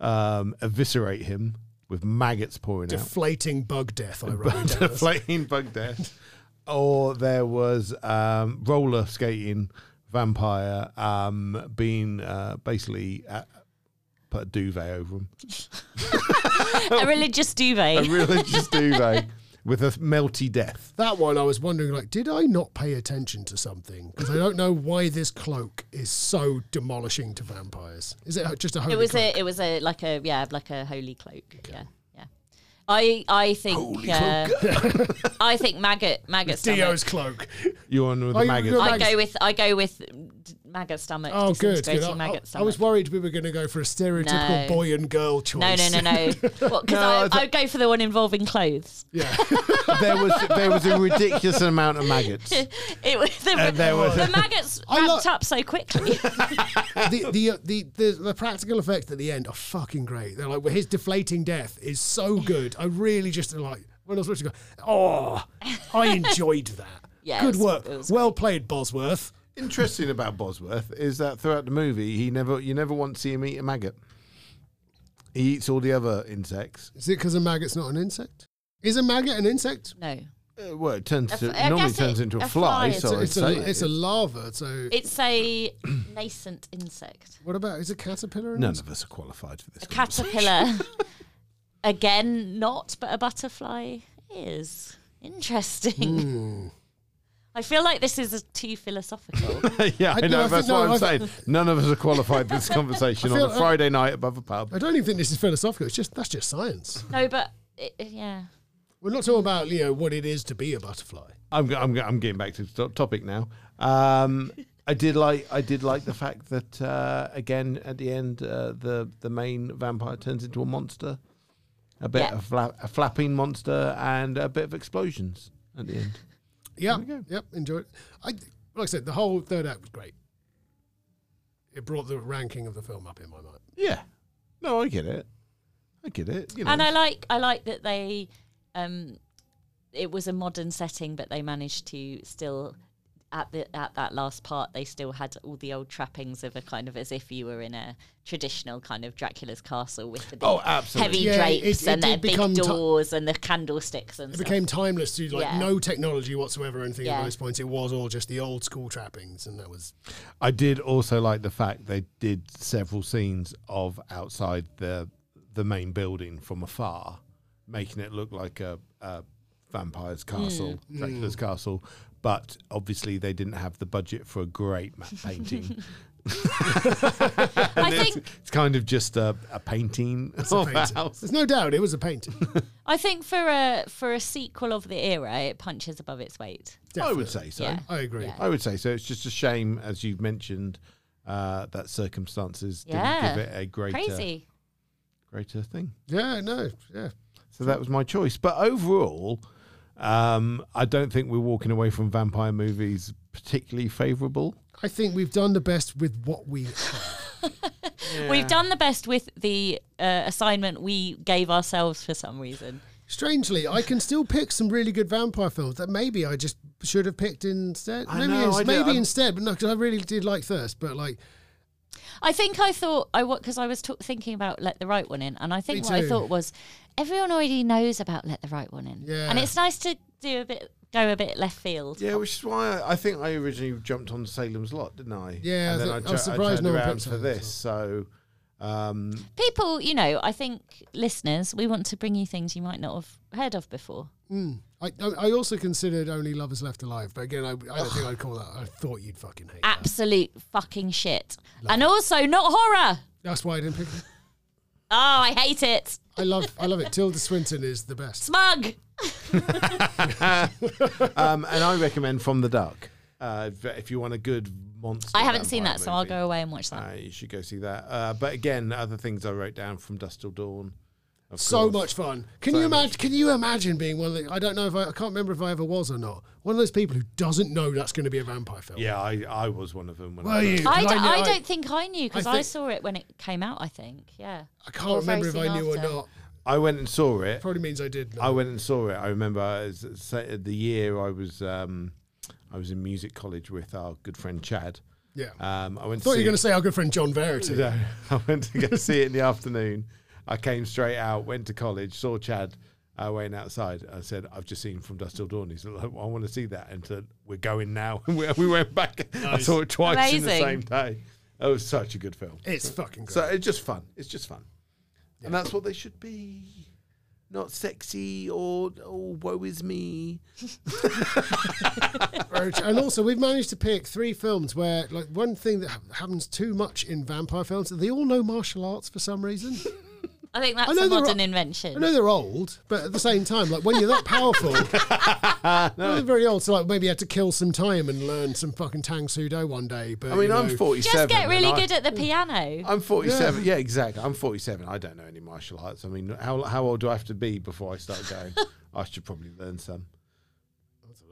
[SPEAKER 2] um, eviscerate him with maggots pouring
[SPEAKER 4] Deflating bug death, I
[SPEAKER 2] out,
[SPEAKER 4] wrote. down.
[SPEAKER 2] deflating bug death, or there was um, roller skating vampire um, being uh, basically uh, put a duvet over him,
[SPEAKER 3] a religious
[SPEAKER 2] a
[SPEAKER 3] duvet.
[SPEAKER 2] religious duvet with a melty death.
[SPEAKER 4] That one, I was wondering, like, did I not pay attention to something? Because I don't know why this cloak is so demolishing to vampires. Is it just a holy
[SPEAKER 3] it was
[SPEAKER 4] cloak?
[SPEAKER 3] a it was a like a yeah like a holy cloak yeah yeah i i think uh, i think maggot maggot
[SPEAKER 4] Dio's
[SPEAKER 3] stomach
[SPEAKER 4] cloak.
[SPEAKER 2] You on with
[SPEAKER 4] Oh,
[SPEAKER 2] the
[SPEAKER 4] you-
[SPEAKER 2] maggots?
[SPEAKER 4] you're
[SPEAKER 3] i
[SPEAKER 4] Maggots.
[SPEAKER 3] go with i go with d- maggot stomach
[SPEAKER 4] Oh, good. good.
[SPEAKER 3] disintegrating
[SPEAKER 4] I,
[SPEAKER 3] maggot
[SPEAKER 4] I- I
[SPEAKER 3] stomach
[SPEAKER 4] was worried we were going to go for a stereotypical
[SPEAKER 3] No.
[SPEAKER 4] boy and girl choice.
[SPEAKER 3] no no no no because
[SPEAKER 2] I
[SPEAKER 3] I,
[SPEAKER 2] th-
[SPEAKER 3] I would go for the one involving clothes
[SPEAKER 4] yeah.
[SPEAKER 2] there was there was a ridiculous amount of maggots.
[SPEAKER 3] it was the,
[SPEAKER 2] there was-
[SPEAKER 3] the maggots
[SPEAKER 4] I
[SPEAKER 3] ramped
[SPEAKER 4] lo-
[SPEAKER 3] up so quickly
[SPEAKER 4] the, the, uh, the, the, the practical effects at the end are fucking great. They're like, well, his deflating death is so good. I really just like, when I was watching, it, I go, oh, I enjoyed that.
[SPEAKER 3] Yeah,
[SPEAKER 4] good
[SPEAKER 3] it was-
[SPEAKER 4] work.
[SPEAKER 3] it was
[SPEAKER 4] Well played, Bosworth.
[SPEAKER 2] Interesting about Bosworth is that throughout the movie, he never you never once see him eat a maggot. He eats all the other insects.
[SPEAKER 4] Is it because a maggot's not an insect? Is a maggot an insect?
[SPEAKER 3] no
[SPEAKER 2] Uh, well, it turns to,
[SPEAKER 3] f- I
[SPEAKER 2] normally
[SPEAKER 3] guess
[SPEAKER 2] turns
[SPEAKER 3] it-
[SPEAKER 2] into a,
[SPEAKER 3] a
[SPEAKER 2] fly.
[SPEAKER 3] fly.
[SPEAKER 2] So
[SPEAKER 4] it's,
[SPEAKER 2] I'd
[SPEAKER 4] a,
[SPEAKER 2] say
[SPEAKER 4] it's a larva. So
[SPEAKER 3] it's a nascent insect
[SPEAKER 4] what about is a caterpillar? An
[SPEAKER 2] none
[SPEAKER 4] insect?
[SPEAKER 2] of us are qualified for this.
[SPEAKER 3] a caterpillar again not but a butterfly is interesting
[SPEAKER 2] Hmm.
[SPEAKER 3] i feel like this is a too philosophical
[SPEAKER 2] conversation. yeah, I
[SPEAKER 4] I- no,
[SPEAKER 2] know.
[SPEAKER 4] I
[SPEAKER 2] that's
[SPEAKER 4] think-
[SPEAKER 2] what
[SPEAKER 4] no,
[SPEAKER 2] I'm
[SPEAKER 4] I
[SPEAKER 2] saying. None of us are qualified for this conversation
[SPEAKER 4] I
[SPEAKER 2] on a
[SPEAKER 4] feel-
[SPEAKER 2] Friday night above a pub.
[SPEAKER 4] I don't even think this is philosophical. It's just that's just science.
[SPEAKER 3] no but it, it- yeah
[SPEAKER 4] We're not talking about you know what it is to be a butterfly.
[SPEAKER 2] I'm, go- I'm, go- I'm getting back to the to- topic now. Um, I did like I did like the fact that uh, again at the end uh, the the main vampire turns into a monster, a bit
[SPEAKER 3] Yeah.
[SPEAKER 2] of fla- a flapping monster and a bit of explosions at the end.
[SPEAKER 4] Yeah, yep, enjoy it. I like I said, the whole third act was great. It brought the ranking of the film up in my mind.
[SPEAKER 2] Yeah, no, I get it, I get it. You know,
[SPEAKER 3] and i like i like that they um it was a modern setting but they managed to still at the at that last part they still had all the old trappings of a kind of as if you were in a traditional kind of dracula's castle with the big
[SPEAKER 2] oh, absolutely.
[SPEAKER 3] heavy
[SPEAKER 4] Yeah, it-
[SPEAKER 3] drapes
[SPEAKER 4] it
[SPEAKER 3] and
[SPEAKER 4] did
[SPEAKER 3] their big
[SPEAKER 4] become ti-
[SPEAKER 3] doors and the candlesticks and
[SPEAKER 4] It
[SPEAKER 3] stuff.
[SPEAKER 4] became timeless to like
[SPEAKER 3] Yeah.
[SPEAKER 4] no technology whatsoever or anything at
[SPEAKER 3] Yeah.
[SPEAKER 4] those points. It was all just the old school trappings, and that was
[SPEAKER 2] I did also like the fact they did several scenes of outside the the main building from afar, making it look like a, a vampire's
[SPEAKER 3] Hmm.
[SPEAKER 2] castle, Dracula's
[SPEAKER 4] Hmm.
[SPEAKER 2] castle. But obviously, they didn't have the budget for a great map painting.
[SPEAKER 3] I think
[SPEAKER 2] it's kind of just a, a painting
[SPEAKER 4] a
[SPEAKER 2] of a
[SPEAKER 4] painting.
[SPEAKER 2] house.
[SPEAKER 4] There's no doubt it was a painting.
[SPEAKER 3] I think for a for a sequel of the era, it punches above its weight.
[SPEAKER 2] I would say so.
[SPEAKER 3] Yeah.
[SPEAKER 4] I agree.
[SPEAKER 3] Yeah.
[SPEAKER 2] I would say so. It's just a shame, as you've mentioned, uh, that circumstances
[SPEAKER 3] Yeah.
[SPEAKER 2] didn't give it a greater
[SPEAKER 3] Crazy.
[SPEAKER 2] greater thing.
[SPEAKER 4] Yeah, no, yeah.
[SPEAKER 2] So that was my choice. But overall, um, I don't think we're walking away from vampire movies particularly favourable.
[SPEAKER 4] I think we've done the best with what we.
[SPEAKER 3] We've done the best with the uh, assignment we gave ourselves for some reason.
[SPEAKER 4] Strangely, I can still pick some really good vampire films that maybe I just should have picked instead.
[SPEAKER 2] I
[SPEAKER 4] maybe
[SPEAKER 2] know,
[SPEAKER 4] ins-
[SPEAKER 2] I do.
[SPEAKER 4] maybe
[SPEAKER 2] I'm-
[SPEAKER 4] instead, but no, because I really did like Thirst. But like,
[SPEAKER 3] I think I thought I what because I was t- thinking about let the right one in, and I think
[SPEAKER 4] Me
[SPEAKER 3] what I
[SPEAKER 4] too.
[SPEAKER 3] thought was everyone already knows about let the right one in,
[SPEAKER 4] Yeah.
[SPEAKER 3] and it's nice to do a bit go a bit left field.
[SPEAKER 2] Yeah, which is why I, I think I originally jumped on Salem's Lot, didn't I?
[SPEAKER 4] Yeah,
[SPEAKER 2] and then
[SPEAKER 4] I
[SPEAKER 2] I,
[SPEAKER 4] thought-
[SPEAKER 2] tu-
[SPEAKER 4] I was surprised
[SPEAKER 2] turned
[SPEAKER 4] no one
[SPEAKER 2] around
[SPEAKER 4] picked
[SPEAKER 2] for
[SPEAKER 4] Salem's
[SPEAKER 2] this. So, um,
[SPEAKER 3] People, you know, I think listeners, we want to bring you things you might not have heard of before.
[SPEAKER 4] I, I I also considered Only Lovers Left Alive, but again, I, I don't think I'd call that. I thought you'd fucking hate. that.
[SPEAKER 3] Absolute fucking shit, and also not horror.
[SPEAKER 4] That's why I didn't pick it.
[SPEAKER 3] Oh, I hate it.
[SPEAKER 4] I love, I love it. Tilda Swinton is the best.
[SPEAKER 3] Smug.
[SPEAKER 2] um, and I recommend From the Dark uh, if- if you want a good monster.
[SPEAKER 3] I haven't seen
[SPEAKER 2] vampire
[SPEAKER 3] that, so I'll
[SPEAKER 2] movie.
[SPEAKER 3] go away and watch that.
[SPEAKER 2] Uh, you should go see that. Uh, but again, other things I wrote down from Dust Till Dawn. of
[SPEAKER 4] So
[SPEAKER 2] course.
[SPEAKER 4] much fun. Can you imagine? Can you imagine being one of the? I don't know if I, I can't remember if I ever was or not. One of those people who doesn't know that's going to be a vampire film.
[SPEAKER 2] Yeah, I, I was one of them. When
[SPEAKER 4] Were
[SPEAKER 2] I
[SPEAKER 4] you?
[SPEAKER 2] first-
[SPEAKER 3] I
[SPEAKER 4] Because
[SPEAKER 3] d-
[SPEAKER 4] I knew-
[SPEAKER 3] I
[SPEAKER 4] I-
[SPEAKER 3] don't think I knew because
[SPEAKER 4] I
[SPEAKER 3] I,
[SPEAKER 4] think-
[SPEAKER 3] saw it when it came out. I think, yeah.
[SPEAKER 4] I can't
[SPEAKER 3] Or very
[SPEAKER 4] remember if
[SPEAKER 3] soon
[SPEAKER 4] I knew
[SPEAKER 3] after.
[SPEAKER 4] or not.
[SPEAKER 2] I went and saw it.
[SPEAKER 4] Probably means I did. know.
[SPEAKER 2] I went and saw it. I remember I was- say- the year I was um, I was in music college with our good friend Chad.
[SPEAKER 4] yeah.
[SPEAKER 2] Um, I went.
[SPEAKER 4] Thought
[SPEAKER 2] to see
[SPEAKER 4] you were going
[SPEAKER 2] it.
[SPEAKER 4] to say our good friend John Verity.
[SPEAKER 2] No, I went to go see it in the afternoon. I came straight out, went to college, saw Chad uh, waiting outside. I said, "I've just seen From Dust Till Dawn." He said, "I want to see that," and said, "We're going now." And we, we went back. I saw it twice in the
[SPEAKER 3] Amazing.
[SPEAKER 2] same day. It was such a good film.
[SPEAKER 4] It's fucking great.
[SPEAKER 2] So it's just fun. It's just fun, and that's what they should be. Not sexy or oh woe is me.
[SPEAKER 4] and also, we've managed to pick three films where, like, one thing that ha- happens too much in vampire films, is they all know martial arts for some reason.
[SPEAKER 3] I think that's
[SPEAKER 4] know
[SPEAKER 3] a
[SPEAKER 4] they're
[SPEAKER 3] modern
[SPEAKER 4] o-
[SPEAKER 3] invention.
[SPEAKER 4] I know they're old, but at the same time, like, when you're that powerful, no. they're very old. So, like, maybe you had to kill some time and learn some fucking Tang Sudo one day. But
[SPEAKER 2] I mean,
[SPEAKER 4] you
[SPEAKER 2] I'm
[SPEAKER 4] know,
[SPEAKER 2] 47.
[SPEAKER 3] Just get
[SPEAKER 2] and
[SPEAKER 3] really
[SPEAKER 2] I-
[SPEAKER 3] good at the piano.
[SPEAKER 2] I'm 47. Yeah. exactly. I'm 47. I don't know any martial arts. I mean, how how old do I have to be before I start going? I should probably learn some.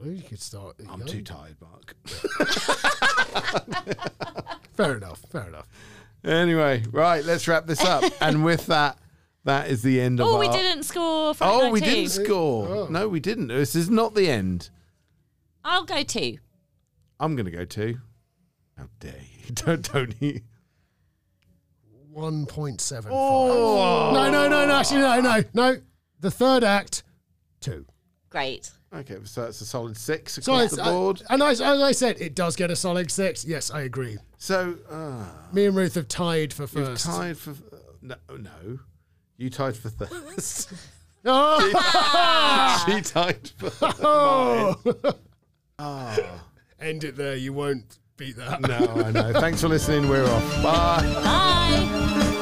[SPEAKER 4] You could start.
[SPEAKER 2] I'm
[SPEAKER 4] young.
[SPEAKER 2] too tired, Mark.
[SPEAKER 4] Fair enough. Fair enough.
[SPEAKER 2] anyway, right, let's wrap this up. and with that, that is the end of
[SPEAKER 3] oh,
[SPEAKER 2] our.
[SPEAKER 3] we didn't score. Friday
[SPEAKER 2] Oh,
[SPEAKER 3] night
[SPEAKER 2] we
[SPEAKER 3] two.
[SPEAKER 2] didn't score. No, we didn't. This is not the end.
[SPEAKER 3] I'll go two.
[SPEAKER 2] I'm going to go two. How dare you? Don't, don't you?
[SPEAKER 4] 1.75.
[SPEAKER 2] Oh!
[SPEAKER 4] No, no, no, no. Actually, no, no, no. The third act, two.
[SPEAKER 3] Great.
[SPEAKER 2] Okay, so that's a solid six
[SPEAKER 4] So
[SPEAKER 2] across
[SPEAKER 4] it's,
[SPEAKER 2] the board.
[SPEAKER 4] I, and I, as I said, it does get a solid six. Yes, I agree.
[SPEAKER 2] so, uh,
[SPEAKER 4] Me and Ruth have tied for
[SPEAKER 2] you've
[SPEAKER 4] 1st
[SPEAKER 2] tied for. No, no. You tied for third.
[SPEAKER 4] oh,
[SPEAKER 2] she tied for
[SPEAKER 4] end it there. You won't beat that.
[SPEAKER 2] No, I know. Thanks for listening. We're off. Bye.
[SPEAKER 3] Bye.